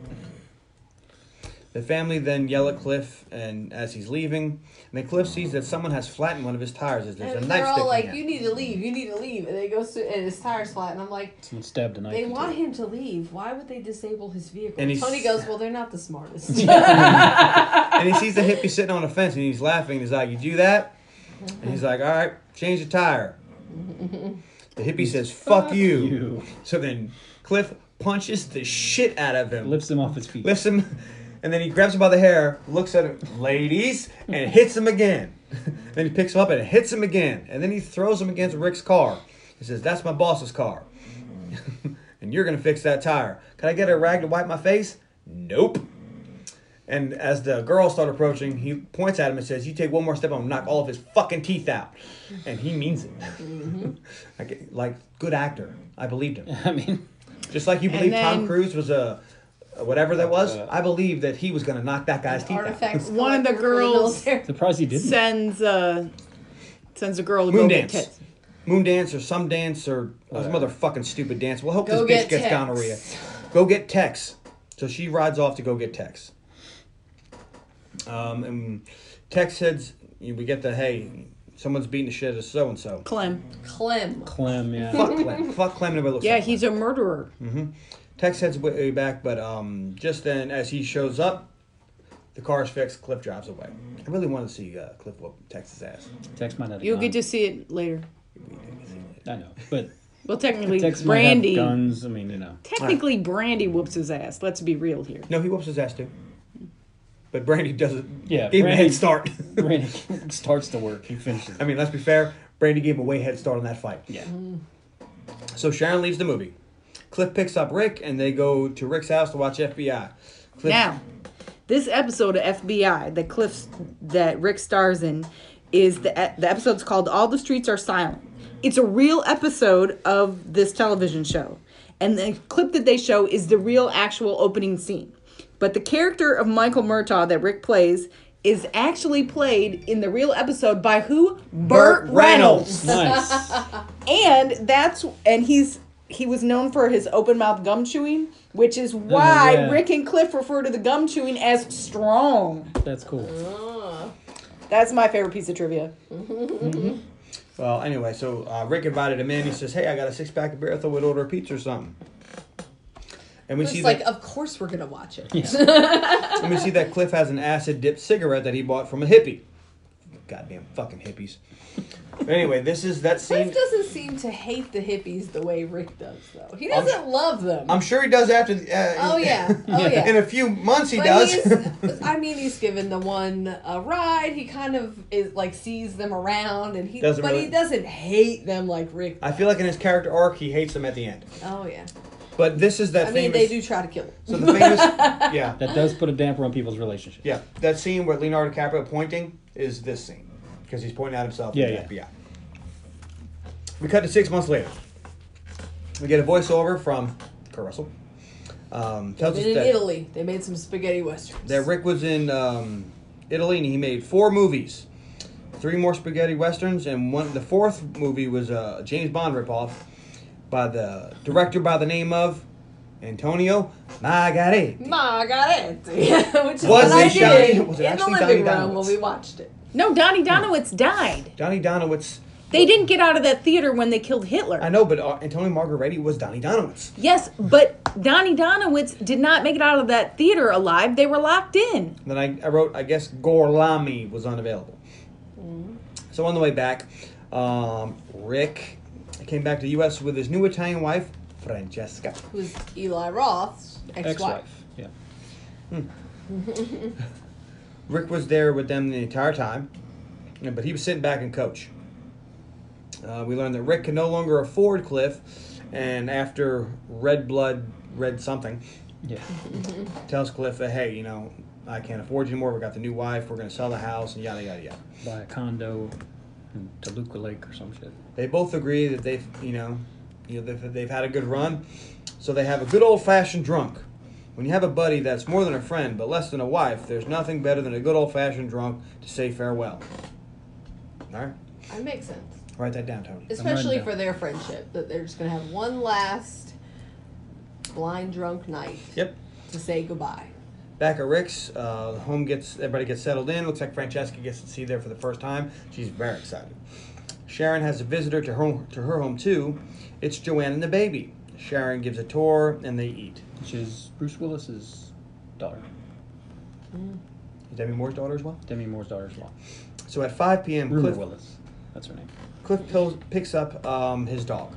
[SPEAKER 3] The family then yell at Cliff, and as he's leaving, and then Cliff sees that someone has flattened one of his tires. As there's
[SPEAKER 2] And
[SPEAKER 3] a
[SPEAKER 2] they're
[SPEAKER 3] knife
[SPEAKER 2] all
[SPEAKER 3] sticking
[SPEAKER 2] like,
[SPEAKER 3] out.
[SPEAKER 2] you need to leave, you need to leave. And they goes to, and his tire's flat. And I'm like,
[SPEAKER 4] Someone stabbed a knife.
[SPEAKER 2] they
[SPEAKER 4] into
[SPEAKER 2] want
[SPEAKER 4] it.
[SPEAKER 2] him to leave. Why would they disable his vehicle?
[SPEAKER 3] And he's-
[SPEAKER 2] Tony goes, well, they're not the smartest.
[SPEAKER 3] and he sees the hippie sitting on a fence, and he's laughing. He's like, "You do that?" And he's like, "All right, change the tire." The hippie says, "Fuck you."
[SPEAKER 4] you.
[SPEAKER 3] So then Cliff punches the shit out of him,
[SPEAKER 4] Lifts him off his feet.
[SPEAKER 3] lifts him, and then he grabs him by the hair, looks at him, ladies, and hits him again. then he picks him up and hits him again, and then he throws him against Rick's car. He says, "That's my boss's car." and you're gonna fix that tire. Can I get a rag to wipe my face? Nope. And as the girls start approaching, he points at him and says, "You take one more step, I'm gonna knock all of his fucking teeth out." And he means it. I get- like good actor, I believed him.
[SPEAKER 4] I mean,
[SPEAKER 3] Just like you believe Tom
[SPEAKER 1] then-
[SPEAKER 3] Cruise was a a whatever that was,
[SPEAKER 4] Uh,
[SPEAKER 3] I believe that he was gonna knock that guy's teeth out.
[SPEAKER 2] Artifacts.
[SPEAKER 1] One of the
[SPEAKER 2] collector for
[SPEAKER 1] girls-
[SPEAKER 2] military.
[SPEAKER 4] surprised he didn't.
[SPEAKER 1] Sends uh sends a girl to
[SPEAKER 3] Moon
[SPEAKER 1] go get
[SPEAKER 3] dance.
[SPEAKER 1] tits.
[SPEAKER 3] Moon dance or some dance or or some other
[SPEAKER 4] Whatever.
[SPEAKER 3] fucking stupid dance. We'll hope
[SPEAKER 2] Go
[SPEAKER 3] this bitch
[SPEAKER 2] get
[SPEAKER 3] gets
[SPEAKER 2] Tex.
[SPEAKER 3] gonorrhea. Go get Tex. So she rides off to go get Tex. Um, and Tex says, we get the, hey, someone's beating the shit out of so and so.
[SPEAKER 1] Clem.
[SPEAKER 2] Clem.
[SPEAKER 4] Clem, yeah.
[SPEAKER 3] Fuck Clem. Fuck Clem. Nobody looks
[SPEAKER 1] Yeah,
[SPEAKER 3] like Clem.
[SPEAKER 1] he's a murderer.
[SPEAKER 3] Tex heads way way back, but um, just then, as he shows up, the car's fixed. Cliff drives away. I really want to see uh, Cliff whoop Tex's ass.
[SPEAKER 4] Text might not have
[SPEAKER 1] You'll
[SPEAKER 4] gone.
[SPEAKER 1] get to see it later.
[SPEAKER 4] I know, but
[SPEAKER 1] Well, technically,
[SPEAKER 4] Tex
[SPEAKER 1] Brandy.
[SPEAKER 4] might have guns. I mean, you know.
[SPEAKER 1] Technically, Brandy whoops his ass. Let's be real here.
[SPEAKER 3] No, he whoops his ass too. But Brandy doesn't.
[SPEAKER 4] Yeah,
[SPEAKER 3] gave him a
[SPEAKER 4] Brandy-
[SPEAKER 3] head start.
[SPEAKER 4] Brandy starts the work. He finishes.
[SPEAKER 3] I
[SPEAKER 4] It.
[SPEAKER 3] mean, let's be fair. Brandy gave him a way head start on that fight.
[SPEAKER 4] Yeah.
[SPEAKER 3] So Sharon leaves the movie. Cliff picks up Rick, and they go to Rick's house to watch FBI. Cliff,
[SPEAKER 1] Now, This episode of FBI that Cliff's that Rick stars in is the e- the episode's called All the Streets Are Silent. It's a real episode of this television show. And the clip that they show is the real actual opening scene. But the character of Michael Murtaugh that Rick plays is actually played in the real episode by who? Burt Reynolds.
[SPEAKER 4] Nice.
[SPEAKER 1] And that's and he's he was known for his open mouth gum chewing, which is why
[SPEAKER 4] yeah.
[SPEAKER 1] Rick and Cliff refer to the gum chewing as strong.
[SPEAKER 4] That's cool.
[SPEAKER 1] That's my favorite piece of trivia.
[SPEAKER 3] Well, anyway, so uh, Rick invited him in. He says, "Hey, I got a six pack of beer. I thought we'd order a pizza or something." And we
[SPEAKER 2] It's
[SPEAKER 3] see
[SPEAKER 2] like,
[SPEAKER 3] that,
[SPEAKER 2] of course we're gonna watch it.
[SPEAKER 3] and we see that Cliff has an acid dipped cigarette that he bought from a hippie. Goddamn fucking hippies. anyway, this is that
[SPEAKER 2] Cliff
[SPEAKER 3] scene.
[SPEAKER 2] doesn't seem to hate the hippies the way Rick does, though. He
[SPEAKER 3] I'm
[SPEAKER 2] doesn't love them.
[SPEAKER 3] I'm sure he does after. The, uh,
[SPEAKER 2] oh yeah, oh yeah.
[SPEAKER 3] In a few months, he
[SPEAKER 2] But
[SPEAKER 3] does.
[SPEAKER 2] he's- I mean, he's given the one a ride. He kind of is like sees them around, and he
[SPEAKER 3] Doesn't
[SPEAKER 2] but
[SPEAKER 3] really-
[SPEAKER 2] he doesn't hate them like Rick.
[SPEAKER 3] I feel like in his character arc, he hates them at the end.
[SPEAKER 2] oh yeah.
[SPEAKER 3] But this is that
[SPEAKER 2] I mean, they
[SPEAKER 3] famous.
[SPEAKER 2] do try to kill him.
[SPEAKER 3] So the famous, yeah,
[SPEAKER 4] That does put a damper on people's relationships.
[SPEAKER 3] yeah, that scene where Leonardo DiCaprio pointing is this scene because he's pointing at himself.
[SPEAKER 4] Yeah,
[SPEAKER 3] in
[SPEAKER 4] yeah.
[SPEAKER 3] the FBI. We cut to six months later. We get a voiceover from Kurt Russell. Um, tells us
[SPEAKER 2] Been in
[SPEAKER 3] that,
[SPEAKER 2] Italy, they made some spaghetti westerns.
[SPEAKER 3] that Rick was in um, Italy and he made four movies, three more spaghetti westerns, and one. The fourth movie was a James Bond ripoff by the director by the name of Antonio Margheriti.
[SPEAKER 2] Ma got it, which is
[SPEAKER 3] Was
[SPEAKER 2] what I
[SPEAKER 3] it Johnny-
[SPEAKER 2] did
[SPEAKER 3] was
[SPEAKER 2] in
[SPEAKER 3] it
[SPEAKER 2] the
[SPEAKER 3] actually
[SPEAKER 2] living
[SPEAKER 3] Johnny
[SPEAKER 2] room
[SPEAKER 3] Donowitz?
[SPEAKER 2] when we watched it.
[SPEAKER 1] No, Donnie Donowitz died.
[SPEAKER 3] Johnny Donowitz
[SPEAKER 1] They didn't get out of that theater when they killed Hitler.
[SPEAKER 3] I know, but uh, Antonio Margaretti was Donnie Donowitz.
[SPEAKER 1] Yes, but Donnie Donowitz did not make it out of that theater alive. They were locked in.
[SPEAKER 3] Then I, I wrote, I guess Gorlami was unavailable. So on the way back, um, Rick came back to the U.S. with his new Italian wife, Francesca.
[SPEAKER 2] It was Eli Roth's ex-wife.
[SPEAKER 4] Ex-wife. Yeah.
[SPEAKER 3] Rick was there with them the entire time, yeah, but he was sitting back and coach. Uh, we learned that Rick can no longer afford Cliff, and after Red Blood, Red something,
[SPEAKER 4] Yeah.
[SPEAKER 3] tells Cliff, that, hey, you know, I can't afford you anymore. We got the new wife. We're going to sell the house, and yada, yada, yada.
[SPEAKER 4] Buy a condo in Toluca Lake or some shit.
[SPEAKER 3] they both agree that they've you know you know they've, they've had a good run so they have a good old-fashioned drunk when you have a buddy that's more than a friend but less than a wife there's nothing better than a good old-fashioned drunk to say farewell all right
[SPEAKER 2] That makes sense.
[SPEAKER 3] write that down tony
[SPEAKER 2] especially
[SPEAKER 4] down.
[SPEAKER 2] for their friendship that they're just gonna have one last blind drunk night
[SPEAKER 3] yep
[SPEAKER 2] to say goodbye
[SPEAKER 3] back at rick's uh, home gets everybody gets settled in looks like francesca gets to see there for the first time she's very excited sharon has a visitor to her, to her home too it's joanne and the baby sharon gives a tour and they eat
[SPEAKER 4] Which is Bruce Willis's daughter.
[SPEAKER 3] is demi moore's daughter as well
[SPEAKER 4] Demi Moore's daughter-in-law.
[SPEAKER 3] So at 5 p.m.,
[SPEAKER 4] Rumor
[SPEAKER 3] Cliff,
[SPEAKER 4] Willis. That's her name.
[SPEAKER 3] Cliff pills, picks up um, his dog.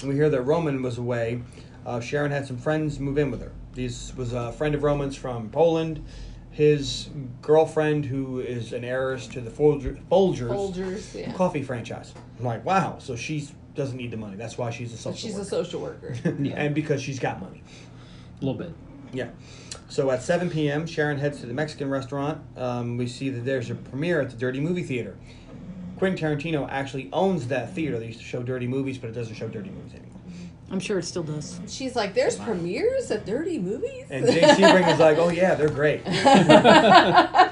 [SPEAKER 3] And we hear that Roman was away. Uh, Sharon had some friends move in with her. This was a friend of Roman's from Poland. His girlfriend, who is an heiress to the Folger, Folgers,
[SPEAKER 2] Folgers, yeah.
[SPEAKER 3] coffee franchise. I'm like, wow. So she doesn't need the money. That's why she's a social
[SPEAKER 2] she's a
[SPEAKER 3] worker.
[SPEAKER 2] social worker
[SPEAKER 3] and because she's got money.
[SPEAKER 4] A little bit.
[SPEAKER 3] Yeah. So at 7 p.m., Sharon heads to the Mexican restaurant. Um, we see that there's a premiere at the Dirty Movie Theater. Quentin Tarantino actually owns that theater. They used to show dirty movies, but it doesn't show dirty movies anymore.
[SPEAKER 1] I'm sure it still does.
[SPEAKER 2] she's like there's premieres of dirty movies
[SPEAKER 3] And Jay Sebring was like, "Oh yeah, they're great." at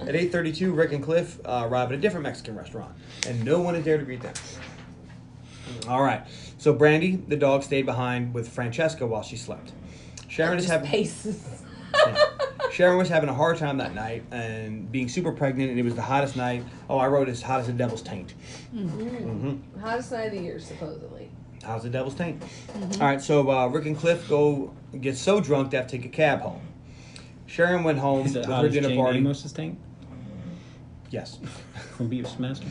[SPEAKER 3] 8:32, Rick and Cliff uh, arrive at a different Mexican restaurant, and no one is there to greet them. All right. So Brandy, the dog, stayed behind with Francesca while she slept. Sharon is
[SPEAKER 2] just
[SPEAKER 3] having
[SPEAKER 2] paces
[SPEAKER 3] Sharon was having a hard time that night and being super pregnant, and it was the hottest night. Oh, I wrote as hot as the devil's taint.
[SPEAKER 2] hottest night of the year supposedly
[SPEAKER 3] How's the devil's taint? All right, so uh, Rick and Cliff go get so drunk they have to take a cab home. Sharon went home
[SPEAKER 4] Is
[SPEAKER 3] with
[SPEAKER 4] it
[SPEAKER 3] her
[SPEAKER 4] hot as
[SPEAKER 3] dinner
[SPEAKER 4] Jane
[SPEAKER 3] party.
[SPEAKER 4] Amos's tank
[SPEAKER 3] Yes.
[SPEAKER 4] from Beastmaster?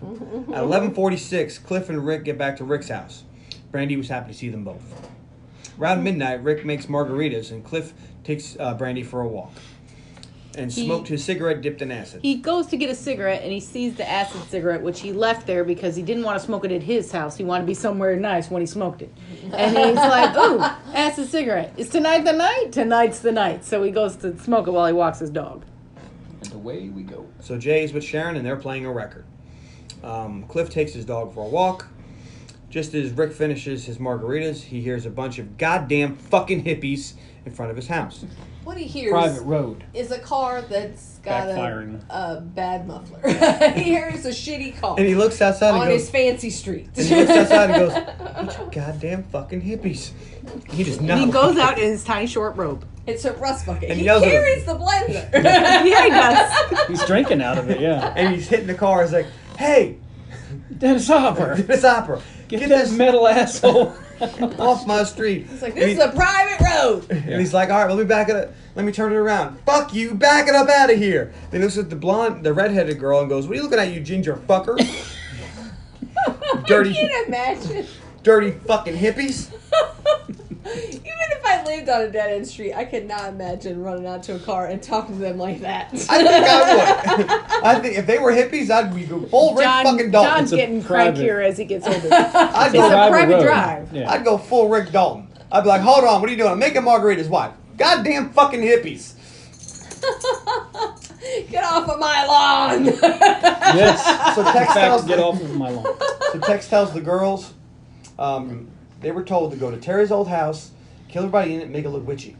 [SPEAKER 3] At 11:46, Cliff and Rick get back to Rick's house. Brandy was happy to see them both. Around midnight, Rick makes margaritas and Cliff takes uh, Brandy for a walk. and smoked his cigarette dipped in acid.
[SPEAKER 1] He goes to get a cigarette and he sees the acid cigarette, which he left there because he didn't want to smoke it at his house. He wanted to be somewhere nice when he smoked it. And he's like, Ooh, acid cigarette. Is tonight the night? Tonight's the night. So he goes to smoke it while he walks his dog.
[SPEAKER 4] And away we go.
[SPEAKER 3] So Jay's with Sharon, and they're playing a record. Um, Cliff takes his dog for a walk. Just as Rick finishes his margaritas, he hears a bunch of goddamn fucking hippies in front of his house.
[SPEAKER 2] What he hears
[SPEAKER 4] Private road.
[SPEAKER 2] is a car that's got a,
[SPEAKER 4] Backfiring.
[SPEAKER 2] a bad muffler. he hears a shitty car
[SPEAKER 3] And he looks outside
[SPEAKER 2] on
[SPEAKER 3] and
[SPEAKER 2] his
[SPEAKER 3] goes,
[SPEAKER 2] fancy street.
[SPEAKER 3] and he looks outside and goes, "Bunch of goddamn fucking hippies." He does not.
[SPEAKER 1] He goes out in his tiny short robe.
[SPEAKER 2] it's a rust bucket.
[SPEAKER 3] And
[SPEAKER 2] he
[SPEAKER 3] yells at him.
[SPEAKER 2] carries the blender.
[SPEAKER 1] Yeah, he does.
[SPEAKER 4] He's drinking out of it, yeah.
[SPEAKER 3] and he's hitting the car. He's like, "Hey,
[SPEAKER 4] Dennis Hopper,
[SPEAKER 3] this opera,
[SPEAKER 4] get, that metal asshole.
[SPEAKER 3] off my street."
[SPEAKER 2] It's like
[SPEAKER 3] And
[SPEAKER 2] this is
[SPEAKER 3] he-
[SPEAKER 2] a private road.
[SPEAKER 3] And he's like, "All right, let me back it up. Let me turn it around. Fuck you, back it up out of here." Then he looks at the blonde, the redheaded girl, and goes, "What are you looking at, you ginger fucker?
[SPEAKER 2] I
[SPEAKER 3] dirty,
[SPEAKER 2] can't imagine.
[SPEAKER 3] dirty fucking hippies."
[SPEAKER 2] Even if I lived on a dead end street, I could not imagine running out to a car and talking to them like that.
[SPEAKER 3] I think I would. I think if they were hippies, I'd be go full Rick fucking Dalton.
[SPEAKER 1] John's
[SPEAKER 4] a
[SPEAKER 1] getting
[SPEAKER 4] private-
[SPEAKER 1] crankier as he gets older.
[SPEAKER 3] I'd
[SPEAKER 1] It's a
[SPEAKER 3] go,
[SPEAKER 1] private drive.
[SPEAKER 4] Yeah.
[SPEAKER 3] I'd go full Rick Dalton. I'd be like, "Hold on, what are you doing? I'm making margaritas. Why? Goddamn fucking hippies."
[SPEAKER 2] Get off of my lawn!
[SPEAKER 4] yes.
[SPEAKER 3] So
[SPEAKER 4] In
[SPEAKER 3] textiles
[SPEAKER 4] fact, get off of my lawn.
[SPEAKER 3] So Tex tells the girls, um, they were told to go to Terry's old house, kill everybody in it, make it look witchy.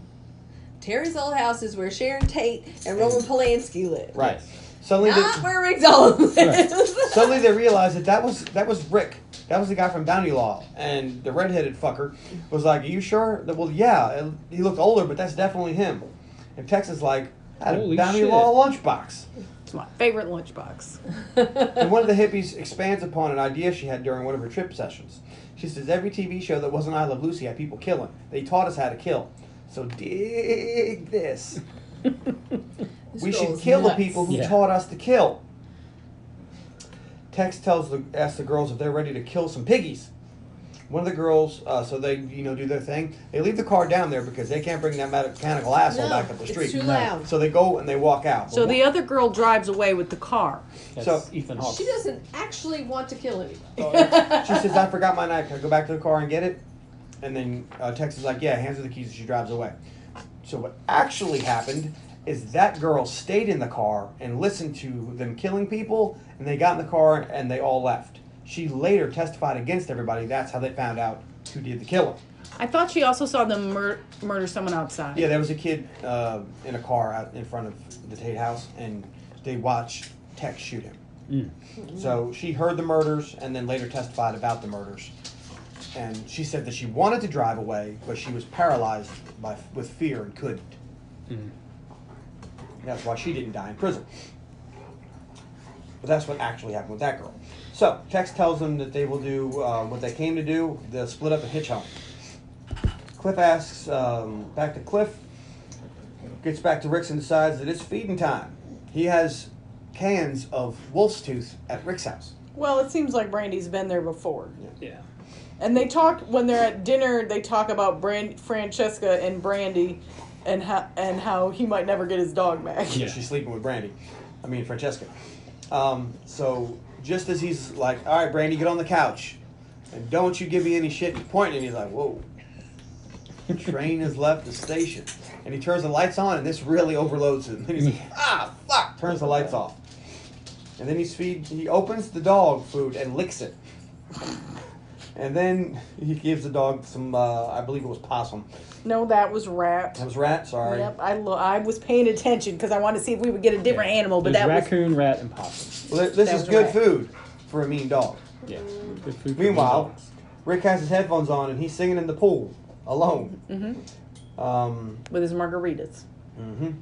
[SPEAKER 2] Terry's old house is where Sharon Tate and Roman Polanski live.
[SPEAKER 3] Right. Suddenly,
[SPEAKER 2] Not
[SPEAKER 3] they,
[SPEAKER 2] where Rick Dalton lives.
[SPEAKER 3] suddenly they realized that that was that was Rick. That was the guy from Bounty Law, and the redheaded fucker was like, "Are you sure?" That- Well, yeah, and he looked older, but that's definitely him. And Tex is like, "I had a
[SPEAKER 4] Holy
[SPEAKER 3] Bounty
[SPEAKER 4] shit.
[SPEAKER 3] Law lunchbox."
[SPEAKER 1] it's my favorite lunchbox.
[SPEAKER 3] And one of the hippies expands upon an idea she had during one of her trip sessions. She says every TV show that wasn't I Love Lucy had people killing. They taught us how to kill. So dig this. we
[SPEAKER 2] This
[SPEAKER 3] should
[SPEAKER 2] girl's
[SPEAKER 3] kill
[SPEAKER 2] nuts.
[SPEAKER 3] the people who
[SPEAKER 4] Yeah.
[SPEAKER 3] taught us to kill. Tex tells the asks the girls if they're ready to kill some piggies. One of the girls, uh, so they you know do their thing. They leave the car down there because they can't bring that mechanical asshole
[SPEAKER 2] No,
[SPEAKER 3] back up the
[SPEAKER 2] it's
[SPEAKER 3] street.
[SPEAKER 2] too No. loud.
[SPEAKER 3] So they go and they walk out.
[SPEAKER 1] So the other girl drives away with the car.
[SPEAKER 4] That's
[SPEAKER 3] So-
[SPEAKER 4] Ethan Hawke.
[SPEAKER 2] She doesn't actually want to kill anybody.
[SPEAKER 3] she says, I forgot my knife. Can I go back to the car and get it? And then uh, Tex is like, Yeah, hands her the keys and she drives away. So what actually happened is that girl stayed in the car and listened to them killing people, and they got in the car and they all left. She later testified against everybody. That's how they found out who did the killing.
[SPEAKER 1] I thought she also saw them mur- murder someone outside.
[SPEAKER 3] Yeah, there was a kid uh, in a car out in front of the Tate house, and they watched Tex shoot him. So she heard the murders and then later testified about the murders. And she said that she wanted to drive away, but she was paralyzed by with fear and couldn't.
[SPEAKER 4] Mm.
[SPEAKER 3] That's why she didn't die in prison. But that's what actually happened with that girl. So Tex tells them that they will do uh, what they came to do: they'll split up and hitch home. Cliff asks um, back to Cliff, gets back to Rick's and decides that it's feeding time. He has cans of wolf's tooth at Rick's house.
[SPEAKER 1] Well, it seems like Brandy's been there before.
[SPEAKER 4] Yeah.
[SPEAKER 1] And they talk when they're at dinner. They talk about Brand Francesca and Brandy, and how and how he might never get his dog back.
[SPEAKER 4] Yeah.
[SPEAKER 3] She's sleeping with Brandy. I mean Francesca. Um, so just as he's like, "All right, Brandy, get on the couch, and don't you give me any shit," and pointing, and he's like, "Whoa." Train has left the station, and he turns the lights on, and this really overloads him. And he's like, "Ah, fuck!" Turns the lights off, and then he's feed. He opens the dog food and licks it, and then he gives the dog some. Uh, I believe it was possum.
[SPEAKER 1] No, that was rat.
[SPEAKER 3] That was rat. Sorry.
[SPEAKER 1] Yep, I lo- I was paying attention because I wanted to see if we would get a different animal, but
[SPEAKER 4] There's
[SPEAKER 1] that was
[SPEAKER 4] raccoon, rat, and possum.
[SPEAKER 3] Well, th- this
[SPEAKER 1] That
[SPEAKER 3] is
[SPEAKER 1] was
[SPEAKER 3] good
[SPEAKER 1] right.
[SPEAKER 3] food for a mean dog.
[SPEAKER 4] Yeah. Good food for
[SPEAKER 3] Mm. Meanwhile,
[SPEAKER 4] dogs.
[SPEAKER 3] Rick has his headphones on and he's singing in the pool alone. Um,
[SPEAKER 1] with his margaritas.
[SPEAKER 3] mhm.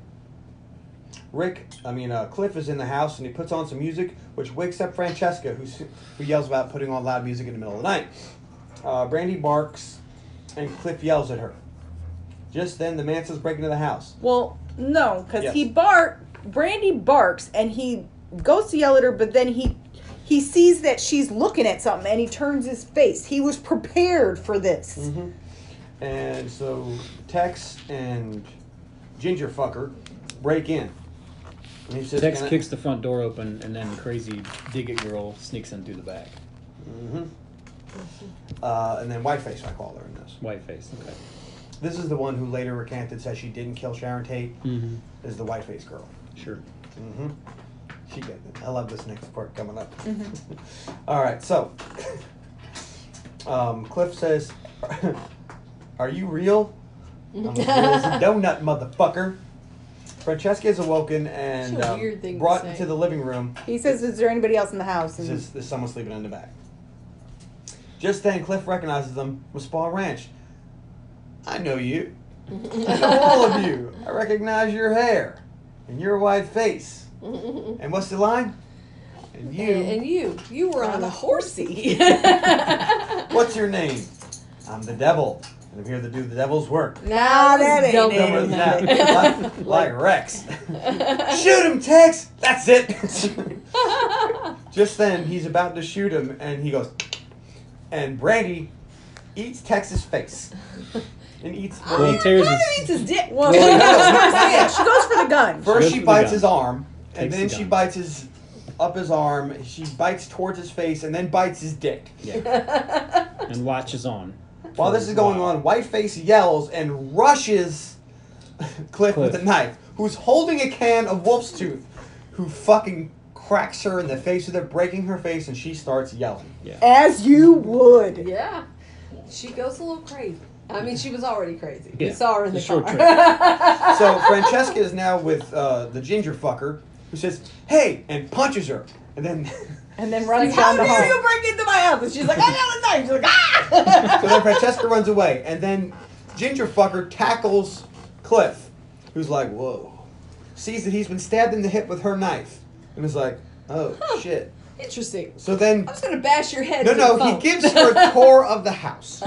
[SPEAKER 3] Rick, I mean uh, Cliff, is in the house and he puts on some music, which wakes up Francesca, who s- who yells about putting on loud music in the middle of the night. Uh, Brandy barks, and Cliff yells at her. Just then, the Mansons break into the house.
[SPEAKER 1] Well, no, because
[SPEAKER 3] Yes.
[SPEAKER 1] he bark. Brandy barks and he goes to yell at her, but then he he sees that she's looking at something and he turns his face. He was prepared for this.
[SPEAKER 3] Mm-hmm. And so Tex and Ginger Fucker break in. And he says,
[SPEAKER 4] Tex
[SPEAKER 3] "Can I-"
[SPEAKER 4] kicks the front door open, and then crazy dig it girl sneaks in through the back.
[SPEAKER 3] Mhm. Uh, and then Whiteface, I call her in this.
[SPEAKER 4] White face. Okay.
[SPEAKER 3] This is the one who later recanted, says she didn't kill Sharon Tate.
[SPEAKER 4] Mm-hmm.
[SPEAKER 3] Is the Whiteface girl.
[SPEAKER 4] Sure.
[SPEAKER 3] Mm-hmm. She did. it. I love this next part coming up.
[SPEAKER 2] Mm-hmm.
[SPEAKER 3] All right, so um, Cliff says, "Are you real?" I'm like, "Real as a donut, motherfucker. Francesca is awoken and
[SPEAKER 2] Such a
[SPEAKER 3] um,
[SPEAKER 2] weird thing to
[SPEAKER 3] brought
[SPEAKER 2] say.
[SPEAKER 3] into the living room.
[SPEAKER 5] He says, "Is there anybody else in the house?"
[SPEAKER 1] Mm-hmm.
[SPEAKER 3] This
[SPEAKER 5] And
[SPEAKER 3] is there's someone sleeping in the back. Just then, Cliff recognizes them from Spa Ranch. I know you. I know all of you. I recognize your hair and your white face. And what's the line? And you.
[SPEAKER 2] And, and you, you were on a horsey.
[SPEAKER 3] What's your name? I'm the devil, and I'm here to do the devil's work.
[SPEAKER 2] Now
[SPEAKER 5] that ain't
[SPEAKER 2] double
[SPEAKER 5] it.
[SPEAKER 3] Dumber than
[SPEAKER 2] that.
[SPEAKER 3] that. like Rex. shoot him, Tex! That's it! Just then, he's about to shoot him, and he goes, and Brandy eats Tex's face. And eats.
[SPEAKER 4] Well, tears
[SPEAKER 5] It's
[SPEAKER 4] his,
[SPEAKER 5] his dick. Well,
[SPEAKER 1] yeah, she goes for the gun.
[SPEAKER 3] First,
[SPEAKER 4] Goes
[SPEAKER 3] she
[SPEAKER 4] for the
[SPEAKER 3] bites
[SPEAKER 4] gun.
[SPEAKER 3] his arm, and
[SPEAKER 4] Takes
[SPEAKER 3] then
[SPEAKER 4] the
[SPEAKER 3] she
[SPEAKER 4] gun.
[SPEAKER 3] bites his up his arm. She bites towards his face, and then bites his dick.
[SPEAKER 4] and watches on.
[SPEAKER 3] While this is going on, Whiteface yells and rushes Cliff, with a
[SPEAKER 4] Cliff.
[SPEAKER 3] knife, who's holding a can of wolf's tooth, who fucking cracks her in the face with it, breaking her face, and she starts yelling.
[SPEAKER 5] as you would.
[SPEAKER 2] Yeah. She goes a little crazy. I mean, she was already crazy.
[SPEAKER 4] Yeah.
[SPEAKER 2] We saw her in the,
[SPEAKER 4] The short
[SPEAKER 2] car.
[SPEAKER 3] So Francesca is now with uh, the ginger fucker, who says, "Hey," and punches her, and then
[SPEAKER 5] And then runs
[SPEAKER 2] like,
[SPEAKER 5] down
[SPEAKER 2] how
[SPEAKER 5] the
[SPEAKER 2] dare
[SPEAKER 5] hall.
[SPEAKER 2] you
[SPEAKER 5] break into my house? And she's like, I got a knife. She's like,
[SPEAKER 3] so then Francesca runs away, and then ginger fucker tackles Cliff, who's like, "Whoa," sees that he's been stabbed in the hip with her knife, and is like, "Oh shit."
[SPEAKER 2] Interesting.
[SPEAKER 3] So then
[SPEAKER 2] I'm just gonna bash your head.
[SPEAKER 3] No,
[SPEAKER 2] to the
[SPEAKER 3] no, he
[SPEAKER 2] phone.
[SPEAKER 3] gives her a tour of the house.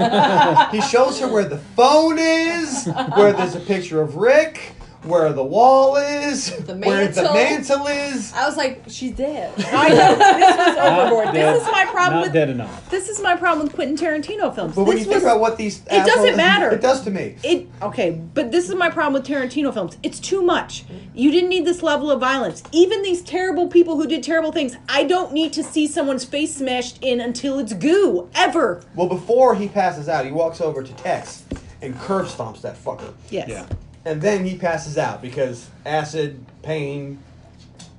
[SPEAKER 3] he shows her where the phone is, where there's a picture of Rick, where the wall is, where the
[SPEAKER 2] mantle.
[SPEAKER 3] mantle is.
[SPEAKER 2] I was like, she's dead.
[SPEAKER 5] I know this was overboard.
[SPEAKER 4] Not
[SPEAKER 5] This
[SPEAKER 4] dead-
[SPEAKER 5] is my problem
[SPEAKER 4] Not
[SPEAKER 5] with
[SPEAKER 4] dead enough.
[SPEAKER 1] This is my problem with Quentin Tarantino films.
[SPEAKER 3] But when
[SPEAKER 1] This
[SPEAKER 3] you
[SPEAKER 1] was-
[SPEAKER 3] think about what these, it
[SPEAKER 1] doesn't matter.
[SPEAKER 3] It does to me.
[SPEAKER 1] it okay but this is my problem with tarantino films it's too much you didn't need this level of violence even these terrible people who did terrible things i don't need to see someone's face smashed in until it's goo ever
[SPEAKER 3] Well, before he passes out, he walks over to Tex and curb stomps that fucker,
[SPEAKER 1] yes
[SPEAKER 4] Yeah.
[SPEAKER 3] and then he passes out because acid, pain,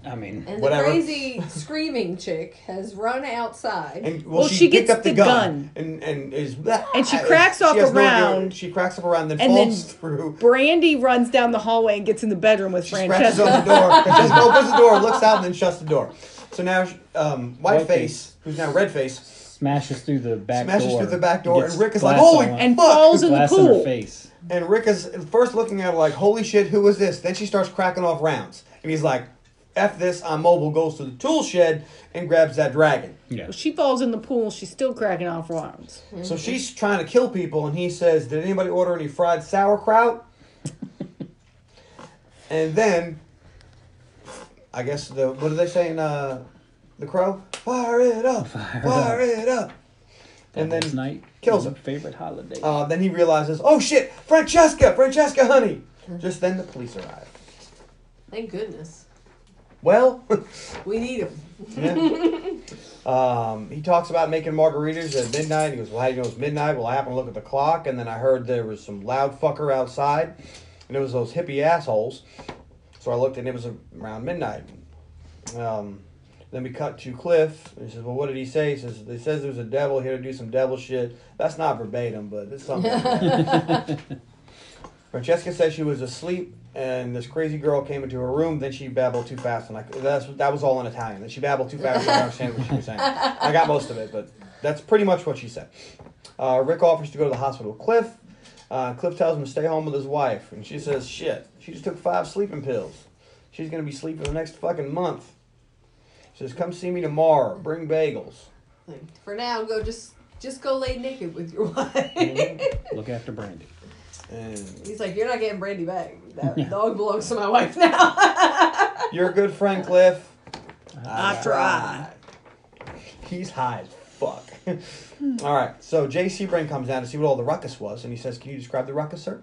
[SPEAKER 4] I mean,
[SPEAKER 2] And
[SPEAKER 3] Whatever.
[SPEAKER 2] the crazy screaming chick has run outside.
[SPEAKER 3] And well,
[SPEAKER 1] Well,
[SPEAKER 3] she,
[SPEAKER 1] she
[SPEAKER 3] picked
[SPEAKER 1] gets
[SPEAKER 3] up the,
[SPEAKER 1] the
[SPEAKER 3] gun,
[SPEAKER 1] gun.
[SPEAKER 3] and and is
[SPEAKER 1] And she cracks off
[SPEAKER 3] has no idea-
[SPEAKER 1] around.
[SPEAKER 3] she cracks up around, then
[SPEAKER 1] And then
[SPEAKER 3] falls through.
[SPEAKER 1] brandy runs down the hallway and gets in the bedroom with
[SPEAKER 3] She scratches on
[SPEAKER 1] francesca
[SPEAKER 3] the door. Francesca opens the door, looks out, and then shuts the door. So now, um, Whiteface,
[SPEAKER 4] Whiteface.
[SPEAKER 3] who's now Redface,
[SPEAKER 4] smashes through the back
[SPEAKER 3] smashes
[SPEAKER 4] door.
[SPEAKER 3] through the back door,
[SPEAKER 4] gets
[SPEAKER 3] and Rick is like,
[SPEAKER 4] glass
[SPEAKER 3] "Holy
[SPEAKER 4] on-
[SPEAKER 1] and
[SPEAKER 3] fuck!"
[SPEAKER 1] falls in the
[SPEAKER 4] glass in her
[SPEAKER 1] pool
[SPEAKER 4] face.
[SPEAKER 3] And Rick is first looking at her like, "Holy shit, who is this?" Then she starts cracking off rounds, and he's like, "F this, I'm mobile." Goes to the tool shed and grabs that dragon.
[SPEAKER 4] Yeah.
[SPEAKER 1] she falls in the pool she's still cracking off arms
[SPEAKER 3] So she's trying to kill people, and he says, "Did anybody order any fried sauerkraut?" and then, I guess the what do they say in uh, the crow? Fire it up! Fire, it up! And
[SPEAKER 4] Devil's
[SPEAKER 3] then
[SPEAKER 4] night
[SPEAKER 3] kills
[SPEAKER 4] is
[SPEAKER 3] him.
[SPEAKER 4] my favorite holiday.
[SPEAKER 3] Uh, then he realizes, "Oh shit, Francesca, Francesca, honey!" Just then, the police arrive.
[SPEAKER 2] Thank goodness.
[SPEAKER 3] Well,
[SPEAKER 2] We need him.
[SPEAKER 3] um, he talks about making margaritas at midnight. He goes, "Well, how do you know it's midnight?" Well, I happened to look at the clock, and then I heard there was some loud fucker outside, and it was those hippie assholes. So I looked, and it was around midnight. Um, then we cut to Cliff, and he says, "Well, what did he say?" He says, "He says there's a devil here to do some devil shit." That's not verbatim, but it's something. like that. Francesca says she was asleep, and this crazy girl came into her room. Then she babbled too fast, and I, that's that was all in Italian. Then she babbled too fast, and I don't understand what she was saying. I got most of it, but that's pretty much what she said. Uh, Rick offers to go to the hospital. with Cliff, uh, Cliff tells him to stay home with his wife, and she says, "Shit, she just took five sleeping pills. She's gonna be asleep for the next fucking month." She says, "Come see me tomorrow. Bring bagels."
[SPEAKER 2] Like, For now, go just just go lay naked with your wife.
[SPEAKER 4] Look after Brandy.
[SPEAKER 3] And
[SPEAKER 2] He's like, you're not getting Brandy back. That dog belongs to my wife now.
[SPEAKER 3] your good friend Cliff,
[SPEAKER 1] I try.
[SPEAKER 3] he's high as fuck. all right, so J.C. Brain comes down to see what all the ruckus was, and he says, "Can you describe the ruckus, sir?"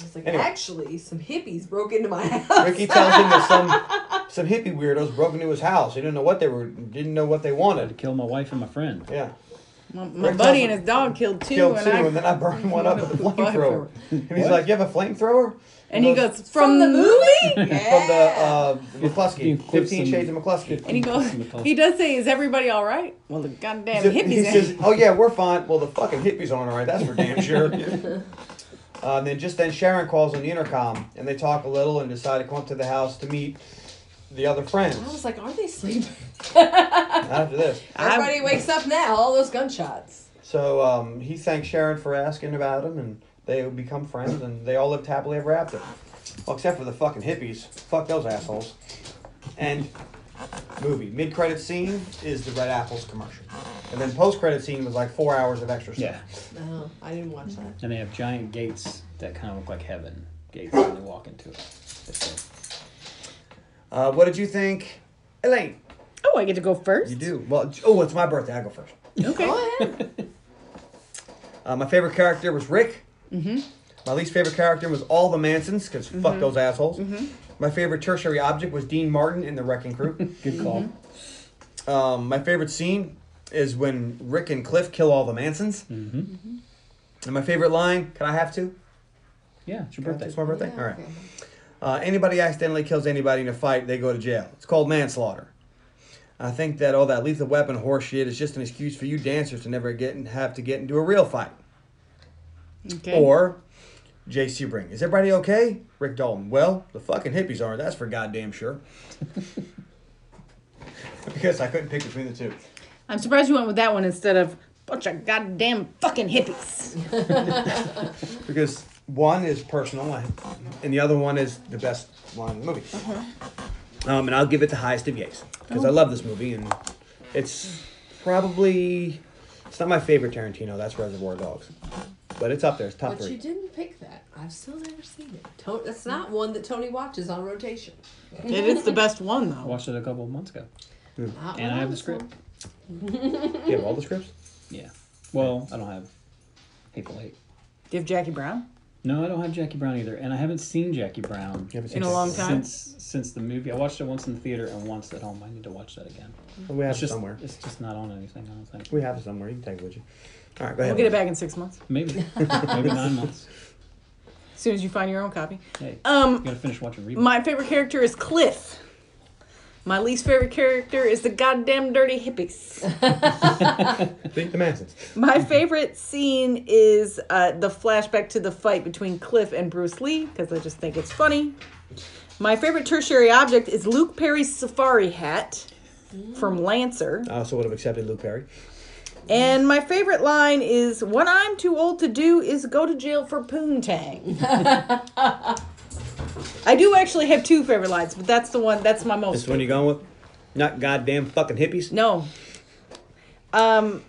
[SPEAKER 2] He's like,
[SPEAKER 3] Anyway.
[SPEAKER 2] actually, some hippies broke into my house.
[SPEAKER 3] Ricky tells him there's some some hippie weirdos broke into his house. He didn't know what they were, didn't know what they
[SPEAKER 4] to
[SPEAKER 3] wanted.
[SPEAKER 4] kill my wife and my friend.
[SPEAKER 3] Yeah,
[SPEAKER 1] My, my
[SPEAKER 3] Rick
[SPEAKER 1] buddy
[SPEAKER 3] Thompson-
[SPEAKER 1] and his dog killed two,
[SPEAKER 3] killed
[SPEAKER 1] and
[SPEAKER 3] two,
[SPEAKER 1] I
[SPEAKER 3] and then I burned one up with a flamethrower.
[SPEAKER 1] Flamethrower.
[SPEAKER 3] And he's like, "You have a flamethrower?"
[SPEAKER 1] and he goes "Eh." from the movie.
[SPEAKER 3] from the uh, McCluskey,
[SPEAKER 4] Clips
[SPEAKER 3] Fifteen
[SPEAKER 4] and-
[SPEAKER 3] Shades of McCluskey.
[SPEAKER 1] And he goes, he does say, "Is everybody all right?" Well, the goddamn
[SPEAKER 3] He
[SPEAKER 1] hippies.
[SPEAKER 3] says, "Oh yeah, we're fine." Well, the fucking hippies aren't all right. That's for damn sure. Uh, and then just then, Sharon calls on the intercom, and they talk a little and decide to come up to the house to meet the other friends.
[SPEAKER 2] I was like, are they sleeping?
[SPEAKER 3] after this,
[SPEAKER 2] Everybody wakes up now. All those gunshots.
[SPEAKER 3] so um, he thanks Sharon for asking about him, and they become friends, and they all lived happily ever after. Well, except for the fucking hippies. Fuck those assholes. And movie mid credit scene is the Red Apples commercial, and then post credit scene was like four hours of extra stuff.
[SPEAKER 4] Yeah.
[SPEAKER 2] No, I didn't watch that.
[SPEAKER 4] And they have giant gates that kind of look like heaven gates when they walk into it. It's
[SPEAKER 3] Uh, what did you think, Elaine?
[SPEAKER 1] oh, I get to go first.
[SPEAKER 3] You do well. j- Oh, it's my birthday. I go first.
[SPEAKER 1] Okay.
[SPEAKER 3] Uh, my favorite character was Rick. Mm-hmm. My least favorite character was all the Mansons because fuck those assholes. My favorite tertiary object was Dean Martin in the Wrecking Crew.
[SPEAKER 4] like- Good call.
[SPEAKER 3] Mm-hmm. um, my favorite scene is when Rick and Cliff kill all the Mansons. Mm-hmm. And my favorite line: Can I have to?
[SPEAKER 4] Yeah, it's your
[SPEAKER 3] Can I have to?
[SPEAKER 4] birthday.
[SPEAKER 3] It's my birthday.
[SPEAKER 2] Yeah,
[SPEAKER 3] all right.
[SPEAKER 2] okay.
[SPEAKER 3] Uh, anybody accidentally kills anybody in a fight, they go to jail. It's called manslaughter. I think that all that lethal weapon horseshit is just an excuse for you dancers to never get and have to get into a real fight.
[SPEAKER 1] Okay.
[SPEAKER 3] Or J.C. Bring. Is everybody okay? Rick Dalton. Well, the fucking hippies aren't. That's for goddamn sure. because I couldn't pick between the two.
[SPEAKER 1] I'm surprised you went with that one instead of bunch of goddamn fucking hippies.
[SPEAKER 3] Because one is personal, and- and the other one is the best one in the movie.
[SPEAKER 1] Mm-hmm.
[SPEAKER 3] Um, and I'll give it the highest of yays because I
[SPEAKER 1] Oh.
[SPEAKER 3] love this movie, and it's probably it's not my favorite Tarantino. That's Reservoir Dogs, but it's up there. It's top
[SPEAKER 2] But
[SPEAKER 3] three.
[SPEAKER 2] you didn't pick that. I've still never seen it. To- that's not one that Tony watches on rotation.
[SPEAKER 1] it is the best one
[SPEAKER 4] I
[SPEAKER 1] though.
[SPEAKER 4] watched it a couple of months ago.
[SPEAKER 2] Not
[SPEAKER 4] And
[SPEAKER 2] one
[SPEAKER 4] I have
[SPEAKER 2] on
[SPEAKER 4] the
[SPEAKER 2] this
[SPEAKER 4] script.
[SPEAKER 2] one.
[SPEAKER 3] you have all the scripts.
[SPEAKER 4] Yeah. Well, I don't have Hateful Eight.
[SPEAKER 1] Do you have Jackie Brown?
[SPEAKER 4] No, I don't have Jackie Brown either, and I haven't seen Jackie Brown
[SPEAKER 3] You haven't seen
[SPEAKER 1] In a
[SPEAKER 3] that.
[SPEAKER 1] long time?
[SPEAKER 4] since since the movie. I watched it once in the theater and once at home. I need to watch that again.
[SPEAKER 3] We have
[SPEAKER 4] It's
[SPEAKER 3] it
[SPEAKER 4] just
[SPEAKER 3] somewhere.
[SPEAKER 4] It's just not on anything. I don't think.
[SPEAKER 3] We have it somewhere. You can take it with you. All right, go
[SPEAKER 1] We'll
[SPEAKER 3] ahead.
[SPEAKER 1] get it back in six months.
[SPEAKER 4] Maybe maybe nine months.
[SPEAKER 1] As soon as you find your own copy.
[SPEAKER 4] Hey,
[SPEAKER 1] Um,
[SPEAKER 4] you gotta finish watching Reba.
[SPEAKER 1] My favorite character is Cliff. My least favorite character is the goddamn dirty hippies.
[SPEAKER 3] Think the Mansons.
[SPEAKER 1] My favorite scene is uh, the flashback to the fight between Cliff and Bruce Lee because I just think it's funny. My favorite tertiary object is Luke Perry's safari hat from Lancer.
[SPEAKER 3] I also would have accepted Luke Perry.
[SPEAKER 1] And my favorite line is What I'm too old to do is go to jail for poontang. I do actually have two favorite lines, but that's the one, that's my most.
[SPEAKER 3] This one you going with? Not goddamn fucking hippies.
[SPEAKER 1] No. Um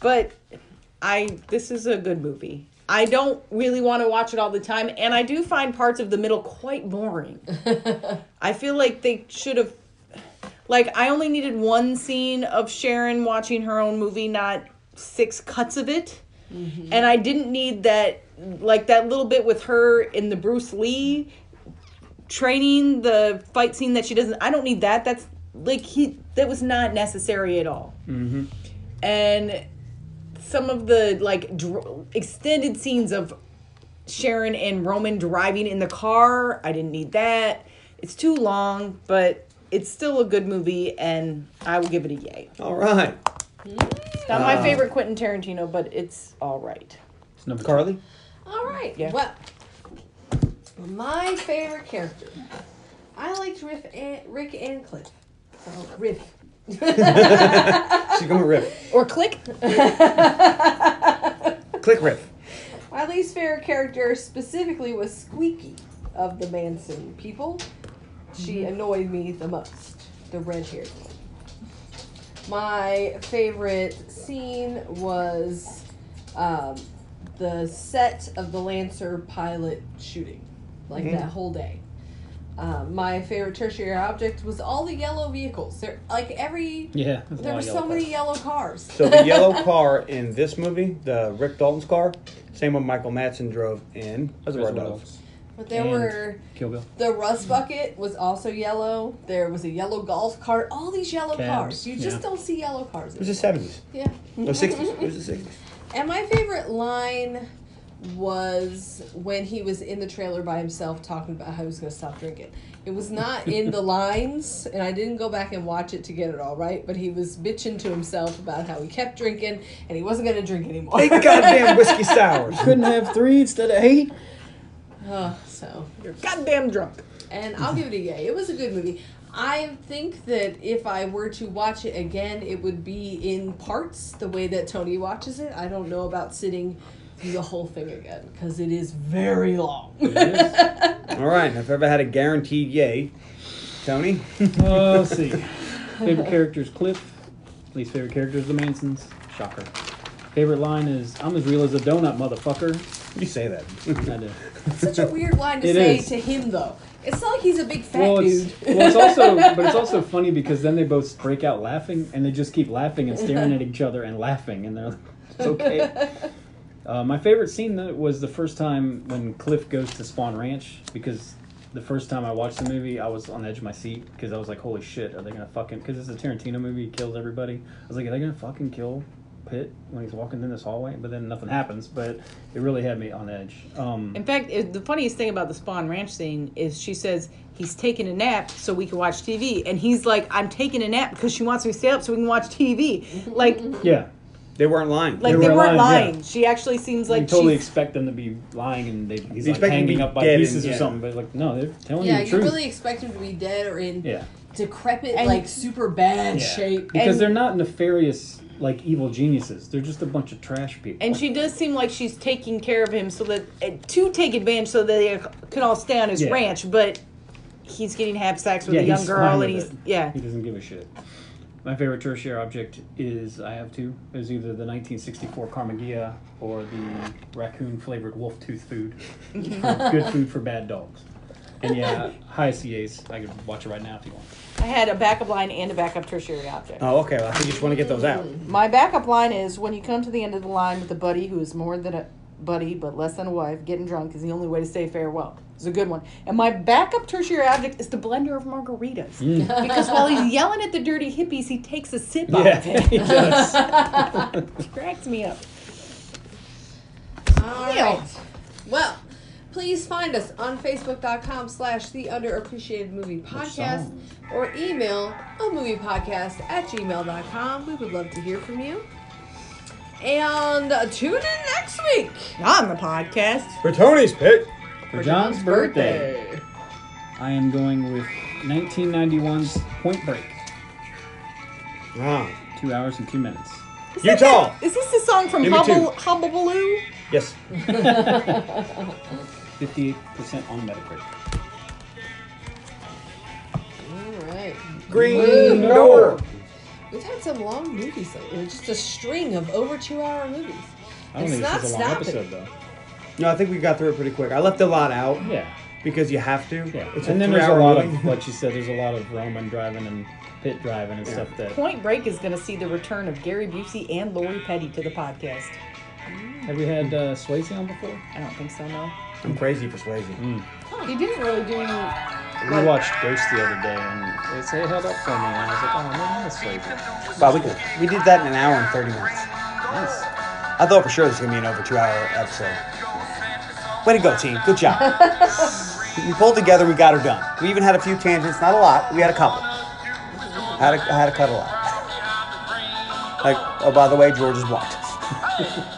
[SPEAKER 1] but I this is a good movie. I don't really want to watch it all the time and I do find parts of the middle quite boring. I feel like they should have like I only needed one scene of Sharon watching her own movie, not six cuts of it. And I didn't need that like that little bit with her in the Bruce Lee training the fight scene that she doesn't i don't need that that's like he that was not necessary at all mm-hmm. and some of the like dr- extended scenes of sharon and roman driving in the car i didn't need that it's too long but it's still a good movie and i will give it a yay
[SPEAKER 3] All right.
[SPEAKER 1] it's not my favorite quentin tarantino but it's all right
[SPEAKER 4] It's number two.
[SPEAKER 3] Carly?
[SPEAKER 2] All right.
[SPEAKER 1] Yeah.
[SPEAKER 2] Well, my favorite character. I liked Riff and, Rick and Cliff. Oh, Riff.
[SPEAKER 3] She's going with Rip.
[SPEAKER 1] or click
[SPEAKER 3] Click Rip.
[SPEAKER 2] My least favorite character specifically was Squeaky of the Manson people. She
[SPEAKER 4] Mm-hmm.
[SPEAKER 2] annoyed me the most. The red haired one. My favorite scene was um, the set of the Lancer pilot shooting, like
[SPEAKER 4] Mm-hmm.
[SPEAKER 2] that whole day. Um, my favorite tertiary object was all the yellow vehicles. There, like every,
[SPEAKER 4] Yeah, there's a
[SPEAKER 2] there
[SPEAKER 4] lot
[SPEAKER 2] were
[SPEAKER 4] of
[SPEAKER 2] so
[SPEAKER 4] yellow
[SPEAKER 2] many
[SPEAKER 4] cars.
[SPEAKER 2] yellow cars.
[SPEAKER 3] So the yellow car in this movie, the Rick Dalton's car, same one Michael Madsen drove in Reservoir
[SPEAKER 4] Reservoir
[SPEAKER 3] Dogs.
[SPEAKER 4] Dogs.
[SPEAKER 2] But there
[SPEAKER 4] And
[SPEAKER 2] were
[SPEAKER 4] Kill Bill.
[SPEAKER 2] the rust bucket was also yellow. There was a yellow golf cart. All these yellow
[SPEAKER 4] Cabs,
[SPEAKER 2] cars. You just
[SPEAKER 4] yeah.
[SPEAKER 2] don't see yellow cars.
[SPEAKER 3] It was the seventies.
[SPEAKER 2] yeah.
[SPEAKER 3] Or sixties. It was the sixties.
[SPEAKER 2] And my favorite line was when he was in the trailer by himself talking about how he was going to stop drinking. It was not in the lines, and I didn't go back and watch it to get it all right, but he was bitching to himself about how he kept drinking and he wasn't going to drink anymore.
[SPEAKER 3] Eight goddamn whiskey sours.
[SPEAKER 4] Couldn't have three instead of eight.
[SPEAKER 2] Ugh, so,
[SPEAKER 5] You're goddamn drunk.
[SPEAKER 2] and I'll give it a yay. It was a good movie. I think that if I were to watch it again, it would be in parts the way that Tony watches it. I don't know about sitting through the whole thing again because it is very long.
[SPEAKER 3] All right. and If I ever had a guaranteed yay, Tony.
[SPEAKER 4] Uh, let's see. Favorite character is Cliff. Least favorite character is the Mansons. Shocker. Favorite line is "I'm as real as a donut, motherfucker."
[SPEAKER 3] You say that.
[SPEAKER 4] I did.
[SPEAKER 2] Such a weird line to
[SPEAKER 4] It
[SPEAKER 2] say
[SPEAKER 4] is.
[SPEAKER 2] to him, though. It's not like he's a big fat
[SPEAKER 4] Well,
[SPEAKER 2] dude.
[SPEAKER 4] it's, well, it's also, but it's also funny because then they both break out laughing and they just keep laughing and staring at each other and laughing, and they're like, it's okay. Uh, my favorite scene though, was the first time when Cliff goes to Spawn Ranch because the first time I watched the movie, I was on the edge of my seat because I was like, "Holy shit, are they gonna fucking?" Because it's a Tarantino movie, he kills everybody. I was like, "Are they gonna fucking kill Pitt when he's walking in this hallway?" But then nothing happens. But it really had me on edge. Um,
[SPEAKER 1] In fact, it, the funniest thing about the Spawn Ranch scene is she says he's taking a nap so we can watch TV, and he's like, "I'm taking a nap because she wants me to stay up so we can watch TV." Like,
[SPEAKER 4] yeah,
[SPEAKER 3] They weren't lying.
[SPEAKER 1] like
[SPEAKER 4] They
[SPEAKER 1] they
[SPEAKER 4] were
[SPEAKER 1] weren't
[SPEAKER 4] lying, yeah.
[SPEAKER 1] lying. She actually seems
[SPEAKER 4] like
[SPEAKER 1] like
[SPEAKER 4] you totally
[SPEAKER 1] she's,
[SPEAKER 4] expect them to be lying and they he's like
[SPEAKER 3] expect them to
[SPEAKER 4] hanging
[SPEAKER 3] be
[SPEAKER 4] up by
[SPEAKER 3] dead and-
[SPEAKER 4] pieces
[SPEAKER 3] yeah.
[SPEAKER 4] or something. But like, no, they're telling
[SPEAKER 2] yeah,
[SPEAKER 4] you the
[SPEAKER 2] you
[SPEAKER 4] truth.
[SPEAKER 2] really expect him to be dead or in
[SPEAKER 4] yeah,
[SPEAKER 2] decrepit,
[SPEAKER 1] And-
[SPEAKER 2] like super bad
[SPEAKER 4] Yeah.
[SPEAKER 2] shape.
[SPEAKER 4] because
[SPEAKER 1] And-
[SPEAKER 4] they're not nefarious like evil geniuses. They're just a bunch of trash people.
[SPEAKER 1] and she does seem like she's taking care of him so that uh, to take advantage so that they can all stay on his
[SPEAKER 4] Yeah.
[SPEAKER 1] ranch, but he's getting to have sex with
[SPEAKER 4] Yeah,
[SPEAKER 1] a young
[SPEAKER 4] he's
[SPEAKER 1] girl,
[SPEAKER 4] fine
[SPEAKER 1] and
[SPEAKER 4] with
[SPEAKER 1] he's
[SPEAKER 4] it.
[SPEAKER 1] yeah.
[SPEAKER 4] he doesn't give a shit. My favorite tertiary object is I have two. Is either the 1964 Carmagia or the raccoon flavored wolf tooth food. Good food for bad dogs. And yeah, highest CAs. I could watch it right now if you want.
[SPEAKER 1] I had a backup line and a backup tertiary object.
[SPEAKER 3] Oh, okay. Well, I think you just want to get those out.
[SPEAKER 1] My backup line is when you come to the end of the line with a buddy who is more than a buddy but less than a wife, getting drunk is the only way to say farewell. It's a good one. And my backup tertiary object is the blender of margaritas. Because while he's yelling at the dirty hippies, he takes a sip out of it.
[SPEAKER 4] he does.
[SPEAKER 1] It cracks me up.
[SPEAKER 2] All right. Well, please find us on Facebook.com slash The Underappreciated Movie Podcast
[SPEAKER 4] song?
[SPEAKER 2] or email a movie podcast at gmail.com. We would love to hear from you. And uh, tune in next week.
[SPEAKER 1] On the podcast.
[SPEAKER 3] For Tony's pick.
[SPEAKER 4] For John's birthday. I am going with 1991's Point Break.
[SPEAKER 3] Wrong.
[SPEAKER 4] Two hours and two minutes.
[SPEAKER 3] Utah.
[SPEAKER 1] Is this the song from
[SPEAKER 3] Give me
[SPEAKER 1] Hubble
[SPEAKER 3] two.
[SPEAKER 1] Hubbabaloo?
[SPEAKER 3] Yes.
[SPEAKER 4] 58% on Metacritic.
[SPEAKER 2] All right.
[SPEAKER 3] Green door.
[SPEAKER 2] We've had some long movies lately, just a string of over two hour movies.
[SPEAKER 4] I don't
[SPEAKER 2] It's
[SPEAKER 4] think
[SPEAKER 2] not
[SPEAKER 4] this is a long
[SPEAKER 2] stopping.
[SPEAKER 4] episode, though.
[SPEAKER 3] No, I think we got through it pretty quick. I left a lot out
[SPEAKER 4] Yeah.
[SPEAKER 3] because you have to.
[SPEAKER 4] Yeah.
[SPEAKER 3] It's
[SPEAKER 4] and
[SPEAKER 3] a
[SPEAKER 4] then there's a
[SPEAKER 3] three-hour
[SPEAKER 4] lot
[SPEAKER 3] movie.
[SPEAKER 4] of, like you said, there's a lot of Roman driving and pit driving and stuff that.
[SPEAKER 1] Point Break is going to see the return of Gary Busey and Lori Petty to the podcast.
[SPEAKER 4] Have we had uh, Swayze on before?
[SPEAKER 1] I don't think so, no.
[SPEAKER 3] I'm crazy for
[SPEAKER 4] Mm.
[SPEAKER 3] Swayze.
[SPEAKER 1] He didn't really do any
[SPEAKER 4] We watched Ghost the other day and they say it held up for me. And I was like, oh man, that's Swayze.
[SPEAKER 3] Probably could. We did that in an hour and 30 minutes.
[SPEAKER 4] Nice.
[SPEAKER 3] I thought for sure this was going to be an over two hour episode. Way to go, team. Good job. we pulled together, we got her done. We even had a few tangents, not a lot. We had a couple. Had a, had a cut a lot. Like, oh, by the way, George is white.